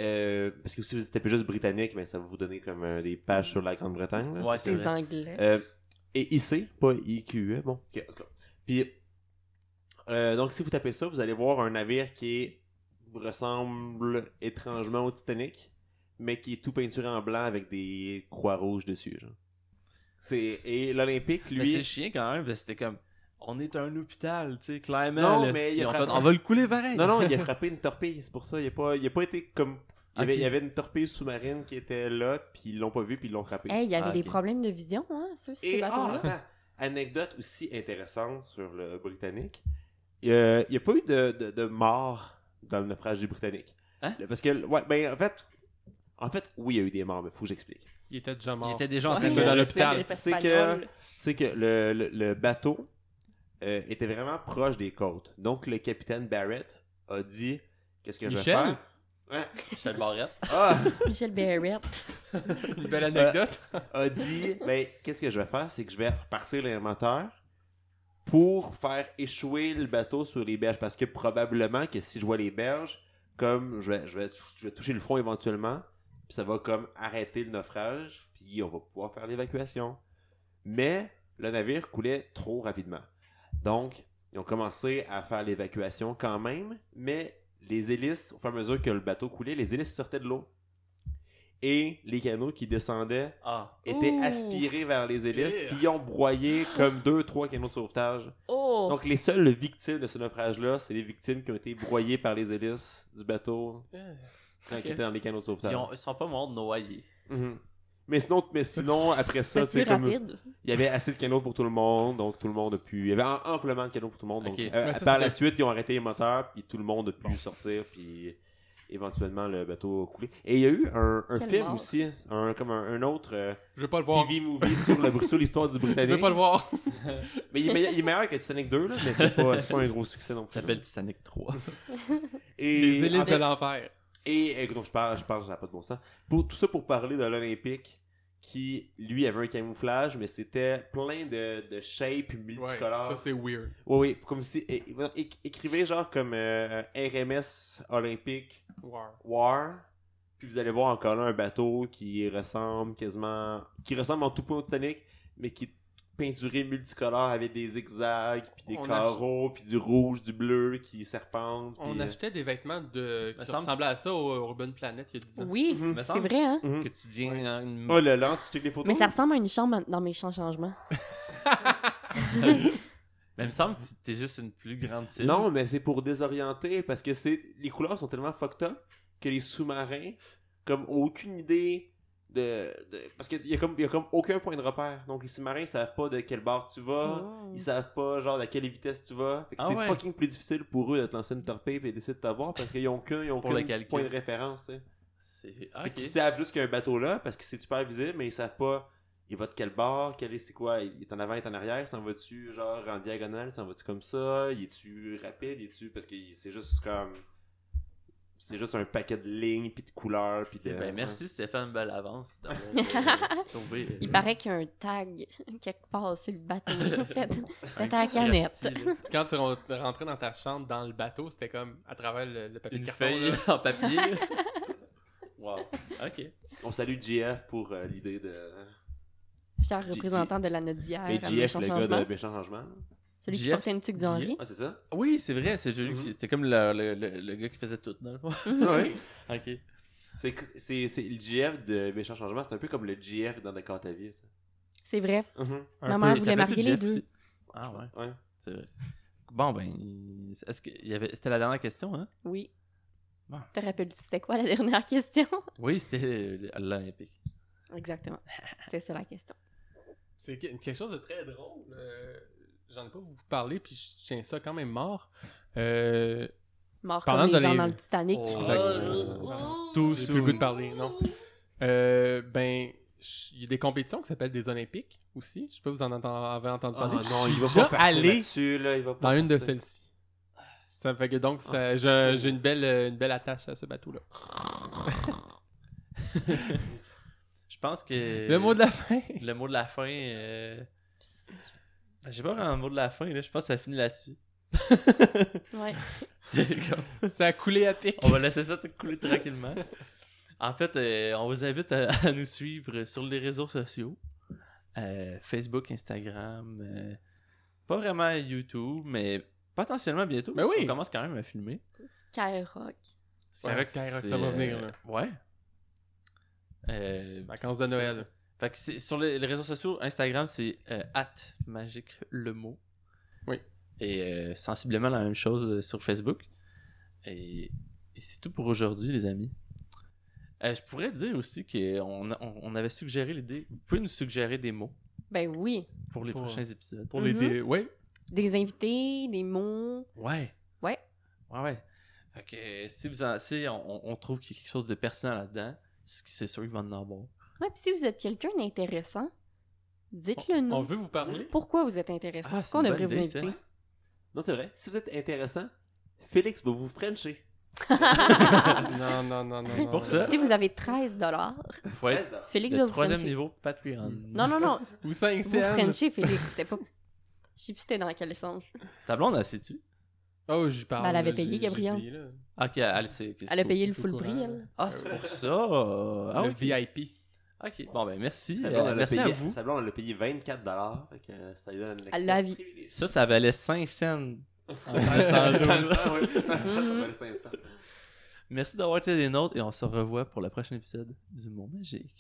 [SPEAKER 2] Euh, parce que si ben, vous tapez juste Britannique, mais ça va vous donner comme euh, des pages sur la Grande-Bretagne. là.
[SPEAKER 1] Ouais, c'est
[SPEAKER 4] Des
[SPEAKER 1] vrai.
[SPEAKER 4] Anglais.
[SPEAKER 2] Euh, Et IC, pas IQE, bon. ok, en tout cas. Puis, euh, donc si vous tapez ça, vous allez voir un navire qui est- ressemble étrangement au Titanic, mais qui est tout peinturé en blanc avec des croix rouges dessus, genre. C'est, et l'Olympique,
[SPEAKER 1] Mais
[SPEAKER 2] lui...
[SPEAKER 1] c'est chiant quand même, parce que c'était comme on est un hôpital, tu sais, clairement.
[SPEAKER 2] Non,
[SPEAKER 1] là.
[SPEAKER 2] mais il
[SPEAKER 1] Puis
[SPEAKER 2] a
[SPEAKER 1] en fait,
[SPEAKER 2] frappé-
[SPEAKER 1] on va le couler pareil.
[SPEAKER 2] Non, non, il a frappé une torpille, c'est pour ça. Il a pas, il a pas été comme. Il y, avait,
[SPEAKER 1] Ok.
[SPEAKER 2] il y avait une torpille sous-marine qui était là, puis ils l'ont pas vu, puis ils l'ont frappé.
[SPEAKER 4] Hey, il y avait
[SPEAKER 1] Ah,
[SPEAKER 4] des
[SPEAKER 1] ok.
[SPEAKER 4] problèmes de vision, hein, sur ces
[SPEAKER 2] Et ah,
[SPEAKER 4] bateaux-là.
[SPEAKER 2] attends, anecdote aussi intéressante sur le Britannique. Euh, il n'y a pas eu de, de, de mort dans le naufrage du Britannique.
[SPEAKER 1] Hein?
[SPEAKER 2] Parce que, ouais, ben en fait, en fait, oui, il y a eu des morts, mais faut que j'explique.
[SPEAKER 3] Il était déjà
[SPEAKER 1] Il
[SPEAKER 3] mort.
[SPEAKER 1] était déjà en
[SPEAKER 4] Ouais,
[SPEAKER 1] salle
[SPEAKER 3] C'était dans
[SPEAKER 1] de
[SPEAKER 3] l'hôpital.
[SPEAKER 4] grippe
[SPEAKER 2] C'est que-
[SPEAKER 4] espagnole.
[SPEAKER 2] c'est que le, le- le bateau euh, était vraiment proche des côtes. Donc, le capitaine Barrett a dit Qu'est-ce que je vais
[SPEAKER 3] Michel?
[SPEAKER 2] faire
[SPEAKER 1] Michel Barrette.
[SPEAKER 2] Ah!
[SPEAKER 4] Michel Barrett.
[SPEAKER 3] Une belle anecdote.
[SPEAKER 2] a dit ben, Qu'est-ce que je vais faire C'est que je vais repartir les moteurs pour faire échouer le bateau sur les berges. Parce que probablement que si je vois les berges, comme je vais, je vais, je vais toucher le fond éventuellement, puis ça va comme arrêter le naufrage, puis on va pouvoir faire l'évacuation. Mais le navire coulait trop rapidement. Donc, ils ont commencé à faire l'évacuation quand même, mais les hélices, au fur et à mesure que le bateau coulait, les hélices sortaient de l'eau. Et les canots qui descendaient
[SPEAKER 1] Ah.
[SPEAKER 2] étaient
[SPEAKER 4] Ouh.
[SPEAKER 2] aspirés vers les hélices,
[SPEAKER 3] Yeah.
[SPEAKER 2] puis ils ont broyé comme deux, trois canaux de sauvetage.
[SPEAKER 4] Oh!
[SPEAKER 2] Donc, les seules victimes de ce naufrage-là, c'est les victimes qui ont été broyées par les hélices du bateau quand
[SPEAKER 1] Ok.
[SPEAKER 2] ils étaient dans les canaux de sauvetage.
[SPEAKER 1] Ils, ont- ils sont pas morts noyés.
[SPEAKER 2] Mhm. Mais sinon, mais sinon, après ça,
[SPEAKER 4] Fait que
[SPEAKER 2] c'est
[SPEAKER 4] plus
[SPEAKER 2] comme
[SPEAKER 4] rapide.
[SPEAKER 2] il y avait assez de canaux pour tout le monde, donc tout le monde a pu. Il y avait am- amplement de canaux pour tout le monde. Donc,
[SPEAKER 1] Ok.
[SPEAKER 2] euh,
[SPEAKER 3] Mais ça,
[SPEAKER 2] par
[SPEAKER 3] ça
[SPEAKER 2] la
[SPEAKER 3] fait-
[SPEAKER 2] suite, ils ont arrêté les moteurs, puis tout le monde a pu sortir, puis éventuellement le bateau a coulé. Et il y a eu un, un
[SPEAKER 4] Quelle
[SPEAKER 2] film
[SPEAKER 4] mort.
[SPEAKER 2] aussi, un, comme un, un autre euh,
[SPEAKER 3] Je veux pas le voir.
[SPEAKER 2] TV movie sur, le, sur l'histoire du
[SPEAKER 3] Je
[SPEAKER 2] Britannique.
[SPEAKER 3] veux pas le voir.
[SPEAKER 2] Mais il est, meilleur, il est meilleur que Titanic 2, là, mais c'est pas, c'est pas un gros succès non
[SPEAKER 1] Ça
[SPEAKER 2] plus.
[SPEAKER 1] s'appelle Titanic 3.
[SPEAKER 2] Et,
[SPEAKER 3] Les hélices
[SPEAKER 2] en
[SPEAKER 3] de
[SPEAKER 2] fait,
[SPEAKER 3] l'enfer.
[SPEAKER 2] et, et dont je parle, je parle, ça n'a pas de bon sens. Pour, tout ça pour parler de l'Olympique, qui, lui, avait un camouflage, mais c'était plein de, de shapes
[SPEAKER 3] Ouais,
[SPEAKER 2] multicolores.
[SPEAKER 3] ça, c'est weird.
[SPEAKER 2] oui, oui, comme si... é- é- écrivez genre comme euh, RMS Olympique
[SPEAKER 3] Wow.
[SPEAKER 2] War, puis vous allez voir encore là un bateau qui ressemble quasiment... qui ressemble en tout point au Titanic, mais qui est peinturé multicolore avec des zigzags, puis des
[SPEAKER 3] On
[SPEAKER 2] carreaux, puis du rouge, du bleu qui serpente.
[SPEAKER 3] On
[SPEAKER 2] puis, euh,
[SPEAKER 3] achetait des vêtements de...
[SPEAKER 1] me
[SPEAKER 3] qui
[SPEAKER 1] semble-
[SPEAKER 3] ressemblaient à ça au Urban Planet il y a 10 ans.
[SPEAKER 4] Oui,
[SPEAKER 2] Mhm.
[SPEAKER 1] Me
[SPEAKER 4] c'est
[SPEAKER 1] semble
[SPEAKER 4] vrai, hein?
[SPEAKER 2] Mhm.
[SPEAKER 1] que tu viens dans une-
[SPEAKER 2] Oh là là, tu checkes les photos?
[SPEAKER 4] Mais ça ressemble à une chambre dans mes champs changements.
[SPEAKER 1] Mais il me semble que tu- t'es juste une plus grande cible.
[SPEAKER 2] Non, mais c'est pour désorienter parce que c'est les couleurs sont tellement fucked up que les sous-marins comme ont aucune idée de, de- parce qu'il y a comme il y a comme aucun point de repère. Donc les sous-marins ils savent pas de quel bord tu vas,
[SPEAKER 4] Oh.
[SPEAKER 2] ils savent pas genre à quelle vitesse tu vas. Fait que
[SPEAKER 1] Ah
[SPEAKER 2] c'est
[SPEAKER 1] ouais.
[SPEAKER 2] fucking plus difficile pour eux de te lancer une torpille et d'essayer de t'avoir parce qu'ils ont qu'un ils ont
[SPEAKER 1] Pour le
[SPEAKER 2] qu'un
[SPEAKER 1] calcul.
[SPEAKER 2] point de référence. hein.
[SPEAKER 1] C'est... ah,
[SPEAKER 2] Fait
[SPEAKER 1] ok.
[SPEAKER 2] qu'ils savent juste qu'il y a un bateau là parce que c'est super visible mais ils savent pas il va de quel bord, quel est c'est quoi, il est en avant, il est en arrière, il s'en va-tu genre en diagonale, il s'en va-tu comme ça, il est-tu rapide, il est-tu parce que il- c'est juste comme c'est juste un paquet de lignes puis de couleurs puis de
[SPEAKER 1] Eh ben, merci Stéphane Bellavance d'avoir euh, sauvé. euh,
[SPEAKER 4] Il paraît qu'il y a un tag quelque part sur le bateau. Faites,
[SPEAKER 1] un
[SPEAKER 4] faites à la
[SPEAKER 1] petit
[SPEAKER 4] canette.
[SPEAKER 1] graffiti, là.
[SPEAKER 3] Puis Quand tu ren- rentrais dans ta chambre, dans le bateau, c'était comme à travers le, le papier
[SPEAKER 1] Une
[SPEAKER 3] de carton.
[SPEAKER 1] feuille
[SPEAKER 3] là.
[SPEAKER 1] en papier. wow. Ok.
[SPEAKER 2] On salue GF pour euh, l'idée de
[SPEAKER 4] Fier représentant de la Nodière.
[SPEAKER 2] Mais
[SPEAKER 4] à
[SPEAKER 2] GF
[SPEAKER 4] Méchant
[SPEAKER 2] le
[SPEAKER 4] Changement.
[SPEAKER 2] gars de méchant changement.
[SPEAKER 4] Celui qui
[SPEAKER 1] GF,
[SPEAKER 4] portait une tuque du Henri.
[SPEAKER 2] Ah, c'est ça
[SPEAKER 1] Oui, c'est vrai, c'est celui qui-
[SPEAKER 2] Mhm.
[SPEAKER 1] C'était comme le, le- le- le gars qui faisait tout, dans le fond.
[SPEAKER 2] Oui.
[SPEAKER 1] Ok.
[SPEAKER 2] C'est que- c'est c'est le GF de méchant changement, c'est un peu comme le GF dans D'accord ta vie. ça.
[SPEAKER 4] C'est vrai.
[SPEAKER 1] Mm-hmm.
[SPEAKER 2] Mhm.
[SPEAKER 4] Ma mère
[SPEAKER 1] Il
[SPEAKER 4] voulait
[SPEAKER 1] s'appelait
[SPEAKER 4] marier
[SPEAKER 1] tout
[SPEAKER 4] les
[SPEAKER 1] Jeff
[SPEAKER 4] deux.
[SPEAKER 1] aussi. Ah ouais,
[SPEAKER 2] Ouais.
[SPEAKER 1] c'est vrai. Bon, ben. Est-ce que. il y avait... C'était la dernière question, hein?
[SPEAKER 4] Oui.
[SPEAKER 1] Bon.
[SPEAKER 4] Te rappelles-tu c'était quoi la dernière question?
[SPEAKER 1] Oui, c'était euh, l'Olympique.
[SPEAKER 4] Exactement. C'était ça la question.
[SPEAKER 3] C'est que- quelque chose de très drôle. euh, J'en ai pas vous parler, puis je tiens ça quand même mort. Euh,
[SPEAKER 4] Mort
[SPEAKER 3] Parlant
[SPEAKER 4] comme les
[SPEAKER 3] de
[SPEAKER 4] gens
[SPEAKER 3] les- Oh.
[SPEAKER 4] dans le Titanic.
[SPEAKER 3] euh, Tout J'ai plus le goût de parler, non. Euh, ben, je- il y a des compétitions qui s'appellent des Olympiques aussi. Je sais pas si vous en entend- avez entendu
[SPEAKER 2] Ah
[SPEAKER 3] parler.
[SPEAKER 2] non,
[SPEAKER 3] Je
[SPEAKER 2] il
[SPEAKER 3] suis
[SPEAKER 2] va
[SPEAKER 3] déjà
[SPEAKER 2] pas partir
[SPEAKER 3] allé
[SPEAKER 2] là-dessus, là, il va pas
[SPEAKER 3] dans une de
[SPEAKER 2] partir.
[SPEAKER 3] celles-ci. Ça fait que donc, ça-
[SPEAKER 2] Ah,
[SPEAKER 3] j'ai j'ai une belle, euh, une belle attache à ce bateau-là.
[SPEAKER 1] Je pense que.
[SPEAKER 3] Le mot de la fin.
[SPEAKER 1] Le mot de la fin. euh, ben, J'ai pas vraiment le mot de la fin, là. Je pense que ça finit là-dessus.
[SPEAKER 4] Ouais.
[SPEAKER 1] C'est comme-
[SPEAKER 3] Ça a coulé à pic.
[SPEAKER 1] On va laisser ça couler tranquillement. En fait, euh, on vous invite à, à nous suivre sur les réseaux sociaux. euh, Facebook, Instagram, euh, pas vraiment YouTube, mais potentiellement bientôt.
[SPEAKER 3] Ben
[SPEAKER 1] parce
[SPEAKER 3] oui.
[SPEAKER 1] qu'on commence quand même à filmer.
[SPEAKER 4] Skyrock.
[SPEAKER 3] Skyrock,
[SPEAKER 1] C'est-
[SPEAKER 3] Skyrock, ça va venir,
[SPEAKER 1] euh,
[SPEAKER 3] là.
[SPEAKER 1] Ouais. Euh,
[SPEAKER 3] Vacances de
[SPEAKER 1] c'est-
[SPEAKER 3] Noël.
[SPEAKER 1] Fait que c'est- sur les, les réseaux sociaux, Instagram, c'est euh, at magique le mot.
[SPEAKER 3] Oui.
[SPEAKER 1] Et euh, sensiblement la même chose euh, sur Facebook. Et, et c'est tout pour aujourd'hui, les amis. Euh, je pourrais dire aussi qu'on a- on, on avait suggéré l'idée. Vous pouvez nous suggérer des mots
[SPEAKER 4] Ben oui.
[SPEAKER 1] pour les
[SPEAKER 3] Pour-
[SPEAKER 1] prochains épisodes.
[SPEAKER 3] Pour les
[SPEAKER 4] Mhm.
[SPEAKER 3] dé- Oui.
[SPEAKER 4] Des invités, des mots.
[SPEAKER 1] Ouais.
[SPEAKER 4] Ouais.
[SPEAKER 1] Ouais, ouais. Fait que euh, si vous en, si on, on trouve qu'il y a quelque chose de pertinent là-dedans, c'est c'est sûr qu'il va en avoir.
[SPEAKER 4] Ouais, puis si vous êtes quelqu'un d'intéressant, dites-le
[SPEAKER 3] On
[SPEAKER 4] nous.
[SPEAKER 3] veut vous parler.
[SPEAKER 4] Pourquoi vous êtes intéressant?
[SPEAKER 1] Ah, c'est
[SPEAKER 4] Pourquoi on
[SPEAKER 1] une
[SPEAKER 4] devrait
[SPEAKER 1] bonne
[SPEAKER 4] vous
[SPEAKER 1] idée,
[SPEAKER 4] inviter?
[SPEAKER 2] Non, c'est vrai. Si vous êtes intéressant, Félix va vous frencher.
[SPEAKER 3] non, non, non, non. non.
[SPEAKER 1] Pour ça.
[SPEAKER 4] Si vous avez 13 dollars,
[SPEAKER 1] Faut être
[SPEAKER 4] Félix
[SPEAKER 1] le
[SPEAKER 4] va vous
[SPEAKER 1] troisième
[SPEAKER 4] frencher.
[SPEAKER 1] niveau Patreon.
[SPEAKER 3] Hmm.
[SPEAKER 4] Non, non, non.
[SPEAKER 3] Ou 5
[SPEAKER 4] vous
[SPEAKER 3] cents.
[SPEAKER 4] frenchez, Félix. C'était pas... Je sais plus c'était dans quel sens.
[SPEAKER 1] Ta blonde, elle sait-tu?
[SPEAKER 3] Oh, j'y parle.
[SPEAKER 4] Ben, elle avait
[SPEAKER 3] là,
[SPEAKER 4] payé,
[SPEAKER 3] j'ai- j'ai
[SPEAKER 4] Gabriel.
[SPEAKER 3] dit, là.
[SPEAKER 1] Ok, elle sait. qu'est-ce
[SPEAKER 4] Elle a
[SPEAKER 1] que-
[SPEAKER 4] payé le
[SPEAKER 3] au
[SPEAKER 4] full
[SPEAKER 3] courant.
[SPEAKER 4] prix, elle.
[SPEAKER 1] Ah, c'est pour ça! Ah,
[SPEAKER 3] le
[SPEAKER 1] ok.
[SPEAKER 3] VIP.
[SPEAKER 1] Ok, bon ben merci.
[SPEAKER 2] Sa
[SPEAKER 1] Euh,
[SPEAKER 2] blonde, elle a
[SPEAKER 1] merci à
[SPEAKER 2] payé-
[SPEAKER 1] vous.
[SPEAKER 2] Sa blonde, elle a payé 24 dollars. Fait que euh, ça lui donne un
[SPEAKER 4] Elle l'a
[SPEAKER 2] accès
[SPEAKER 4] vie.
[SPEAKER 2] privilégié.
[SPEAKER 1] Ça, ça valait 5 cents.
[SPEAKER 2] Dans le
[SPEAKER 1] 512.
[SPEAKER 2] temps, oui. Dans le temps, ça valait 500.
[SPEAKER 1] merci d'avoir été des nôtres et on se revoit pour le prochain épisode du Monde Magique.